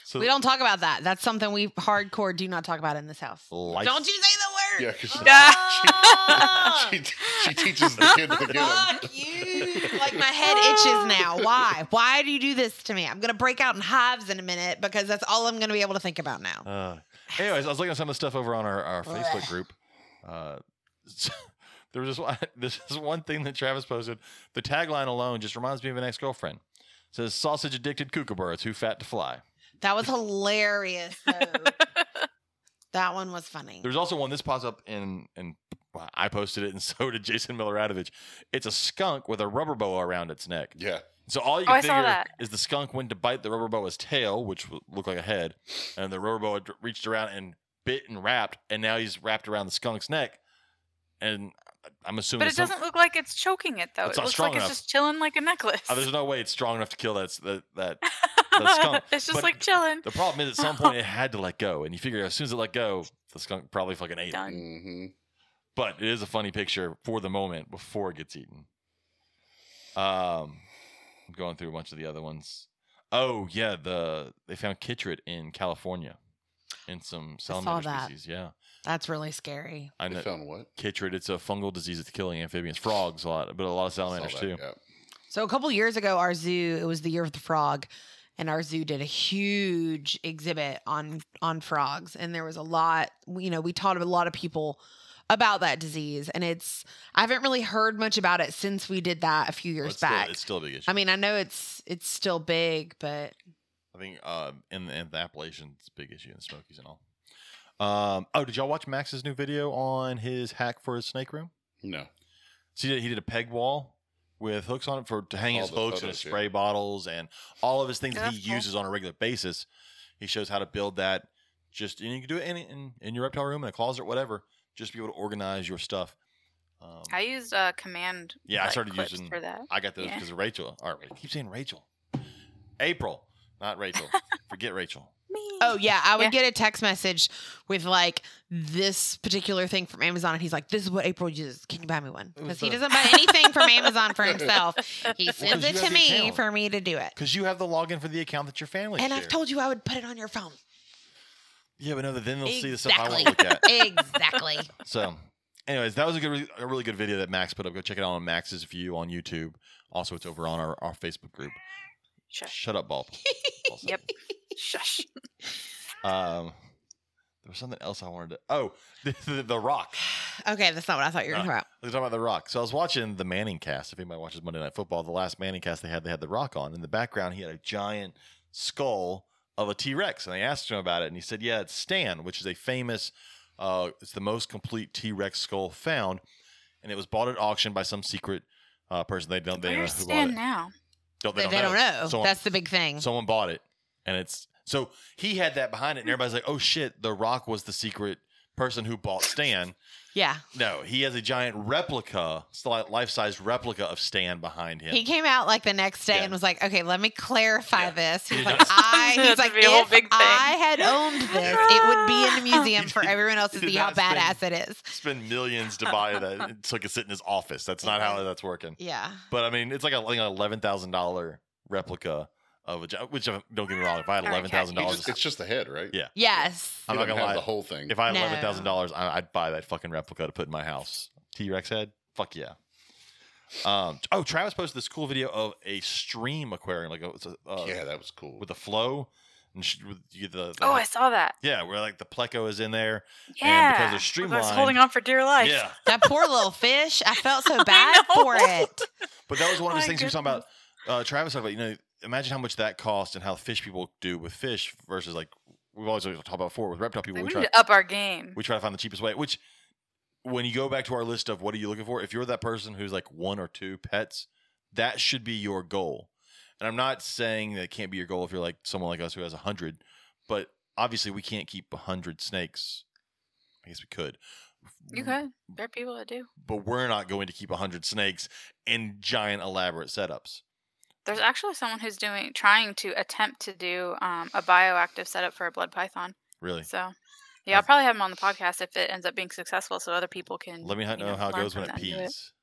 so
we don't talk about that. That's something we hardcore do not talk about in this house.
life-
Don't you say the
*laughs* yeah,
word.
'cause
*laughs* Ah!
*laughs* she, *laughs* she teaches the kid to get 'em.
*laughs*
Fuck you. Like my head itches now. Why? Why do you do this to me? I'm gonna break out in hives in a minute because that's all I'm gonna be able to think about now.
*laughs* Uh, anyways, I was looking at some of the stuff over on our, our Facebook group. Uh, *laughs* so- there was this one, *laughs* this is one thing that Travis posted. The tagline alone just reminds me of an ex girlfriend. Says sausage addicted kookaburra too fat to fly.
That was hilarious. though. that one was funny.
There's also one. This pops up in and I posted it, and *laughs* so did Jason Miloradovich. It's a skunk with a rubber boa around its neck.
Yeah,
So all you
Oh,
can
I saw
figure
that.
is the skunk went to bite the rubber boa's tail, which w- looked like a head, and the rubber boa d- reached around and bit and wrapped, and now he's wrapped around the skunk's neck. And I- I'm assuming,
But it
it's some-
doesn't look like it's choking it though.
It's
it
not
looks
strong
like
enough.
it's just chilling like a necklace.
Oh,
*laughs*
there's no way it's strong enough to kill that s- that. that. the skunk,
it's just
but
like chilling.
The problem is, at
*laughs*
some point, it had to let go, and you figure as soon as it let go, the skunk probably fucking ate it.
Done.
hmm
But it is a funny picture for the moment before it gets eaten. Um, I'm going through a bunch of the other ones. Oh yeah, the they found chytrid in California, in some salamander
that.
species. Yeah,
That's really scary.
I
they
know
found what?
chytrid. It's a fungal disease that's killing amphibians, frogs a lot, but a lot of salamanders
Saw
too.
that, yeah.
So a couple years ago, our zoo it was the year of the frog, and our zoo did a huge exhibit on on frogs, and there was a lot. You know, we taught a lot of people about that disease, and it's I haven't really heard much about it since we did that a few
But
years
it's,
back.
Still, it's still a big issue.
I mean, I know it's it's still big, but
I think uh, in, the, in the Appalachians, it's a big issue in the Smokies and all. Um, oh, did y'all watch Max's new video on his hack for his snake room?
No,
So he did, he did a peg wall with hooks on it for to hang
All
his
the
hooks and
photos,
his
yeah.
spray bottles and all of his things that
That's
he
cool.
uses on a regular basis. He shows how to build that. Just and you can do it in, in, in your reptile room in a closet, whatever. Just be able to organize your stuff. Um,
I used uh, command.
Yeah, I
like,
started
clips
using-
for that.
I got those
Yeah.
because of Rachel. All right, I keep saying Rachel, April, not Rachel.
*laughs*
Forget Rachel.
Oh yeah, I would
Yeah.
get a text message with like this particular thing from Amazon, and he's like, "This is what April uses. Can you buy me one?"
It was
Because he
the-
doesn't buy anything from Amazon for himself.
*laughs*
He sends
'cause
it
you
to
have the
me
account.
for me to do it.
Because you have the login for the account that your family
And I've
shared.
told you I would put it on your phone.
Yeah, but no, then they'll see the stuff I want to look
Exactly.
at.
Exactly.
So, anyways, that was a good, a really good video that Max put up. Go check it out on Max's View on YouTube. Also, it's over on our, our Facebook group.
Shush.
Shut up, Bob. Also.
Yep. Shush.
uh, Um, there was something else I wanted to. Oh, *laughs* the, the, the Rock.
okay, that's not what I thought you were
No.
talking about.
They're talking about The Rock. So I was watching the Manning cast. If anybody watches Monday Night Football, the last Manning cast they had, they had The Rock on. In the background, he had a giant skull of a T Rex. And I asked him about it, and he said, Yeah, it's Stan, which is a famous, uh, it's the most complete T Rex skull found. And it was bought at auction by some secret uh, person. They don't, they don't know
Where's
who bought
Stan
it.
now?
Don't,
They, they don't know.
Someone-
that's the big thing.
Someone bought it, and it's so he had that behind it, and everybody's like, "Oh shit!" The Rock was the secret person who bought Stan.
yeah.
No, he has a giant replica, life size replica of Stan behind him.
He came out like the next day
Yeah.
and was like, "Okay, let me clarify
Yeah.
this." He's
He
like,
does.
*laughs*
"I,"
That's
he's like,
gonna be a whole
"If
big thing."
I had owned this, it would be in the museum
He
for
did-
everyone else
he
to
did
see how
not spend-
badass it is."
Spend millions to buy that. It's like it's sitting in his office. That's not how that's working.
Yeah,
But I mean, it's like a, like an eleven thousand dollar replica of a gi- which uh, don't get me wrong. If I had
All right,
eleven thousand
He
dollars,
just, it's just the head, right?
Yeah.
yes,
I'm
I'm
not
not
gonna
have
lie.
the whole thing.
if I had
No.
eleven thousand dollars, I'd buy that fucking replica to put in my house. T Rex head, fuck yeah. Um, oh, Travis posted this cool video of a stream aquarium, like a, it's a, uh,
yeah, that was cool.
with the flow and sh- with you- the, the
Oh, I saw that.
yeah, where like the pleco is in there.
Yeah.
because they're
I was
streamlined-
holding on for dear life.
*laughs*
Yeah,
that poor little fish. I felt
*laughs*
so bad
know.
for
*laughs*
it.
but that was one of those
My
things we were talking about. Uh, Travis talked about you know imagine how much that cost and how fish people do with fish versus like we've always talked about before with reptile people.
Like,
we
we
try
need to up our game.
we try to find the cheapest way. Which, when you go back to our list of what are you looking for, if you're that person who's like one or two pets, that should be your goal. And I'm not saying that it can't be your goal if you're like someone like us who has a hundred, but obviously we can't keep a hundred snakes. I guess we could.
You could. There are people that do.
But we're not going to keep a hundred snakes in giant elaborate setups.
There's actually someone who's doing, trying to attempt to do um, a bioactive setup for a blood python.
Really.
So, yeah, I'll probably have him on the podcast if it ends up being successful, so other people can.
Let me
you
know, how it
learn
goes when
from
it
that and do
pees.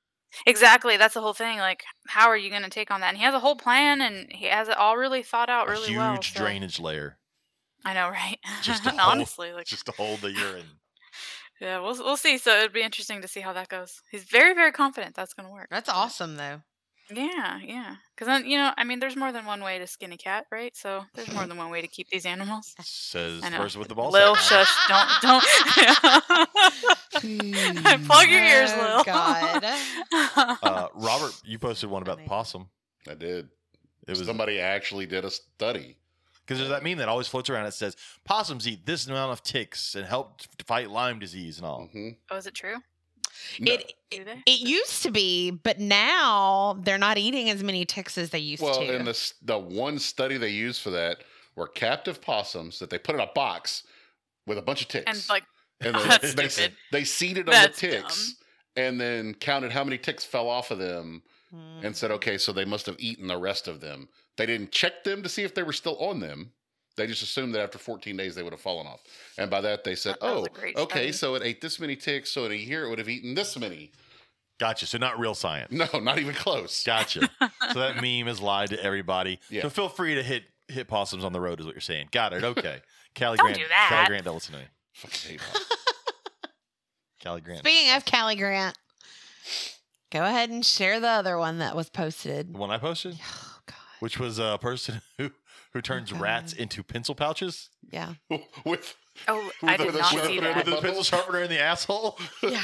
Exactly, that's the whole thing. Like, how are you going to take on that? And he has a whole plan, and he has it all really thought out,
a
really
huge
well. so-
drainage layer
I know, right? *laughs*
Just a whole-
honestly, like,
just to hold
*laughs*
the urine.
yeah, we'll we'll see. So it'd be interesting to see how that goes. He's very very confident that's going to work.
That's
but-
awesome, though.
Yeah, yeah. Because then you know, I mean, there's more than one way to skin a cat, right? So there's more than one way to keep these animals.
Says
I
the
know.
person with the ball.
Lil,
sack on.
shush! Don't, *laughs* don't. Plug your ears,
Oh,
Lil.
God.
Uh, Robert, you posted one about the
Amazing.
possum.
I did.
It was
somebody actually did a study.
because there's that meme that always floats around. It says possums eat this amount of ticks and help t- fight Lyme disease and all.
hmm
*laughs* oh, is it true?
It,
Do they?
it used to be, but now they're not eating as many ticks as they used
well,
to.
and the s- the one study they used for that were captive possums that they put in a box with a bunch of ticks,
And like,
And they,
*laughs* That's
they,
stupid.
they seeded them with
That's
ticks,
dumb.
and then counted how many ticks fell off of them,
Mm.
Hmm.
and said, okay, so they must have eaten the rest of them. They didn't check them to see if they were still on them. They just assumed that after 14 days they would have fallen off. And by that they said,
That was
oh,
a great
okay,
study."
so it ate this many ticks, so in a year it would have eaten this many. *laughs*
Gotcha. So not real science.
Mm-hmm.
No, not even close.
Gotcha. so that meme is lied to everybody.
Yeah.
So feel free to hit hit possums on the road is what you're saying. Got it.
*laughs*
Okay. Callie
Don't
Grant.
do that.
Callie Grant, don't listen to me.
*laughs* Fucking hate possums.
Callie Grant.
Speaking of Callie Grant, go ahead and share the other one that was posted.
the one I posted,
*sighs* Oh, God.
which was a person *laughs* who who turns
God.
rats
Mm-hmm.
into pencil pouches
Yeah.
*laughs* with
oh,
Who
I
the-
did
the
not
shit-
see
the-
with
that.
the pencil sharpener in the asshole. *laughs*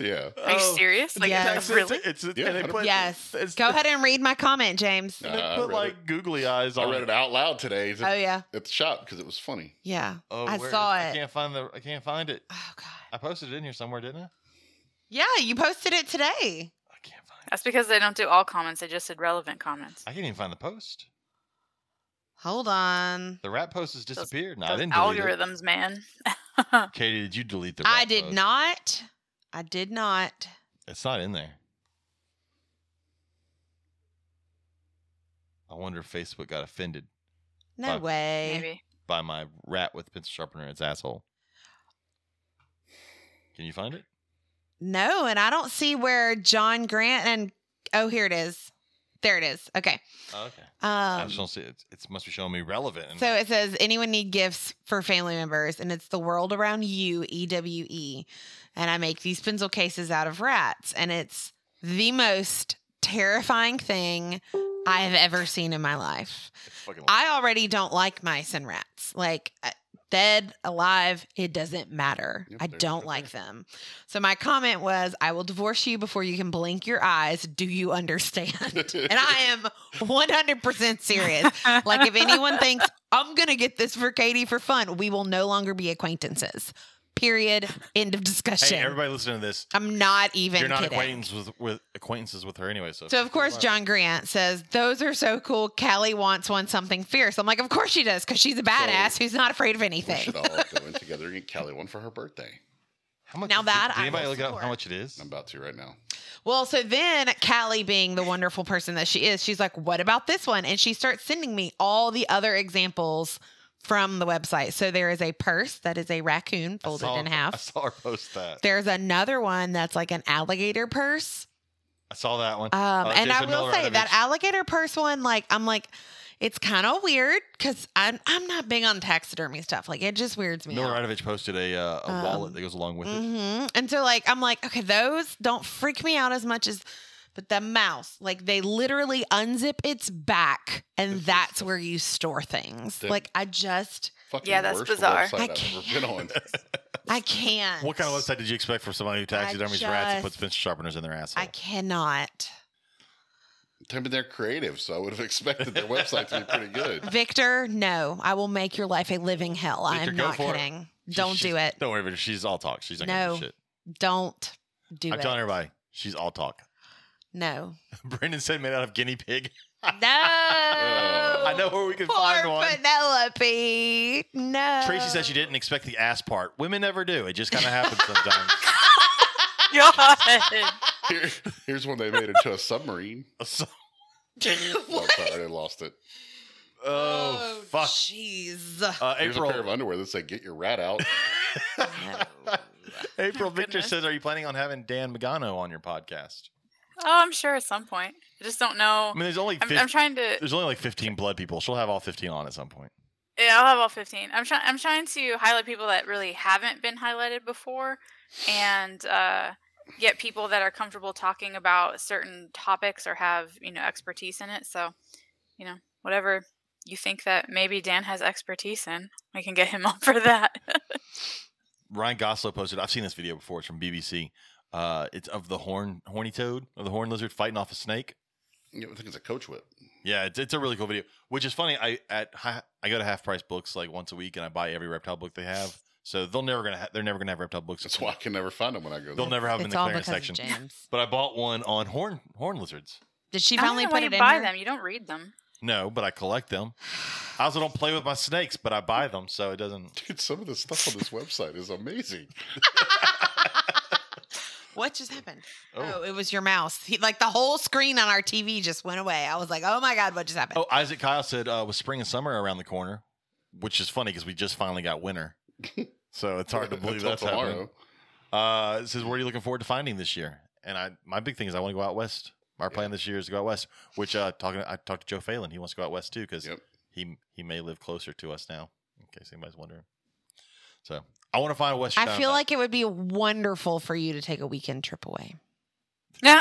Yeah.
yeah.
Are you
Oh.
serious? Like,
Yeah.
It's,
that's really?
It's, it's,
Yeah,
and they put,
yes.
It's,
Go ahead and read my comment, James.
and they
Uh, I
put
read
like googly eyes
I
on
read it out loud today to-
Oh, yeah.
at the shop because it was funny. *laughs*
Yeah.
Oh,
I
where is
saw
I
it.
can't find the. I can't find it.
Oh, God.
I posted it in here somewhere, didn't I?
Yeah, you posted it today.
I can't find. it.
That's because they don't do all comments. They just did relevant comments.
I can't even find the post.
Hold on.
The rat post has disappeared. No, I
Those
didn't. Delete it.
algorithms, man.
Katie, did you delete the? Rat
I did
post?
not. I did not.
It's not in there. I wonder if Facebook got offended
No
Fuck.
way.
Maybe.
by my rat with pencil sharpener in its asshole. Can you find it?
No, and I don't see where John Grant and oh, here it is. There it is. Okay.
Oh, okay. I
Um,
just don't see it. It must be showing me relevant. and-
so it says anyone need gifts for family members, and it's the world around you, E W E, and I make these pencil cases out of rats, and it's the most terrifying thing I have ever seen in my life.
It's fucking-
I already don't like mice and rats. Like uh, dead, alive, it doesn't matter.
Yep,
I
there's
don't
the
like
thing.
them. So my comment was, I will divorce you before you can blink your eyes. Do you
*laughs*
understand? and I am 100% serious. Like if anyone thinks I'm going to get this for Katie for fun, we will no longer be acquaintances. Period. End of discussion.
hey, everybody, listening to this.
I'm not even
You're not
kidding.
acquaintances with, with acquaintances with her anyway. So,
So of course John Grant says those are so cool. Callie wants one something fierce. I'm like, of course she does, because she's a badass who's not afraid of
We
anything.
should all go in together and get Kelly one for her birthday.
How much
Now
is
that
it? Did
I
anybody
will
look up how
support.
much it is?
I'm about to right now.
Well, so then Callie, being the wonderful person that she is, she's like, what about this one? And she starts sending me all the other examples from the website. So there is a purse that is a raccoon
I
folded
saw-
in
I
half.
saw her post that.
There's another one that's like an alligator purse.
I saw that one.
Um,
Uh,
and I
Jason
will
Miller
say
had a
that
bitch.
alligator purse one, like I'm like, it's kind of weird because I'm I'm not big on taxidermy stuff. Like it just weirds me
Miller
out.
Radovich posted a, uh, a
Um,
wallet that goes along with it.
hmm And so like I'm like, okay, those don't freak me out as much as, but the mouse, like they literally unzip its back, and that's where you store things.
The-
like I just
Fucking
Yeah, that's
worst
bizarre.
website
I
I've ever been on.
I can't.
What kind of website did you expect from somebody who taxidermies rats and puts
just-
pencil sharpeners in their asshole?
I cannot.
I mean, they're creative, so I would have expected their website to be pretty good.
Victor, no. I will make your life a living hell. I
Victor,
am
go
not
for it.
kidding.
She-
Don't
she's-
do it.
Don't worry, about it. she's all talk. She's not gonna do
No,
shit.
Don't do
I'm
it.
telling everybody, she's all talk. *laughs*
No.
Brendan said made out of guinea
*laughs*
pig.
No.
I know where we can
Oh, Poor
find one.
Penelope. No.
Tracy said she
*laughs*
didn't expect the ass part. Women never do. It just kind of happens
*laughs*
sometimes. *laughs*
God.
Here, *laughs* here's one they made into
*laughs*
a submarine.
So-
Oh,
What?
sorry, I lost it.
oh, fuck.
Jeez.
Uh,
Here's a pair of
April.
underwear that say "Get your rat out."
No.
*laughs* April Victor
Goodness.
says, "Are you planning on having Dan Magano on your podcast?"
Oh, I'm sure at some point. I just don't know.
I mean, there's only
I'm,
15,
I'm trying to.
there's only like 15 blood people. She'll have all 15 on at some point.
Yeah, I'll have all 15. I'm trying. I'm trying to highlight people that really haven't been highlighted before, and uh, get people that are comfortable talking about certain topics or have you know expertise in it. So, you know, whatever you think that maybe Dan has expertise in, we can get him *laughs* on for that.
Ryan Goslow posted. I've seen this video before. It's from BBC. Uh, it's of the horn horny toad of the horn lizard fighting off a snake.
Yeah, I think it's a coach whip.
Yeah, it's, it's a really cool video. Which is funny. I at hi- I go to half price books like once a week, and I buy every reptile book they have. So they'll never gonna ha- they're never gonna have reptile books.
That's why I can never find them when I go.
They'll
There.
never have them in
It's
the
all
clearance
because
section.
of James.
But I bought one on horn horn lizards.
Did she
I don't
finally
know
put
why you
it in?
buy
her?
them. You don't read them. *laughs*
No, but I collect them. I also don't play with my snakes, but I buy them, so it doesn't.
Dude, some of the stuff on this website is amazing.
*laughs* What just happened?
Oh.
Oh, it was your mouse. He, like the whole screen on our TV just went away. I was like, oh my God, what just happened?
Oh, Isaac Kyle said uh, with spring and summer around the corner, which is funny because we just finally got winter, so it's hard to believe
Until
that's happening. Uh, it says, "What are you looking forward to finding this year?" And I, my big thing is I want to go out west. Our plan this year is to go out west. Which uh, talking, I talked to Joe Phelan. He wants to go out west too because
Yep.
he he may live closer to us now. In case anybody's wondering, so I want to find West.
I
China.
feel like it would be wonderful for you to take a weekend trip
*laughs*
away.
No.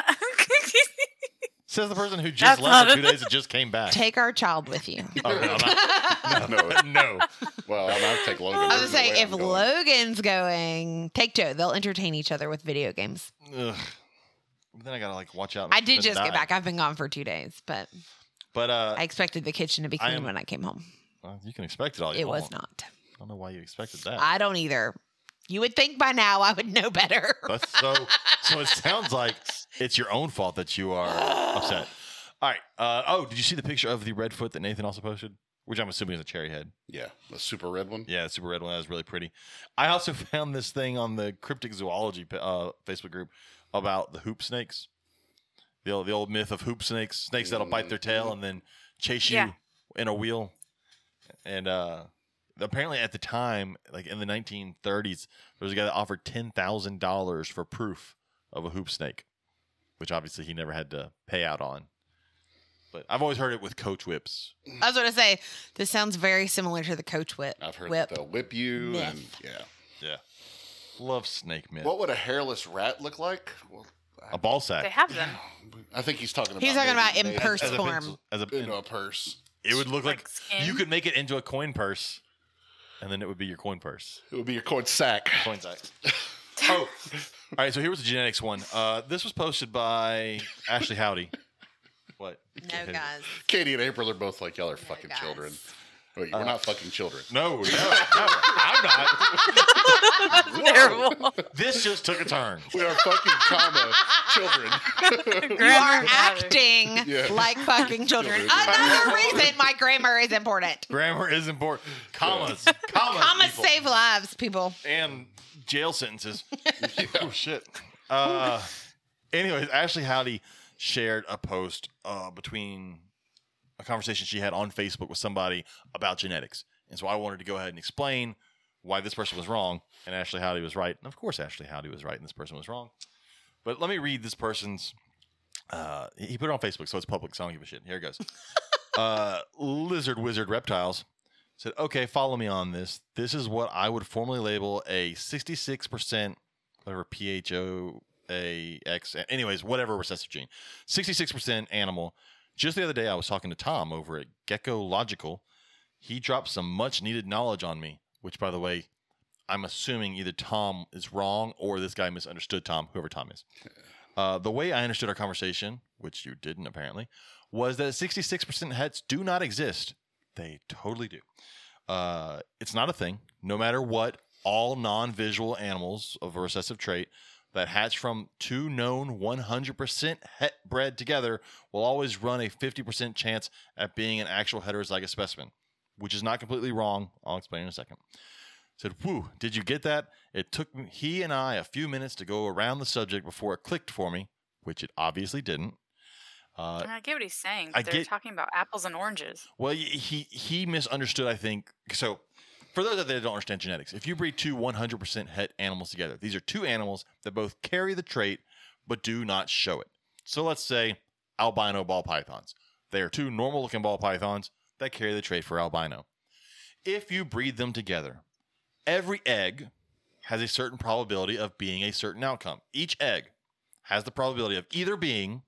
says the person who just
That's
left for
not-
two days and just came back.
*laughs* Take our child with
*laughs*
you.
Oh, no, I'm not-
*laughs* I
No, no,
*laughs* no,
well, I'm gonna take Logan.
was
There's no
saying,
way
if
I'm going.
Logan's going, take Joe. They'll entertain each other with video games.
Ugh. then I gotta like watch out.
I did
and
just
die.
get back. I've been gone for two days, but
but uh,
I expected the kitchen to be
I
clean
am-
when I came home.
well, you can expect it all. You
It was
want.
not.
I don't know why you expected
Uh.
that.
I don't either. You would think by now I would *laughs* know
*laughs*
better.
That's
*laughs*
so. so it sounds like it's your own fault that you are
*sighs*
upset. All right. Uh, oh, did you see the picture of the red foot that Nathan also posted? Which I'm assuming is a cherry head.
Yeah, the super red one.
Yeah, super red one. That was really pretty. I also *laughs* found this thing on the cryptic zoology uh, Facebook group about the hoop snakes. The old, the old myth of hoop snakes, snakes that'll bite their tail and then chase you
Yeah.
in a wheel. And uh, apparently, at the time, like in the 1930s, there was a guy that offered ten thousand dollars for proof of a hoop snake, which obviously he never had to pay out on. But I've always heard it with coach whips.
I was going to say, this sounds very similar to the coach whip.
I've heard
Whip.
that they'll whip you,
Myth.
and yeah.
Love snake myth.
What would a hairless rat look like? Well,
a ball sack.
they have them.
I think he's talking about.
He's talking about in
maybe-
purse
as a
form.
pencil- as a-
You know, a purse.
it would look like
Like skin.
you could make it into a coin purse, and then it would be your coin purse.
It would be your coin sack.
Coin
*laughs*
sack. oh, all right. So here was the genetics one. Uh, this was posted by Ashley Howdy. What?
No,
*laughs*
guys.
Katie and April are both like y'all
Oh
are fucking
guys.
children.
*laughs*
Wait,
Uh-huh.
we're not fucking children.
*laughs* No, no, no. I'm not.
Terrible.
This just took a turn.
We are fucking comma
*laughs*
children.
You are
Grammar matters.
acting
Yeah.
like fucking children. Another reason my grammar is important.
Grammar is important. Commas, commas,
*laughs* Commas
people.
save lives, people.
and jail sentences. Oh shit. Uh, anyways, Ashley Howdy shared a post uh, between a conversation she had on Facebook with somebody about genetics, and so I wanted to go ahead and explain why this person was wrong and Ashley Howdy was right. And of course, Ashley Howdy was right and this person was wrong. But let me read this person's. Uh, he he put it on Facebook, so it's public. So I don't give a shit. Here it goes. uh, lizard wizard reptiles said, okay, follow me on this. This is what I would formally label a 66%, whatever, PHOAX, anyways, whatever recessive gene, 66% animal. Just the other day, I was talking to Tom over at Gecko Logical. He dropped some much needed knowledge on me, which, by the way, I'm assuming either Tom is wrong or this guy misunderstood Tom, whoever Tom is. Uh, the way I understood our conversation, which you didn't apparently, was that 66% hets do not exist. They totally do. Uh, it's not a thing. No matter what, all non visual animals of a recessive trait that hatch from two known 100% het bred together will always run a 50% chance at being an actual heterozygous specimen, which is not completely wrong. I'll explain in a second. Said, whew, did you get that? It took me- he and I a few minutes to go around the subject before it clicked for me, which it obviously didn't. Uh,
I get what he's saying.
I
but They're
get-
talking about apples and oranges.
well, y- he he misunderstood. I think so. For those out there that don't understand genetics, if you breed two 100% het animals together, these are two animals that both carry the trait but do not show it. So let's say albino ball pythons. They are two normal-looking ball pythons that carry the trait for albino. If you breed them together, every egg has a certain probability of being a certain outcome. Each egg has the probability of either being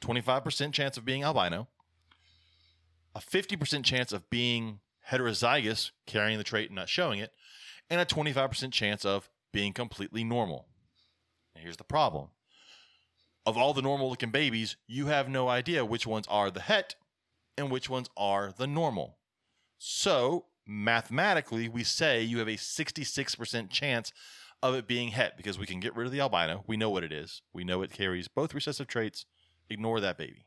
25% chance of being albino, a 50% chance of being heterozygous, carrying the trait and not showing it, and a 25% chance of being completely normal. Now, here's the problem of all the normal looking babies, you have no idea which ones are the het and which ones are the normal. So, mathematically, we say you have a 66% chance of it being het because we can get rid of the albino. We know what it is, we know it carries both recessive traits. Ignore that baby.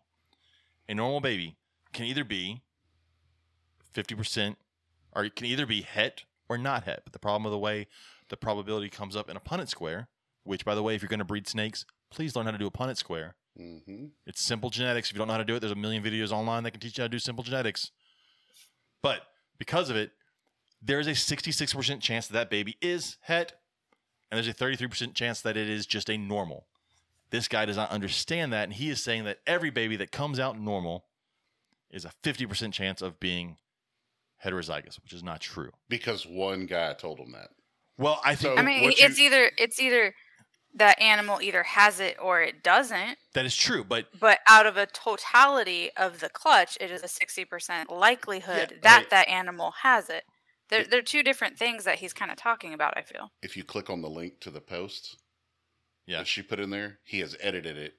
A normal baby can either be 50% or it can either be het or not het. But the problem of the way the probability comes up in a Punnett square, which by the way, if you're going to breed snakes, please learn how to do a Punnett square.
hmm
It's simple genetics. If you don't know how to do it, there's a million videos online that can teach you how to do simple genetics. But because of it, there's a 66% chance that that baby is het, and there's a 33% chance that it is just a normal. This guy does not understand that, and he is saying that every baby that comes out normal is a 50% chance of being heterozygous, which is not true.
Because one guy told him that.
Well, I think
So-
I mean,
what
it's
you-
either it's either that animal either has it or it doesn't.
that is true, but *laughs*
But out of a totality of the clutch, it is a sixty percent likelihood
Yeah,
that
right.
that animal has it. They're, they're two different things that he's kind of talking about. I feel.
If you click on the link to the post
Yeah.
that she put in there, he has edited it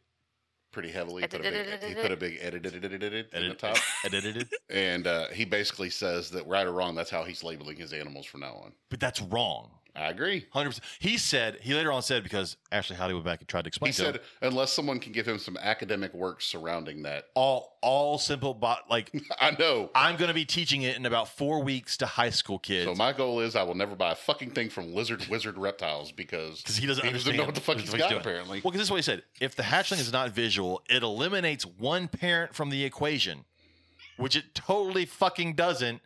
pretty heavily. He put a big, he put a big edit in the
edited, *laughs*
top.
edited,
And uh, he basically says that right or wrong, that's how he's labeling his animals from now on.
but that's wrong.
I agree.
Hundred percent. He said he later on said because Ashley Howdy went back and tried to explain.
He
to him,
said, unless someone can give him some academic work surrounding that. *laughs*
all all simple bot like
I know.
I'm going to be teaching it in about four weeks to high school kids
So my goal is I will never buy a fucking thing from Lizard Wizard Reptiles because
because he doesn't
he doesn't
understand
know what the fuck he's got,
doing.
apparently.
Well, because this is what he said: if the hatchling is not visual, it eliminates one parent from the equation, which it totally fucking doesn't,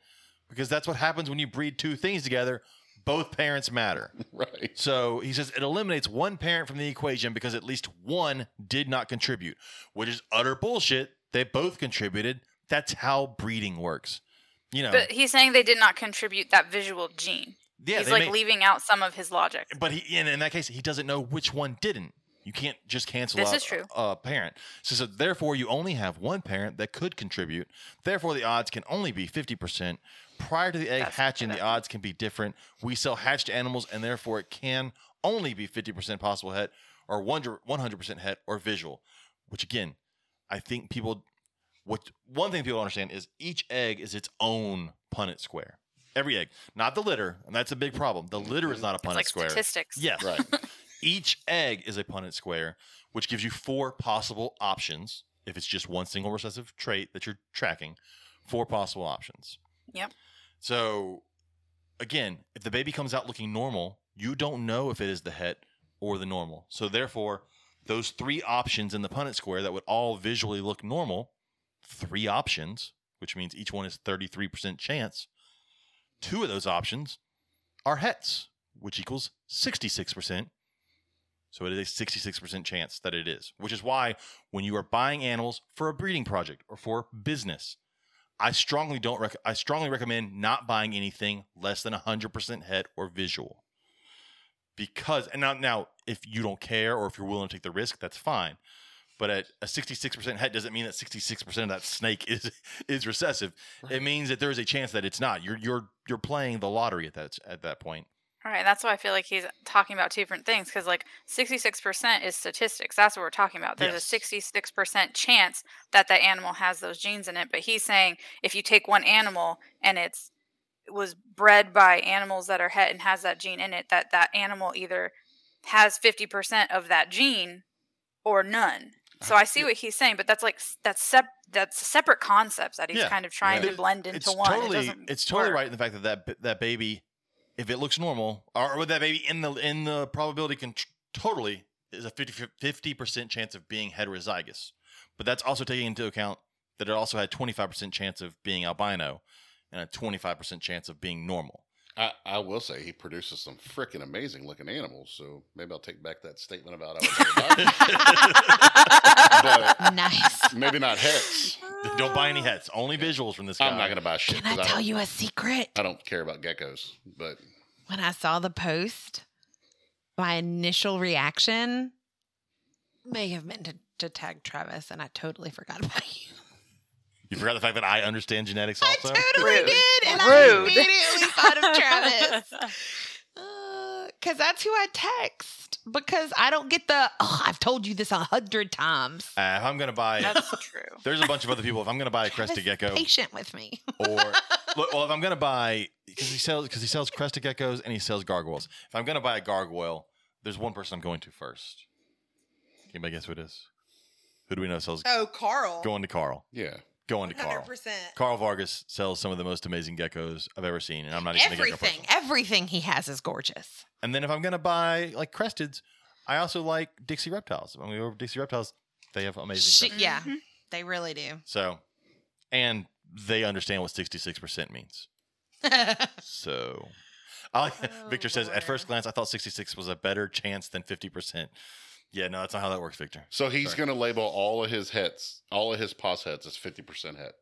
because that's what happens when you breed two things together. Both parents matter.
*laughs* Right.
So he says it eliminates one parent from the equation because at least one did not contribute, which is utter bullshit. They both contributed. That's how breeding works. You know,
But he's saying they did not contribute that visual gene.
yeah,
he's
they
like
may-
leaving out some of his logic.
but he in, in that case he doesn't know which one didn't. You can't just cancel
This
out
is true.
A, a parent. So, so therefore you only have one parent that could contribute. Therefore the odds can only be 50%. Prior to the egg
That's-
hatching the
that's-
odds can be different. We sell hatched animals and therefore it can only be 50% possible het or 100% het or visual, which again, I think people what one thing people don't understand is each egg is its own Punnett square. Every egg, not the litter, and that's a big problem. The litter is not a Punnett
It's like
square.
statistics.
Yes.
Right.
Each egg is a Punnett square, which gives you four possible options if it's just one single recessive trait that you're tracking. Four possible options.
Yep.
So, again, if the baby comes out looking normal, you don't know if it is the het or the normal. So, therefore, those three options in the Punnett square that would all visually look normal, three options, which means each one is 33% chance, two of those options are hets, which equals 66%. So it is a 66% chance that it is, which is why when you are buying animals for a breeding project or for business, I strongly don't rec- I strongly recommend not buying anything less than 100% head or visual. Because and now now if you don't care or if you're willing to take the risk, that's fine. But at a 66% head doesn't mean that 66% of that snake is *laughs* is recessive. It means that there is a chance that it's not. You're you're you're playing the lottery at that at that point.
All right, that's why I feel like he's talking about two different things because, like, 66% is statistics. That's what we're talking about. There's
Yes.
a 66% chance that that animal has those genes in it. But he's saying if you take one animal and it's was bred by animals that are het and has that gene in it, that that animal either has 50% of that gene or none. So I see what he's saying, but that's like s- that's sep- that's separate concepts that he's
Yeah.
kind of trying
Yeah.
to blend into
it's
one. It
totally
doesn't
it's totally
work.
right in the fact that that b- that baby, if it looks normal, or, or that baby in the in the probability can tr- totally is a 50 percent chance of being heterozygous, but that's also taking into account that it also had twenty five percent chance of being albino, and a twenty five percent chance of being
*laughs*
normal.
I, I will say he produces some freaking amazing looking animals. So maybe I'll take back that statement about I was a doctor. but
nice.
maybe not Hex.
Don't buy any hats, only visuals from this guy.
I'm not gonna buy shit.
Can I
'cause I
tell
don't-
you a secret?
I don't care about geckos, but
When I saw the post, my initial reaction may have been to, to tag Travis, and I totally forgot about you.
You forgot the fact that I understand genetics also.
I totally
Rude.
did, and I
Rude.
immediately thought of Travis.
*laughs*
Because Uh, that's who I text. Because I don't get the, oh, I've told you this a hundred times.
Uh, if I'm gonna buy,
That's true.
there's a bunch of other people. If I'm gonna buy a
Travis
crested
is
gecko,
Patient with me.
or look, well, if I'm gonna buy because he sells because he sells crested geckos and he sells gargoyles. If I'm gonna buy a gargoyle, there's one person I'm going to first. Can anybody guess who it is? Who do we know sells?
Oh, Carl.
Going to Carl.
yeah.
Going to Carl. Carl Vargas sells some of the most amazing geckos I've ever seen, and I'm not even a gecko
Everything,
person.
everything he has is gorgeous.
And then if I'm gonna buy like cresteds, I also like Dixie reptiles. If I'm gonna go over to Dixie reptiles. They have amazing.
She- yeah,
Mhm.
they really do. *laughs*
So, and they understand what 66% means. So, I *laughs* like,
Oh,
Victor says, at first
Lord.
glance, I thought 66 was a better chance than 50%. Yeah, no, that's not how that works, Victor.
So he's
Sorry.
gonna label all of his hets, all of his pos heads as fifty percent het,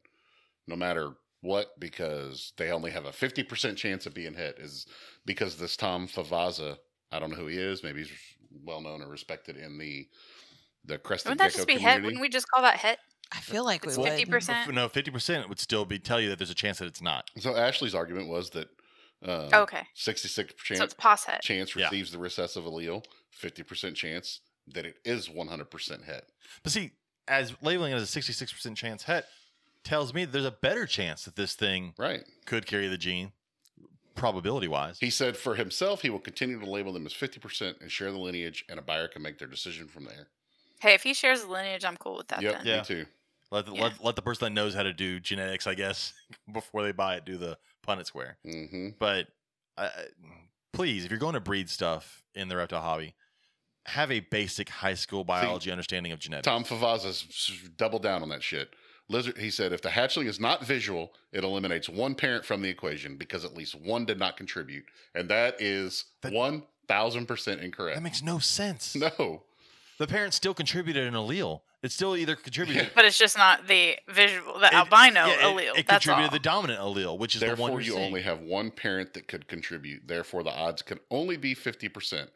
no matter what, because they only have a fifty percent chance of being hit. Is because this Tom Favaza, I don't know who he is. Maybe he's well known or respected in the the crested
Wouldn't
gecko
that just be hit?
community.
Wouldn't we just call that hit?
I feel like we
It's
would.
50%.
But No, 50% would still be tell you that there's a chance that it's not.
so Ashley's argument was that um,
Oh,
Oh, Okay.
sixty six
So it's
percent
pos hit.
chance
Yeah.
receives the recessive allele, fifty percent chance that it is one hundred percent het.
But see, as labeling it as a 66% chance het tells me there's a better chance that this thing
Right.
could carry the gene, probability wise.
He said for himself, he will continue to label them as 50% and share the lineage, and a buyer can make their decision from there.
Hey, if he shares the lineage, I'm cool with that
yep,
then.
Yeah.
me too.
Let the, let, let the person that knows how to do genetics, I guess, *laughs* before they buy it, do the Punnett square.
hmm
But uh, please, if you're going to breed stuff in the reptile hobby, have a basic high school biology understanding of genetics.
Tom Favaza's s- doubled down on that shit. Lizard, he said, if the hatchling is not visual, it eliminates one parent from the equation because at least one did not contribute, and that is
That-
one thousand percent incorrect.
that makes no sense.
*laughs* no,
The parents still contributed an allele. It still either contributed.
Yeah.
But it's just not the visual, the
it-
albino
yeah, it-
allele.
It,
that's
contributed
all.
the dominant allele, which is the
therefore
one
you
we're
only
seeing.
have one parent that could contribute. Therefore, the odds can only be fifty percent.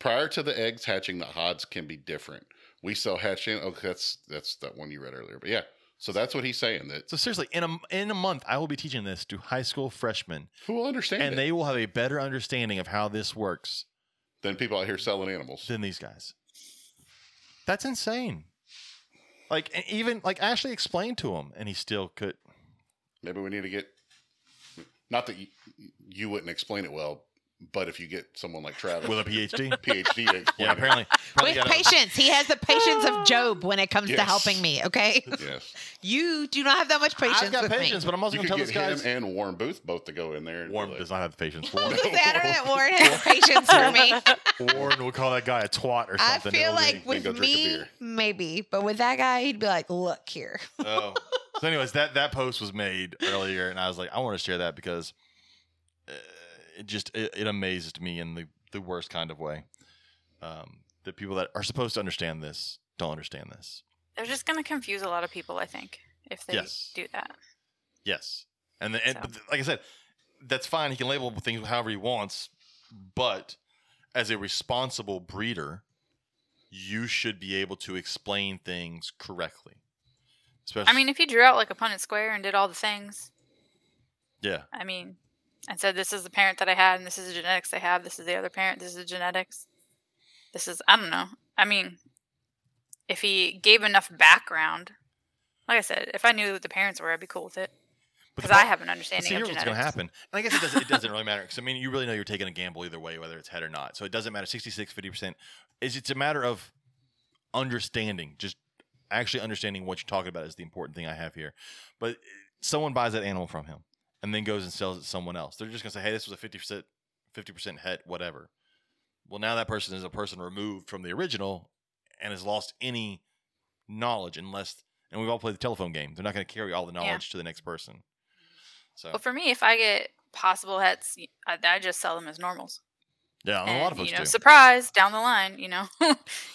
Prior to the eggs hatching, the odds can be different. We sell hatching. Oh, that's that's that one you read earlier. But yeah, so that's what he's saying. That
So seriously, in a in a month, I will be teaching this to high school freshmen,
who will understand
and
it
they will have a better understanding of how this works
than people out here selling animals.
than these guys. That's insane. Like and even like Ashley explained to him, and he still could.
Maybe we need to get. Not that you, you wouldn't explain it well, but if you get someone like Travis
with a *laughs* PhD.
PhD to explain
yeah, apparently.
With
apparently got a-
patience. He has the patience
*laughs*
of Job when it comes to
Yes.
helping me, okay?
it, yes,
You do not have that much patience
I've got
with
patience,
me.
but I'm also
you
going to
could
tell
get
this guy.
him and Warren Booth both to go in there. and be
Warren
like,
does not have the patience. *laughs*
I
Warren,
was gonna say, I don't know that Warren has patience for
*laughs*
me.
Warren will call that guy a twat or
I
something. It'll
feel
be-
like
go
with
drink a
me,
beer.
maybe, but with that guy, he'd be like, "Look here,
Oh. So, anyways, that that post was made earlier, and I was like, I want to share that because uh, it just it, it amazed me in the the worst kind of way. Um, the people that are supposed to understand this don't understand this.
They're just going to confuse a lot of people, I think, if they
Yes.
do that.
Yes, and, the, and
So.
but th- like I said, that's fine. He can label things however he wants, but as a responsible breeder, you should be able to explain things correctly. Especially,
I mean, if he drew out like a Punnett square and did all the things,
yeah,
I mean, and said, this is the parent that I had, and this is the genetics they have, this is the other parent, this is the genetics. This is, I don't know. I mean, if he gave enough background, like I said, if I knew who the parents were, I'd be cool with it.
But the
because I
pro-
have an
But
understanding
see,
of
here's what's
genetics.
going to happen. And I guess it doesn't, it doesn't really matter because I mean, you really know you're taking a gamble either way, whether it's head or not. So it doesn't matter. 66, 50 percent. Is it's a matter of understanding, just actually understanding what you're talking about is the important thing I have here. But someone buys that animal from him and then goes and sells it to someone else. They're just going to say, "Hey, this was a 50 percent, 50 percent head, whatever." Well, now that person is a person removed from the original and has lost any knowledge unless. And we've all played the telephone game. They're not going to carry all the knowledge to the next person. So
But for me, if I get possible hets, I, I just sell them as normals.
Yeah, Oh, a lot of folks
you know,
do.
surprise down the line. You know, *laughs*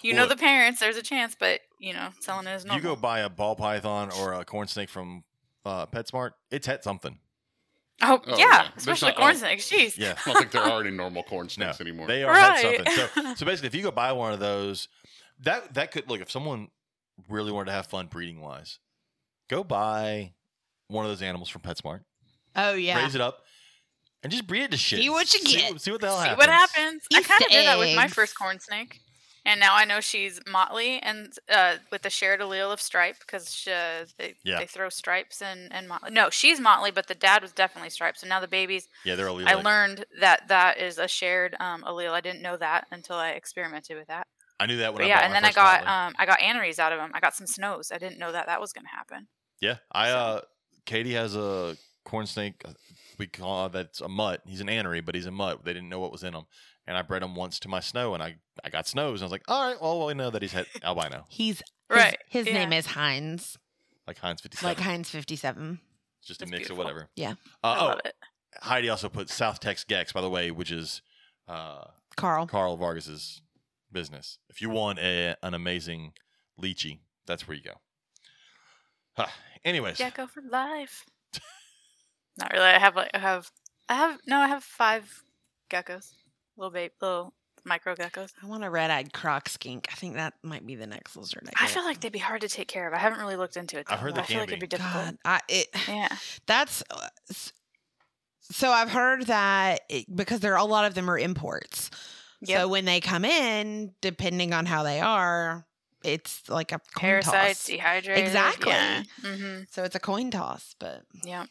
you know
Well,
the parents. There's a chance, but you know, selling it as
you
normal.
go buy a ball python or a corn snake from uh, PetSmart, it's at something.
oh,
Oh,
yeah,
yeah. There's
especially
not-
corn
oh.
snakes. Jeez. *laughs*
Yeah,
I don't think there are any normal corn snakes anymore.
they are
Right.
at something. So, so basically, if you go buy one of those, that that could look if someone really wanted to have fun breeding wise, go buy one of those animals from PetSmart,
Oh yeah.
raise it up, and just breed it to shit.
See what you
see,
get.
See what the hell
See
happens.
what happens. I
Easter
kind of did that with my
eggs.
first corn snake, and now I know she's motley and uh, with a shared allele of stripe because uh, they,
Yeah.
they throw stripes and and motley. No, she's motley, but the dad was definitely stripes. So now the babies,
Yeah, they're allelic.
I learned that that is a shared um, allele. I didn't know that until I experimented with that.
I knew that when
but
I
yeah,
bought
and
my
then I
first
got
Motley.
um, I got aneries out of them. I got some snows. I didn't know that that was going to happen.
Yeah, I
So-
uh, Katie has a corn snake. uh, We call that's a mutt. He's an anery, but he's a mutt. They didn't know what was in him, and I bred him once to my snow, and I I got snows, and I was like, all right, well, we know that he's het- albino,
He's his,
Right.
His
yeah.
name is *laughs* Heinz,
like Heinz fifty seven,
like Heinz fifty seven.
just a
That's
mix
beautiful.
of whatever.
Yeah.
I
Uh,
love it.
oh, Heidi also put South Tex Gex, by the way, which is uh,
Carl.
Carl Vargas's business. If you want a, an amazing lychee, that's where you go. Huh. Anyways,
Gecko
*laughs*
for life. Not really. I have like I have I have no. I have five geckos, little baby, little micro geckos.
I want a red eyed croc skink. I think that might be the next lizard. I,
I
get.
feel like they'd be hard to take care of. I haven't really looked into it.
I've
though.
heard they
I feel
can
like it'd
be.
be difficult.
God, I it.
Yeah.
That's uh, s- so I've heard that it, because there are a lot of them are imports.
Yep.
So when they come in, depending on how they are, it's like a coin
Parasites, e
Toss.
dehydrated.
Exactly.
Yeah. Mm-hmm.
So it's a coin toss, but
Yeah.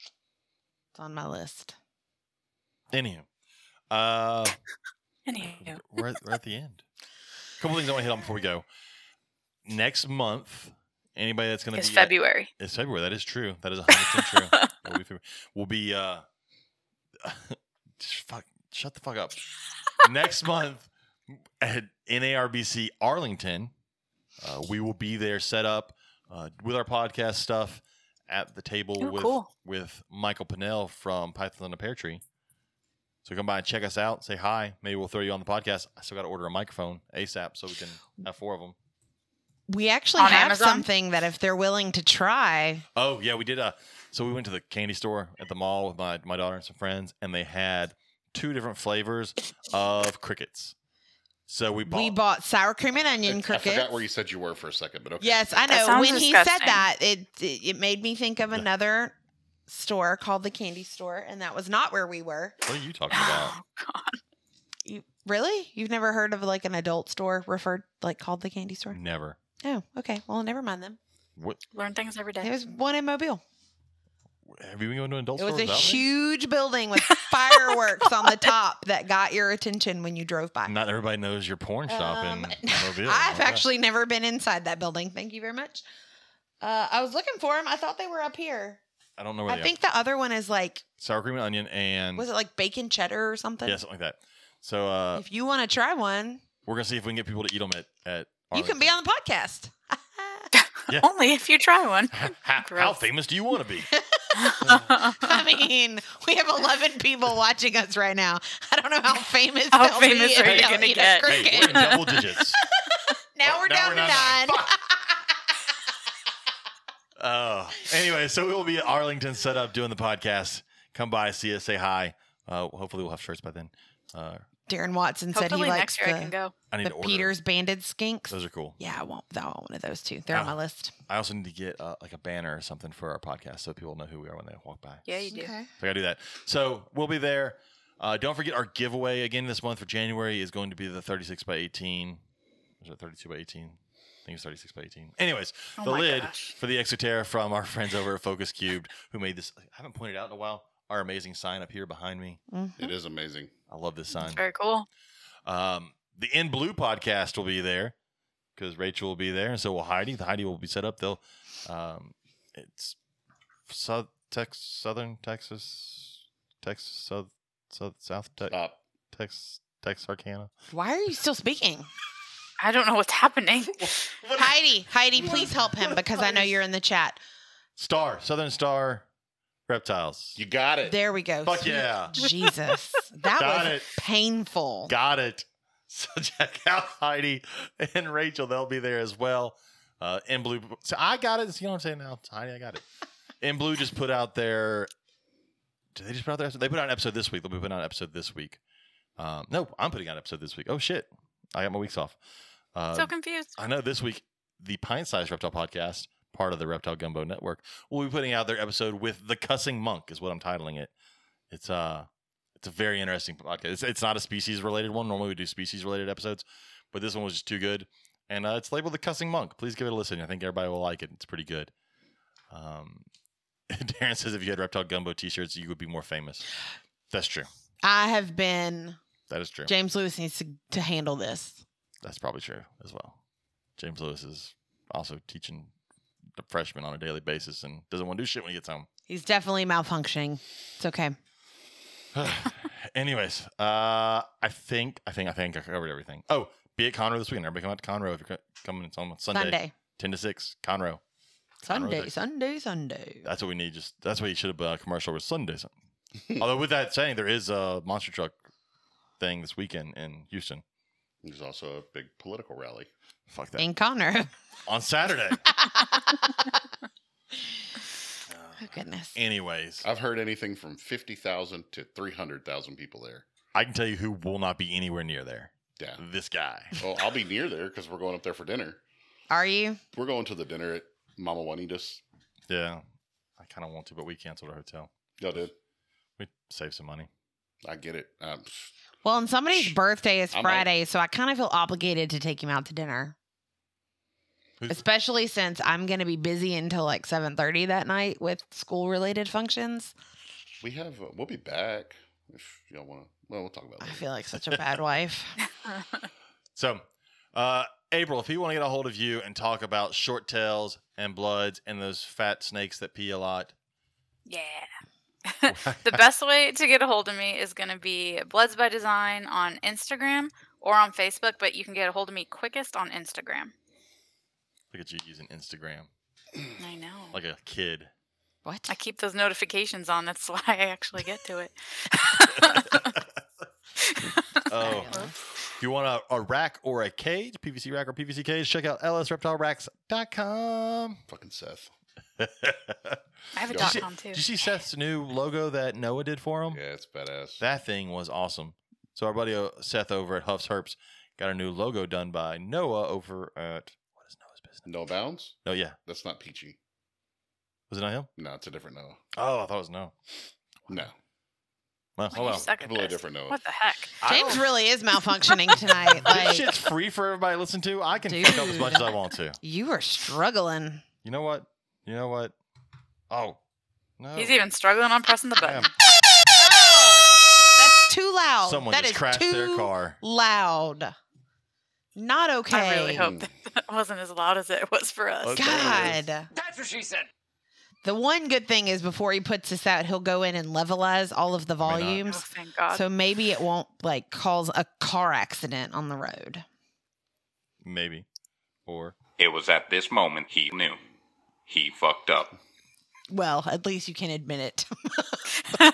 it's on my list.
anywho, uh,
Anywho.
we're, at, we're at the end. A couple things I want to hit on before we go. Next month, anybody that's going to
It's
be uh, at-
February.
it's February. That is true. That is one hundred percent true. We'll be, February. We'll be uh, *laughs* just fuck, shut the fuck up. Next month at NARBC Arlington, uh, we will be there set up uh, with our podcast stuff at the table
Ooh,
with
cool.
with Michael Pinnell from Python and a Pear Tree. So come by and check us out. Say hi. Maybe we'll throw you on the podcast. I still got to order a microphone ASAP so we can have four of them.
We actually
On
have
Amazon?
something that if they're willing to try,
Oh yeah, we did. Uh, so we went to the candy store at the mall with my my daughter and some friends, and they had two different flavors of crickets. So we bought.
we bought sour cream and onion
It's- I
crickets.
forgot where you said you were for a second, but okay.
Yes, I
That
know.
sounds
When he said
disgusting.
that, it, it it made me think of
Yeah.
another store called the candy store, and that was not where we were.
what are you talking about?
*gasps*
Oh, God.
You really? You've never heard of like an adult store referred like called the candy store?
Never.
Oh, okay. Well, never mind them.
What
*gasps* Learn things every day.
There's one in Mobile.
have you been going to an adult
It was
store
a
without me?
huge building
*laughs*
with fireworks on the top that got your attention when you drove by.
Not everybody knows your porn shop
*laughs*
Um, *laughs*
in Mobile. Oh,
I've
Okay.
actually never been inside that building. Thank you very much. Uh, I was looking for them. I thought they were up here.
I don't know where
I
they
think the other one is like
are. Sour cream and onion Oh, and
was it like bacon cheddar or something?
yeah, something like that. So uh,
if you want to try one,
we're gonna see if we can get people to eat them at at.
you can be
Arlington.
on
*laughs*
the podcast.
Yeah.
Only if you try one.
*laughs*
how, how
Gross.
famous do you want to be?
*laughs*
I mean, we have 11 people watching us right now. I
*laughs*
don't know how famous
How
they'll
famous
be
are
if
you
they'll
gonna
eat a
get?
hey,
cricket.
we're in double digits.
*laughs* now
Oh,
we're
now
down
we're
to
down
nine.
to Uh, anyway, so we will be at Arlington set up doing the podcast. Come by, see us, say hi. Uh, hopefully, we'll have shirts by then. Uh,
Darren Watson said
Hopefully
he likes
next year I can
the,
go.
I need
the
to order.
Peter's Banded Skinks.
Those are cool.
Yeah, I want, I want one of those too. They're on
Ah.
my list.
I also need to get uh, like a banner or something for our podcast so people know who we are when they walk by.
Yeah, you do.
So I gotta do that. So we'll be there. Uh, don't forget our giveaway again this month for January is going to be the 36 by 18. Is it 32 by 18? I think think it's 36 by 18. Anyways,
Oh
the
my
lid
gosh.
for the Exoterra from our friends over at Focus Cubed who made this. I haven't pointed out in a while. Our amazing sign up here behind me.
Mhm.
It is amazing.
I love this sign.
Very cool.
Um, the In Blue podcast will be there because Rachel will be there, and so will Heidi. The Heidi will be set up. They'll, um, it's South Tex, Southern Texas, Texas, South, South, South Tex,
Stop.
Tex, Texarkana.
Why are you still speaking?
I don't know what's happening. *laughs*
Heidi, Heidi, please help him because I know you're in the chat.
Star, Southern Star, reptiles.
You got it.
There we go.
Fuck
Sweet
yeah,
Jesus. That
Got
was
it.
painful.
got it. *laughs* So check out Heidi and Rachel; they'll be there as well. Uh, In Blue, so I got it. You know what I'm saying now, Heidi? I got it. In Blue just put out their. Did they just put out their episode? They put out an episode this week. They'll be putting out an episode this week. Um, no, I'm putting out an episode this week. Oh shit, I got my weeks off. Uh,
so confused.
I know this week the Pint Size Reptile Podcast, part of the Reptile Gumbo Network, will be putting out their episode with the Cussing Monk, is what I'm titling it. It's uh it's a very interesting podcast. It's, it's not a species related one. Normally we do species related episodes, but this one was just too good. And uh, it's labeled the Cussing Monk. Please give it a listen. I think everybody will like it. It's pretty good. Um, *laughs* Darren says if you had Reptile Gumbo T-shirts, you would be more famous. That's true.
I have been.
That is true.
James Lewis needs to, to handle this.
That's probably true as well. James Lewis is also teaching the freshmen on a daily basis and doesn't want to do shit when he gets home.
He's definitely malfunctioning. It's okay.
Anyways, uh, I think I think I think I covered everything. Oh, be at Conroe this weekend. Everybody come out to Conroe if you're co- coming. It's on Sunday,
Sunday.
ten to six. Conroe.
Sunday,
Day.
Sunday, Sunday.
That's what we need. Just that's what you should have uh, commercial with Sunday. Although with that saying, there is a monster truck thing this weekend in Houston.
There's also a big political rally.
Fuck that.
In Connor. *laughs*
On Saturday.
Oh, goodness.
Anyways,
I've heard anything from 50,000 to 300,000 people there.
I can tell you who will not be anywhere near there.
Yeah.
This guy.
Well, Oh, I'll be near there because we're going up there for dinner.
Are you?
We're going to the dinner at Mama Juanita's.
Yeah, I kind of want to, but we canceled our hotel.
Y'all did.
We saved some money.
I get it. Um,
Well, and somebody's
Shh.
birthday is
I might-
Friday, so I kind of feel obligated to take him out to dinner.
Who's-
Especially since I'm going to be busy until like 7:30 that night with school-related functions.
we have, uh, we'll be back if y'all want to. Well, we'll talk about
I
it. later.
feel like such a bad wife.
So, uh, April, if you want to get a hold of you and talk about short tails and bloods and those fat snakes that pee a lot,
Yeah. *laughs*
*laughs*
the best way to get a hold of me is going to be Bloods by Design on Instagram or on Facebook, but you can get a hold of me quickest on Instagram.
look at you using Instagram
I know.
Hmm. like a kid.
*laughs*
What?
I keep those notifications on. That's *laughs* why I actually get to it.
*laughs* Oh, if you want a, a rack or a cage, PVC rack or PVC cage, check out *laughs* lsreptileracks.com.
Fucking Seth.
*laughs* I have a
Did
dot
you
com too.
Did you see Seth's new logo that Noah did for
Um,
him?
Yeah, it's badass.
That thing was awesome. So our buddy uh, Seth over at Huff's Herps got a new logo done by Noah over at what is Noah's business?
no bounds?
No, yeah,
That's not peachy.
was it not him?
No, it's a different Noah.
Oh, I thought it was Noah.
No.
Well,
Man,
oh
you
well.
suck at
Completely
this.
different Noah.
What the heck?
I
James
don't-
really is malfunctioning tonight.
this
Like
shit's free for everybody to listen to. I can fuck up as much as I
Dude.
want
*laughs*
to.
you are struggling.
You know what? You know what? Oh no!
He's even struggling on pressing the
Damn.
button.
That's too loud.
Someone
That
just
is
crashed
too
their car.
loud. Not okay.
I really hope that, that *laughs* wasn't as loud as it was for us. Oh,
Okay.
God.
That's what she said.
The one good thing is before he puts this out, he'll go in and levelize all of the
May not.
Oh,
volumes.
thank God.
So maybe it won't like cause a car accident on the road.
Maybe, or
It was at this moment he knew. He fucked up.
Well, at least you can admit it. *laughs*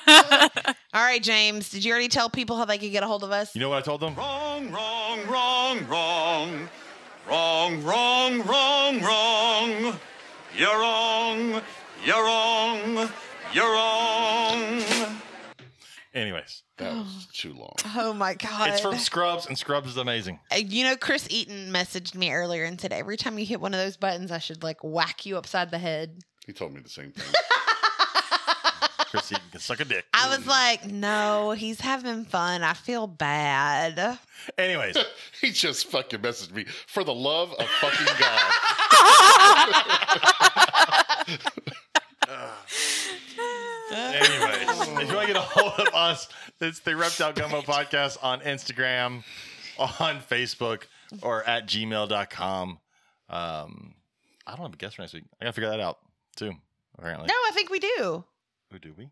All right, James, did you already tell people how they could get a hold of us?
you know what I told them?
Wrong, wrong, wrong, wrong. Wrong, wrong, wrong, wrong. You're wrong. You're wrong. You're wrong.
Anyways,
That was too long.
oh my God.
it's from Scrubs, and Scrubs is amazing.
Uh, you know, Chris Eaton messaged me earlier and said every time you hit one of those
*laughs*
buttons, I should like whack you upside the head.
He told me the same thing.
Chris Eaton can suck a dick.
I was like, no, he's having fun. I feel bad.
Anyways,
*laughs* He just fucking messaged me for the love of fucking God.
*laughs*
Anyways,
Oh.
if you want to get a hold of us, it's the Reptile Gumbo Podcast on Instagram, on Facebook, or at gmail.com. Um, I don't have a guest for next week. I got to figure that out too, apparently.
No, I think we do.
Who do we?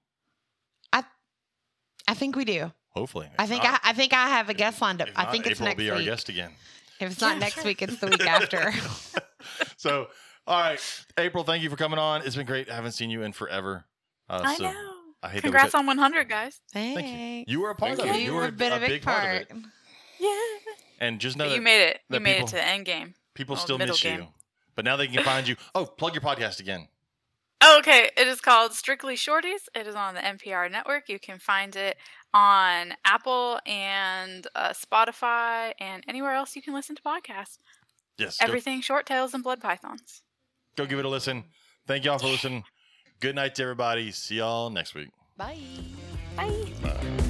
I think we do.
Hopefully.
I think I, I think I have a guest lined up. I think it's
April
next
will be our
week.
guest again. *laughs*
If it's not next week, it's the week after.
So, all right. April, thank you for coming on. It's been great. I haven't seen you in forever. Uh,
I
so
know.
I hate
Congrats
that
on 100, guys.
we
Thanks.
couldn't- Thank you. You were a part
Thank
of it.
you.
You
were
were
a bit of a
big part,
part.
of it. And just know
But
that
you made it.
the
You made
people-
it to Oh, the end game.
people
well,
still
middle
miss you.
game.
But now they can find you. Oh, plug your podcast again.
Oh, okay, it is called Strictly Shorties. It is on the NPR network. You can find it on Apple and uh, Spotify and anywhere else you can listen to podcasts.
Yes. go-
Everything short tails and blood pythons.
go give it a listen. Thank y'all for listening. Good night to everybody. See y'all next week.
Bye.
Bye.
Bye.